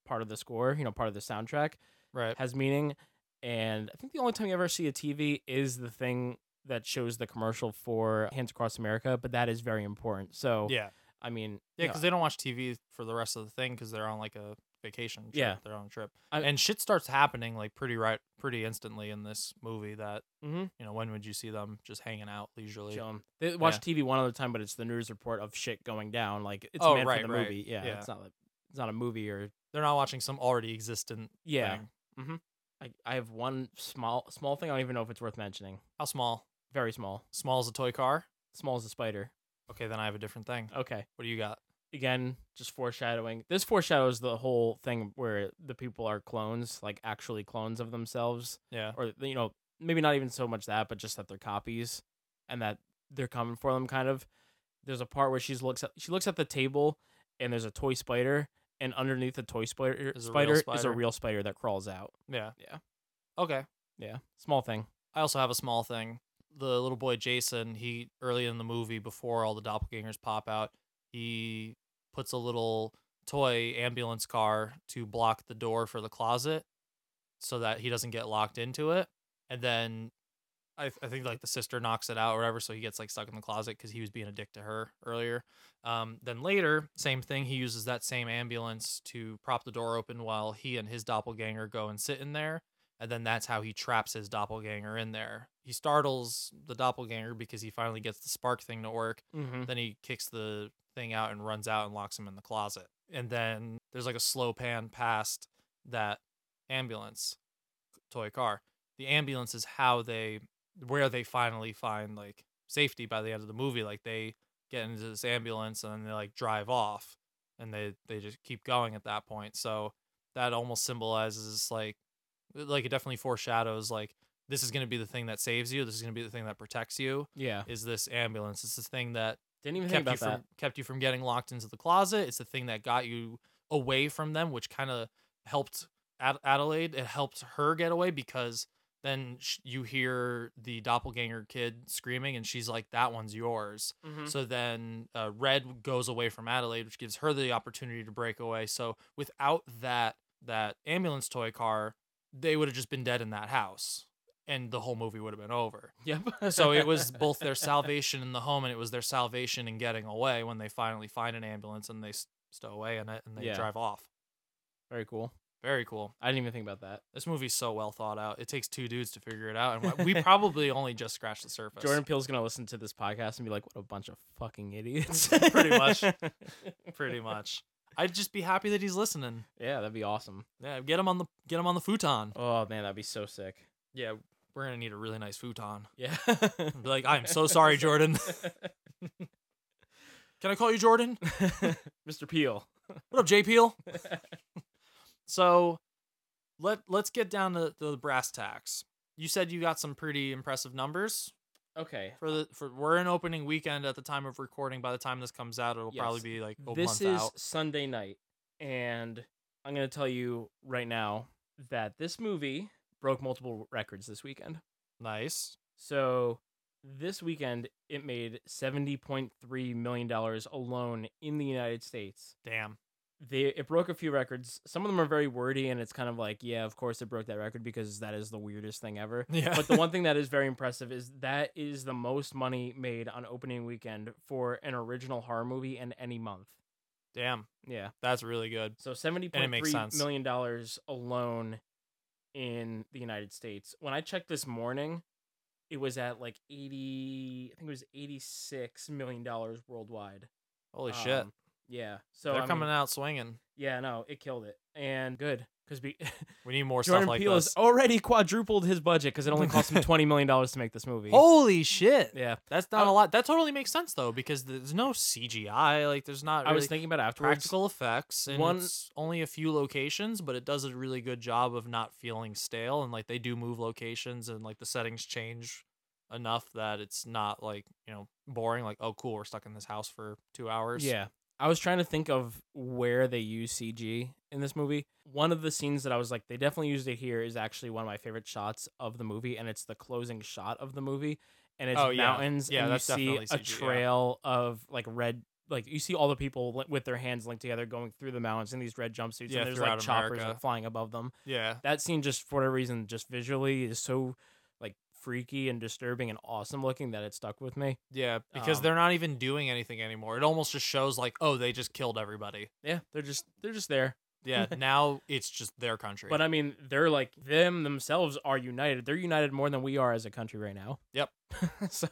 S6: part of the score, you know, part of the soundtrack,
S7: right,
S6: has meaning. And I think the only time you ever see a TV is the thing that shows the commercial for Hands Across America, but that is very important. So
S7: Yeah.
S6: I
S7: Yeah,
S6: mean, you know,
S7: because they don't watch TV for the rest of the thing because they're on like a vacation. Trip,
S6: Yeah.
S7: they're on a trip,
S6: I-
S7: and shit starts happening like pretty right, pretty instantly in this movie. That
S6: Mhm.
S7: you know, when would you see them just hanging out leisurely?
S6: Chilling. They watch
S7: Yeah.
S6: TV one other time, but it's the news report of shit going down. Like it's
S7: Oh,
S6: meant
S7: right,
S6: for the
S7: right.
S6: movie. Yeah,
S7: Yeah.
S6: it's not like it's not a movie or
S7: They're not watching some already existent.
S6: yeah.
S7: thing.
S6: Mm-hmm. I I have one small small thing. I don't even know if it's worth mentioning.
S7: How small?
S6: Very small.
S7: Small as a toy car.
S6: Small as a spider.
S7: Okay, then I have a different thing.
S6: Okay.
S7: What do you got?
S6: Again, just foreshadowing. This foreshadows the whole thing where the people are clones, like actually clones of themselves.
S7: Yeah.
S6: Or you know, maybe not even so much that, but just that they're copies and that they're coming for them kind of. There's a part where she's looks at she looks at the table and there's a toy spider and underneath the toy spider
S7: Is a real
S6: spider, is a
S7: spider.
S6: real spider that crawls out.
S7: Yeah.
S6: Yeah.
S7: Okay.
S6: Yeah. Small thing.
S7: I also have a small thing. The little boy Jason, he early in the movie before all the doppelgangers pop out, he puts a little toy ambulance car to block the door for the closet so that he doesn't get locked into it. And then I, th- I think like the sister knocks it out or whatever, so he gets like stuck in the closet because he was being a dick to her earlier. Um, then later, same thing. He uses that same ambulance to prop the door open while he and his doppelganger go and sit in there. And then that's how he traps his doppelganger in there. He startles the doppelganger because he finally gets the spark thing to work.
S6: Mhm.
S7: Then he kicks the thing out and runs out and locks him in the closet. And then there's like a slow pan past that ambulance toy car. The ambulance is how they where they finally find like safety by the end of the movie. Like they get into this ambulance and then they like drive off and they they just keep going at that point. So that almost symbolizes like like it definitely foreshadows like this is going to be the thing that saves you. This is going to be the thing that protects you.
S6: Yeah.
S7: Is this ambulance? It's this thing that
S6: Didn't even
S7: kept
S6: think
S7: you
S6: about
S7: from kept you from getting locked into the closet. It's the thing that got you away from them, which kind of helped Ad- Adelaide. It helped her get away because then sh- you hear the doppelganger kid screaming, and she's like, "That one's yours."
S6: Mhm.
S7: So then uh, Red goes away from Adelaide, which gives her the opportunity to break away. So without that that ambulance toy car, they would have just been dead in that house, and the whole movie would have been over
S6: Yep.
S7: so it was both their salvation in the home and it was their salvation in getting away when they finally find an ambulance and they s- stow away in it and they
S6: Yeah.
S7: drive off.
S6: Very cool.
S7: Very cool.
S6: I didn't even think about that.
S7: This movie's so well thought out. It takes two dudes to figure it out, and we probably only just scratched the surface.
S6: Jordan Peele's gonna listen to this podcast and be like, "What a bunch of fucking idiots!"
S7: pretty much, pretty much. I'd just be happy that he's listening.
S6: Yeah, that'd be awesome.
S7: Yeah, get him on the get him on the futon.
S6: Oh man, that'd be so sick.
S7: Yeah, we're gonna need a really nice futon.
S6: Yeah.
S7: Be like, I'm so sorry, Jordan. Can I call you Jordan?
S6: Mr. Peel.
S7: What up, J Peel? so let let's get down to the brass tacks. You said you got some pretty impressive numbers
S6: Okay.
S7: for the for we're in opening weekend at the time of recording. By the time this comes out, it'll probably
S6: Yes.
S7: be like a
S6: this
S7: month
S6: is
S7: out.
S6: Sunday night, and I'm gonna tell you right now that this movie broke multiple records this weekend.
S7: Nice.
S6: So this weekend it made seventy point three million dollars alone in the United States.
S7: Damn.
S6: they it broke a few records. Some of them are very wordy, and it's kind of like, yeah, of course it broke that record because that is the weirdest thing ever.
S7: Yeah.
S6: But the one thing that is very impressive is that is the most money made on opening weekend for an original horror movie in any month.
S7: Damn.
S6: Yeah.
S7: That's really good.
S6: So seventy
S7: And it
S6: point
S7: makes
S6: three
S7: sense.
S6: million dollars alone in the United States. When I checked this morning, it was at like eighty. I think it was eighty six million dollars worldwide.
S7: Holy shit.
S6: Um, Yeah. So
S7: they're
S6: I
S7: coming
S6: mean,
S7: out swinging.
S6: Yeah. No, it killed it, and good because we
S7: We need more
S6: Jordan
S7: stuff like
S6: Peele
S7: this.
S6: has already quadrupled his budget because it only cost him twenty million dollars to make this movie.
S7: Holy shit.
S6: Yeah.
S7: That's not a lot. That totally makes sense though, because there's no CGI. Like there's not.
S6: I was
S7: really
S6: thinking about it afterwards.
S7: Practical effects, and
S6: One-
S7: it's only a few locations, but it does a really good job of not feeling stale. And like they do move locations, and like the settings change enough that it's not like you know boring. Like oh cool, we're stuck in this house for two hours.
S6: Yeah. I was trying to think of where they use CG in this movie. One of the scenes that I was like, they definitely used it here is actually one of my favorite shots of the movie, and it's the closing shot of the movie, and it's
S7: Oh, yeah.
S6: mountains,
S7: Yeah,
S6: and
S7: that's
S6: you see
S7: definitely
S6: a
S7: CG, yeah.
S6: trail of like red, like you see all the people li- with their hands linked together going through the mountains in these red jumpsuits,
S7: Yeah,
S6: and there's like
S7: throughout
S6: choppers
S7: America.
S6: like, flying above them.
S7: Yeah.
S6: that scene just for whatever reason, just visually is so like freaky and disturbing and awesome looking that it stuck with me.
S7: Yeah, because
S6: Um,
S7: they're not even doing anything anymore. It almost just shows like, oh, they just killed everybody.
S6: Yeah, they're just they're just there.
S7: Yeah, now it's just their country.
S6: But uh, I mean, they're like them themselves are united. They're united more than we are as a country right now.
S7: Yep.
S6: so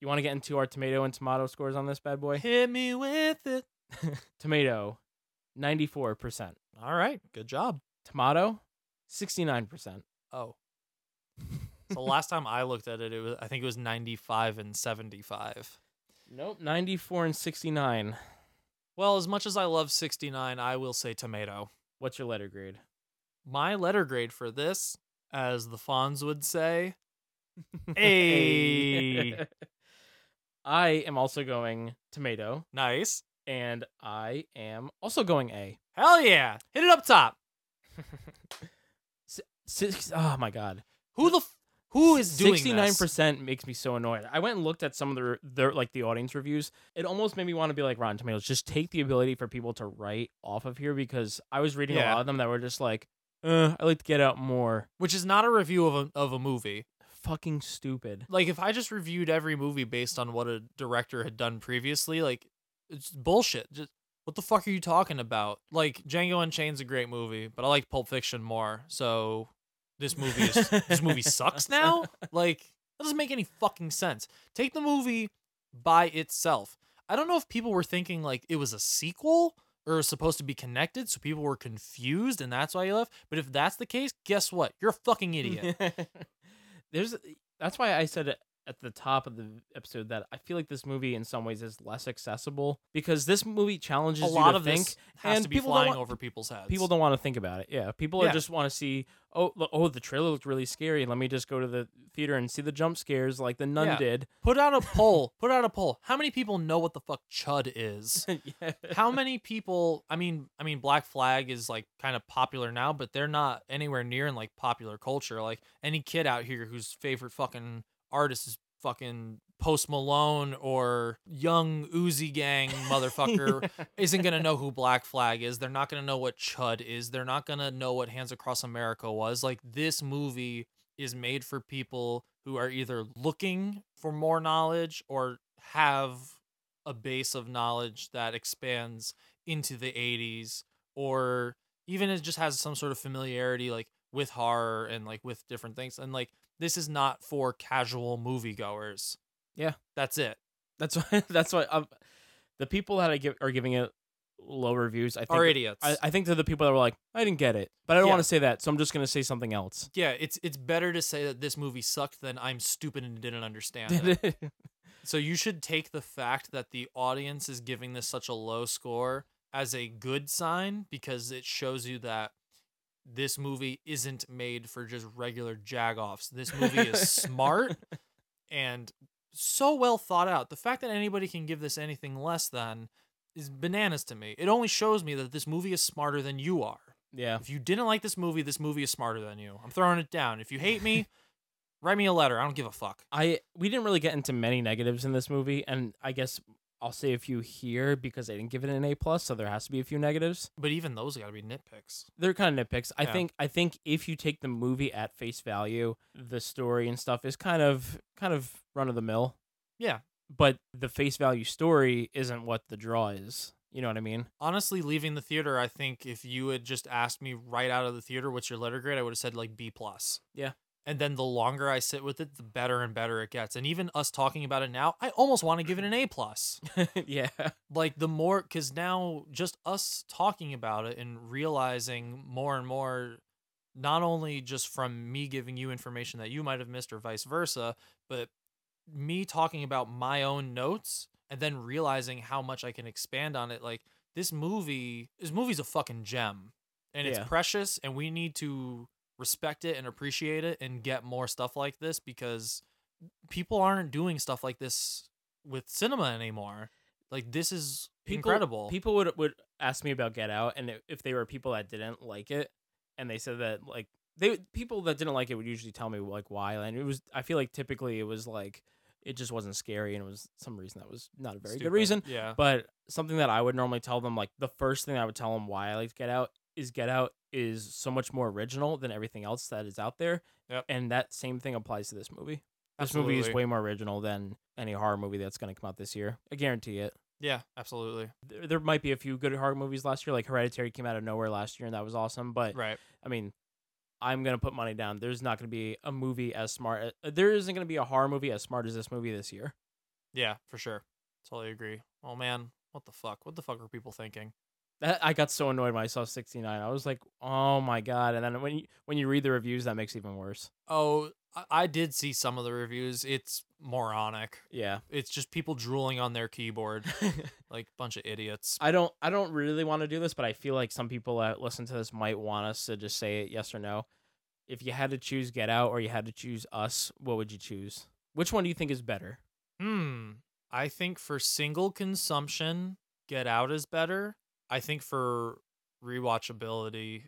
S6: you want to get into our tomato and tomato scores on this bad boy?
S7: Hit me with it.
S6: Tomato, ninety four percent.
S7: All right, good job.
S6: Tomato, sixty nine percent.
S7: Oh. so last time I looked at it, it was I think it was 95 and 75.
S6: Nope, ninety four and sixty nine.
S7: Well, as much as I love 69, I will say tomato.
S6: What's your letter grade?
S7: My letter grade for this, as the Fonz would say,
S6: Hey.
S7: a
S6: I am also going tomato,
S7: nice.
S6: and I am also going A.
S7: Hell yeah. Hit it up top.
S6: Six, oh my god.
S7: Who the f- who is doing this?
S6: Sixty nine percent makes me so annoyed. I went and looked at some of their their like the audience reviews. It almost made me want to be like Rotten Tomatoes. Just take the ability for people to write off of here because I was reading a
S7: Yeah.
S6: lot of them that were just like, uh, I like to get out more.
S7: Which is not a review of a of a movie.
S6: Fucking stupid.
S7: Like if I just reviewed every movie based on what a director had done previously, like it's bullshit. Just what the fuck are you talking about? Like Django Unchained's a great movie, but I like Pulp Fiction more. So this movie is this movie sucks now? Like that doesn't make any fucking sense. Take the movie by itself. I don't know if people were thinking like it was a sequel or it was supposed to be connected, so people were confused and that's why you left. But if that's the case, guess what? You're a fucking idiot.
S6: There's that's why I said it at the top of the episode that I feel like this movie in some ways is less accessible because this movie challenges
S7: a
S6: you
S7: lot
S6: to
S7: of
S6: think
S7: this has
S6: and
S7: to be
S6: people don't
S7: flying
S6: want-
S7: over people's heads.
S6: people don't want to think about it. Yeah, people
S7: Yeah.
S6: are just want to see. Oh, lo- oh, the trailer looked really scary. Let me just go to the theater and see the jump scares like the nun
S7: Yeah.
S6: did.
S7: Put out a poll. Put out a poll. How many people know what the fuck chud is?
S6: yeah.
S7: How many people? I mean, I mean, Black Flag is like kind of popular now, but they're not anywhere near in like popular culture. Like any kid out here whose favorite fucking artist is fucking Post Malone or Young Uzi Gang motherfucker isn't gonna know who Black Flag is. They're not gonna know what chud is. They're not gonna know what Hands Across America was. Like this movie is made for people who are either looking for more knowledge or have a base of knowledge that expands into the 80s or even it just has some sort of familiarity like with horror and like with different things and like this is not for casual moviegoers.
S6: Yeah.
S7: That's it.
S6: That's why. That's why. i the people that I give are giving it low reviews. I think,
S7: Are idiots.
S6: I, I think they're the people that were like, I didn't get it, but I don't
S7: Yeah.
S6: want to say that, so I'm just gonna say something else.
S7: Yeah, it's it's better to say that this movie sucked than I'm stupid and didn't understand it.
S6: yeah,
S7: So you should take the fact that the audience is giving this such a low score as a good sign because it shows you that this movie isn't made for just regular jagoffs. This movie is smart and so well thought out. The fact that anybody can give this anything less than is bananas to me. It only shows me that this movie is smarter than you are. If you didn't like this movie, this movie is smarter than you. I'm throwing it down. If you hate me, write me a letter. I don't give a fuck.
S6: I we didn't really get into many negatives in this movie, and I guess I'll say a few here because I didn't give it an A plus, so there has to be a few negatives.
S7: But even those got to be nitpicks.
S6: They're kind of nitpicks. I
S7: Yeah.
S6: think I think if you take the movie at face value, the story and stuff is kind of kind of run of the mill.
S7: Yeah.
S6: But the face value story isn't what the draw is. You know what I mean?
S7: Honestly, leaving the theater, I think if you had just asked me right out of the theater, what's your letter grade, I would have said like B plus.
S6: Yeah.
S7: And then the longer I sit with it, the better and better it gets. And even us talking about it now, I almost want to give it an A plus.
S6: yeah.
S7: Like the more, because now just us talking about it and realizing more and more, not only just from me giving you information that you might have missed or vice versa, but me talking about my own notes and then realizing how much I can expand on it. Like this movie, this movie's a fucking gem, and
S6: Yeah.
S7: it's precious, and we need to respect it and appreciate it and get more stuff like this because people aren't doing stuff like this with cinema anymore. Like this is
S6: people,
S7: incredible.
S6: People would would ask me about Get Out, and if- if they were people that didn't like it, and they said that like they people that didn't like it would usually tell me like why, and it was I feel like typically it was like it just wasn't scary, and it was some reason that was not a very
S7: Stupid,
S6: good reason.
S7: yeah.
S6: but something that I would normally tell them like the first thing I would tell them why I like Get Out is Get Out is so much more original than everything else that is out there,
S7: Yep.
S6: and that same thing applies to this movie. This movie is
S7: Absolutely.
S6: way more original than any horror movie that's going to come out this year. I guarantee it
S7: yeah, absolutely.
S6: there, there might be a few good horror movies last year. Like Hereditary came out of nowhere last year, and that was awesome. But
S7: right,
S6: I mean, I'm gonna put money down. There's not gonna be a movie as smart. uh, There isn't gonna be a horror movie as smart as this movie this year.
S7: Yeah, for sure. Totally agree. Oh man, what the fuck? What the fuck are people thinking?
S6: That I got so annoyed when I saw 69. I was like, oh my god. And then when you when you read the reviews, that makes it even worse.
S7: Oh, I- I did see some of the reviews. It's moronic.
S6: Yeah.
S7: It's just people drooling on their keyboard, like bunch of idiots.
S6: I don't I don't really want to do this, but I feel like some people that listen to this might want us to just say it yes or no. If you had to choose Get Out or you had to choose Us, what would you choose? Which one do you think is better?
S7: Hmm. I think for single consumption, Get Out is better. I think for rewatchability,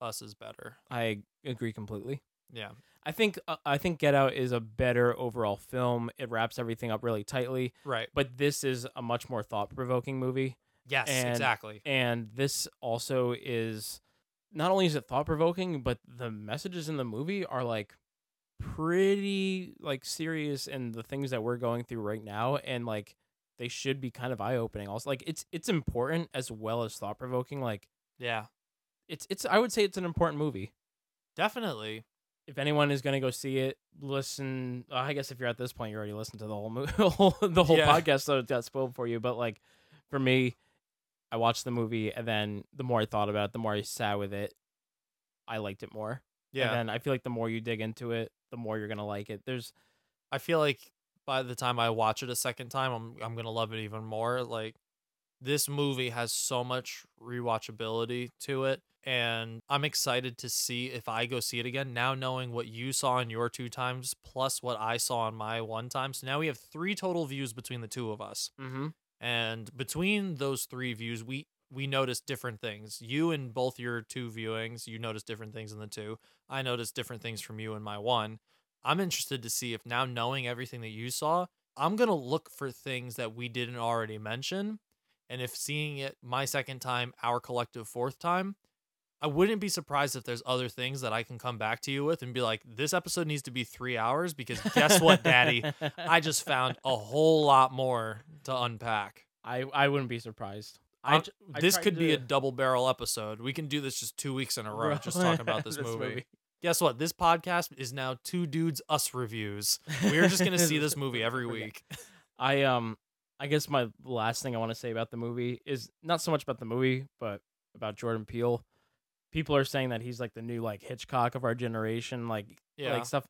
S7: Us is better.
S6: I agree completely.
S7: Yeah.
S6: I think uh, I think Get Out is a better overall film. It wraps everything up really tightly.
S7: Right.
S6: But this is a much more thought-provoking movie.
S7: Yes, exactly.
S6: And this also is not only is it thought-provoking, but the messages in the movie are like pretty like serious and the things that we're going through right now and like they should be kind of eye-opening. Also like it's it's important as well as thought-provoking like
S7: Yeah.
S6: it's it's I would say it's an important movie.
S7: Definitely.
S6: If anyone is going to go see it, listen. uh, I guess if you're at this point, you already listened to the whole movie, the whole
S7: Yeah.
S6: podcast, so it got spoiled for you. But like for me, I watched the movie, and then the more I thought about it, the more I sat with it, I liked it more.
S7: Yeah.
S6: And then I feel like the more you dig into it, the more you're gonna like it. There's
S7: I feel like by the time I watch it a second time, I'm I'm gonna love it even more. Like this movie has so much rewatchability to it, and I'm excited to see if I go see it again. Now knowing what you saw in your two times plus what I saw in my one time, so now we have three total views between the two of us.
S6: Mhm.
S7: And between those three views, we we noticed different things. You in both your two viewings, you noticed different things in the two. I noticed different things from you in my one. I'm interested to see if now knowing everything that you saw, I'm going to look for things that we didn't already mention. And if seeing it my second time, our collective fourth time, I wouldn't be surprised if there's other things that I can come back to you with and be like, this episode needs to be three hours because guess what, daddy? I just found a whole lot more to unpack.
S6: I I wouldn't be surprised.
S7: I,
S6: I j- I
S7: this
S6: tried
S7: could be a
S6: to-
S7: double barrel episode. We can do this just two weeks in a row,
S6: Bro,
S7: just talking about this,
S6: this
S7: movie.
S6: movie.
S7: Guess what? This podcast is now two dudes us reviews. We're just gonna see this movie every week.
S6: I um I guess my last thing I want to say about the movie is not so much about the movie, but about Jordan Peele. People are saying that he's like the new like Hitchcock of our generation, like
S7: Yeah.
S6: like stuff.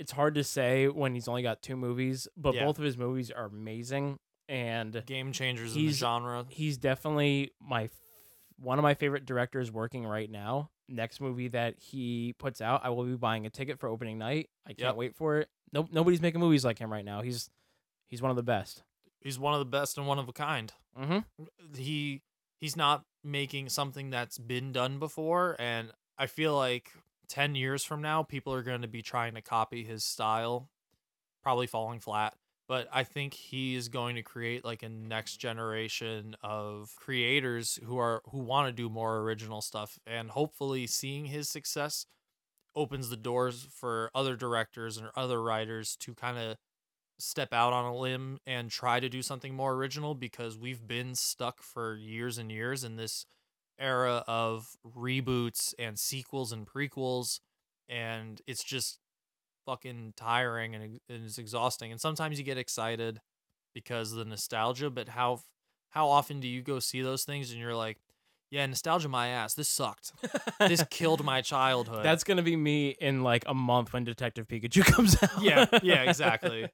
S6: It's hard to say when he's only got two movies, but
S7: Yeah.
S6: both of his movies are amazing and
S7: game changers in the genre.
S6: He's definitely my f- one of my favorite directors working right now. Next movie that he puts out, I will be buying a ticket for opening night. I can't
S7: Yep.
S6: wait for it. No, nobody's making movies like him right now. He's he's one of the best.
S7: He's one of the best and one of a kind. Mm-hmm. He he's not making something that's been done before, and I feel like ten years from now, people are going to be trying to copy his style, probably falling flat. but I think he is going to create like a next generation of creators who are who want to do more original stuff and hopefully seeing his success opens the doors for other directors and other writers to kind of step out on a limb and try to do something more original because we've been stuck for years and years in this era of reboots and sequels and prequels and it's just fucking tiring and, ex- and it's exhausting and sometimes you get excited because of the nostalgia but how f- how often do you go see those things and you're like yeah nostalgia my ass this sucked this killed my childhood
S6: That's gonna be me in like a month when Detective Pikachu comes out.
S7: yeah, yeah, exactly.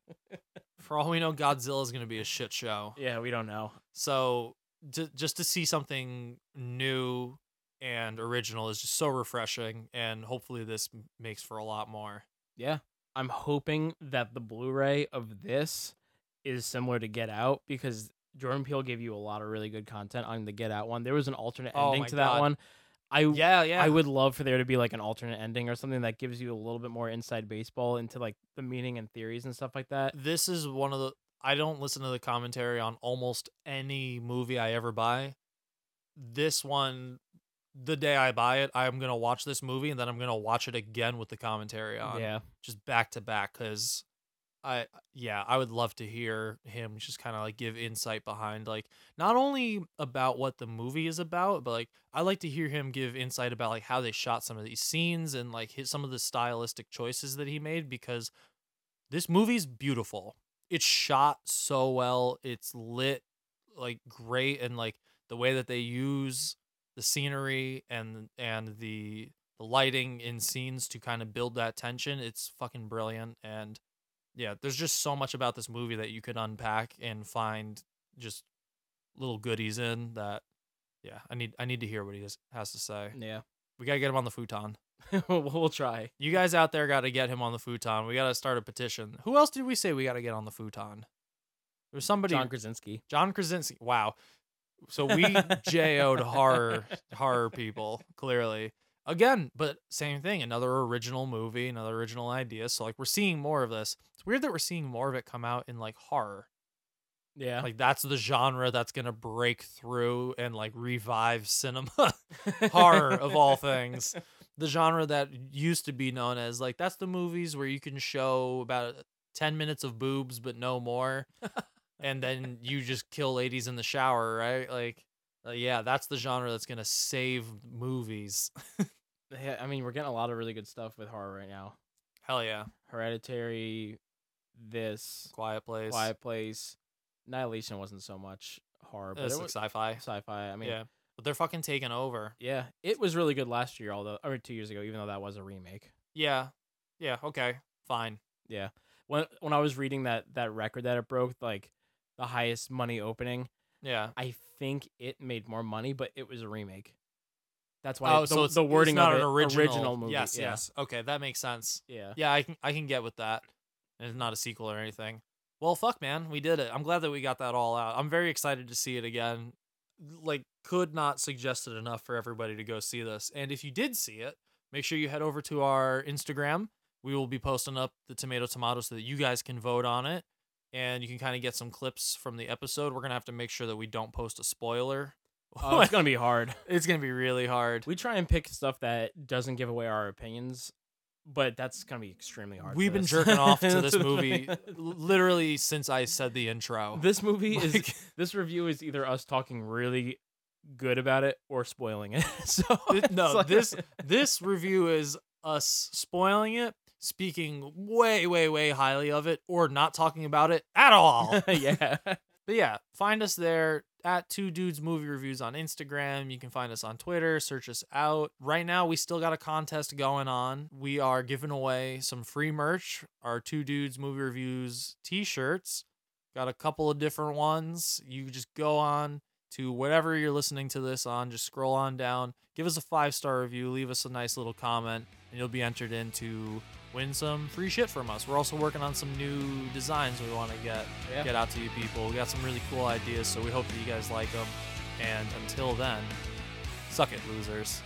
S7: For all we know, Godzilla is going to be a shit show.
S6: Yeah, we don't know.
S7: So ju- just to see something new and original is just so refreshing, and hopefully this m- makes for a lot more.
S6: Yeah. I'm hoping that the Blu-ray of this is similar to Get Out because Jordan Peele gave you a lot of really good content on the Get Out one. There was an alternate
S7: Oh
S6: ending
S7: my
S6: to that
S7: God.
S6: one. I
S7: Yeah, yeah.
S6: I would love for there to be like an alternate ending or something that gives you a little bit more inside baseball into like the meaning and theories and stuff like that.
S7: This is one of the I don't listen to the commentary on almost any movie I ever buy. This one, the day I buy it, I'm gonna watch this movie and then I'm gonna watch it again with the commentary on.
S6: Yeah.
S7: just back to back because I yeah I would love to hear him just kind of like give insight behind like not only about what the movie is about but like I like to hear him give insight about like how they shot some of these scenes and like his, some of the stylistic choices that he made because this movie's beautiful it's shot so well it's lit like great and like the way that they use the scenery and and the the lighting in scenes to kind of build that tension it's fucking brilliant and yeah there's just so much about this movie that you could unpack and find just little goodies in that yeah i need i need to hear what he has, has to say
S6: Yeah.
S7: we gotta get him on the futon
S6: we'll, we'll try.
S7: you guys out there gotta get him on the futon we gotta start a petition who else did we say we gotta get on the futon there's somebody
S6: John Krasinski.
S7: John Krasinski. Wow. So we JO'd horror horror people, clearly. Again, but same thing. Another original movie, another original idea. So like we're seeing more of this. It's weird that we're seeing more of it come out in like horror.
S6: Yeah.
S7: Like that's the genre that's gonna break through and like revive cinema horror of all things. The genre that used to be known as like that's the movies where you can show about ten minutes of boobs but no more, and then you just kill ladies in the shower, right? Like, uh, yeah, that's the genre that's gonna save movies.
S6: Yeah, I mean, we're getting a lot of really good stuff with horror right now.
S7: Hell yeah,
S6: Hereditary, this
S7: Quiet Place.
S6: Quiet Place, Annihilation wasn't so much horror, but
S7: Uh, It's
S6: it
S7: like
S6: was
S7: sci-fi.
S6: sci-fi. I mean,
S7: yeah, but they're fucking taking over.
S6: yeah, it was really good last year, although or two years ago, even though that was a remake.
S7: Yeah, yeah, okay, fine.
S6: Yeah. When when I was reading that that record that it broke, like the highest money opening,
S7: Yeah.
S6: I think it made more money, but it was a remake. That's why
S7: oh,
S6: the,
S7: so it's,
S6: the
S7: it's
S6: wording
S7: not
S6: of
S7: an
S6: it,
S7: original,
S6: movie.
S7: Yes,
S6: yeah.
S7: yes. Okay, that makes sense.
S6: Yeah.
S7: Yeah, I can I can get with that. And it's not a sequel or anything. Well, fuck, man, we did it. I'm glad that we got that all out. I'm very excited to see it again. Like, could not suggest it enough for everybody to go see this. And if you did see it, make sure you head over to our Instagram. We will be posting up the tomato tomato so that you guys can vote on it. And you can kind of get some clips from the episode. We're gonna have to make sure that we don't post a spoiler.
S6: Oh, it's gonna be hard.
S7: it's gonna be really hard.
S6: We try and pick stuff that doesn't give away our opinions, but that's gonna be extremely hard. for
S7: We've been
S6: this.
S7: jerking off to this movie literally since I said the intro.
S6: This movie is
S7: Like-
S6: this review is either us talking really good about it or spoiling it. so
S7: Th-
S6: it's
S7: no,
S6: like-
S7: this this review is us spoiling it, speaking way, way, way highly of it, or not talking about it at all.
S6: yeah.
S7: But yeah, find us there at Two Dudes Movie Reviews on Instagram. You can find us on Twitter, search us out. Right now, we still got a contest going on. We are giving away some free merch, our Two Dudes Movie Reviews t shirts. Got a couple of different ones. You just go on to whatever you're listening to this on, just scroll on down, give us a five star review, leave us a nice little comment, and you'll be entered in to win some free shit from us. We're also working on some new designs we want to get
S6: Yeah.
S7: get out to you people. We got some really cool ideas, so we hope that you guys like them. And until then, suck it, losers.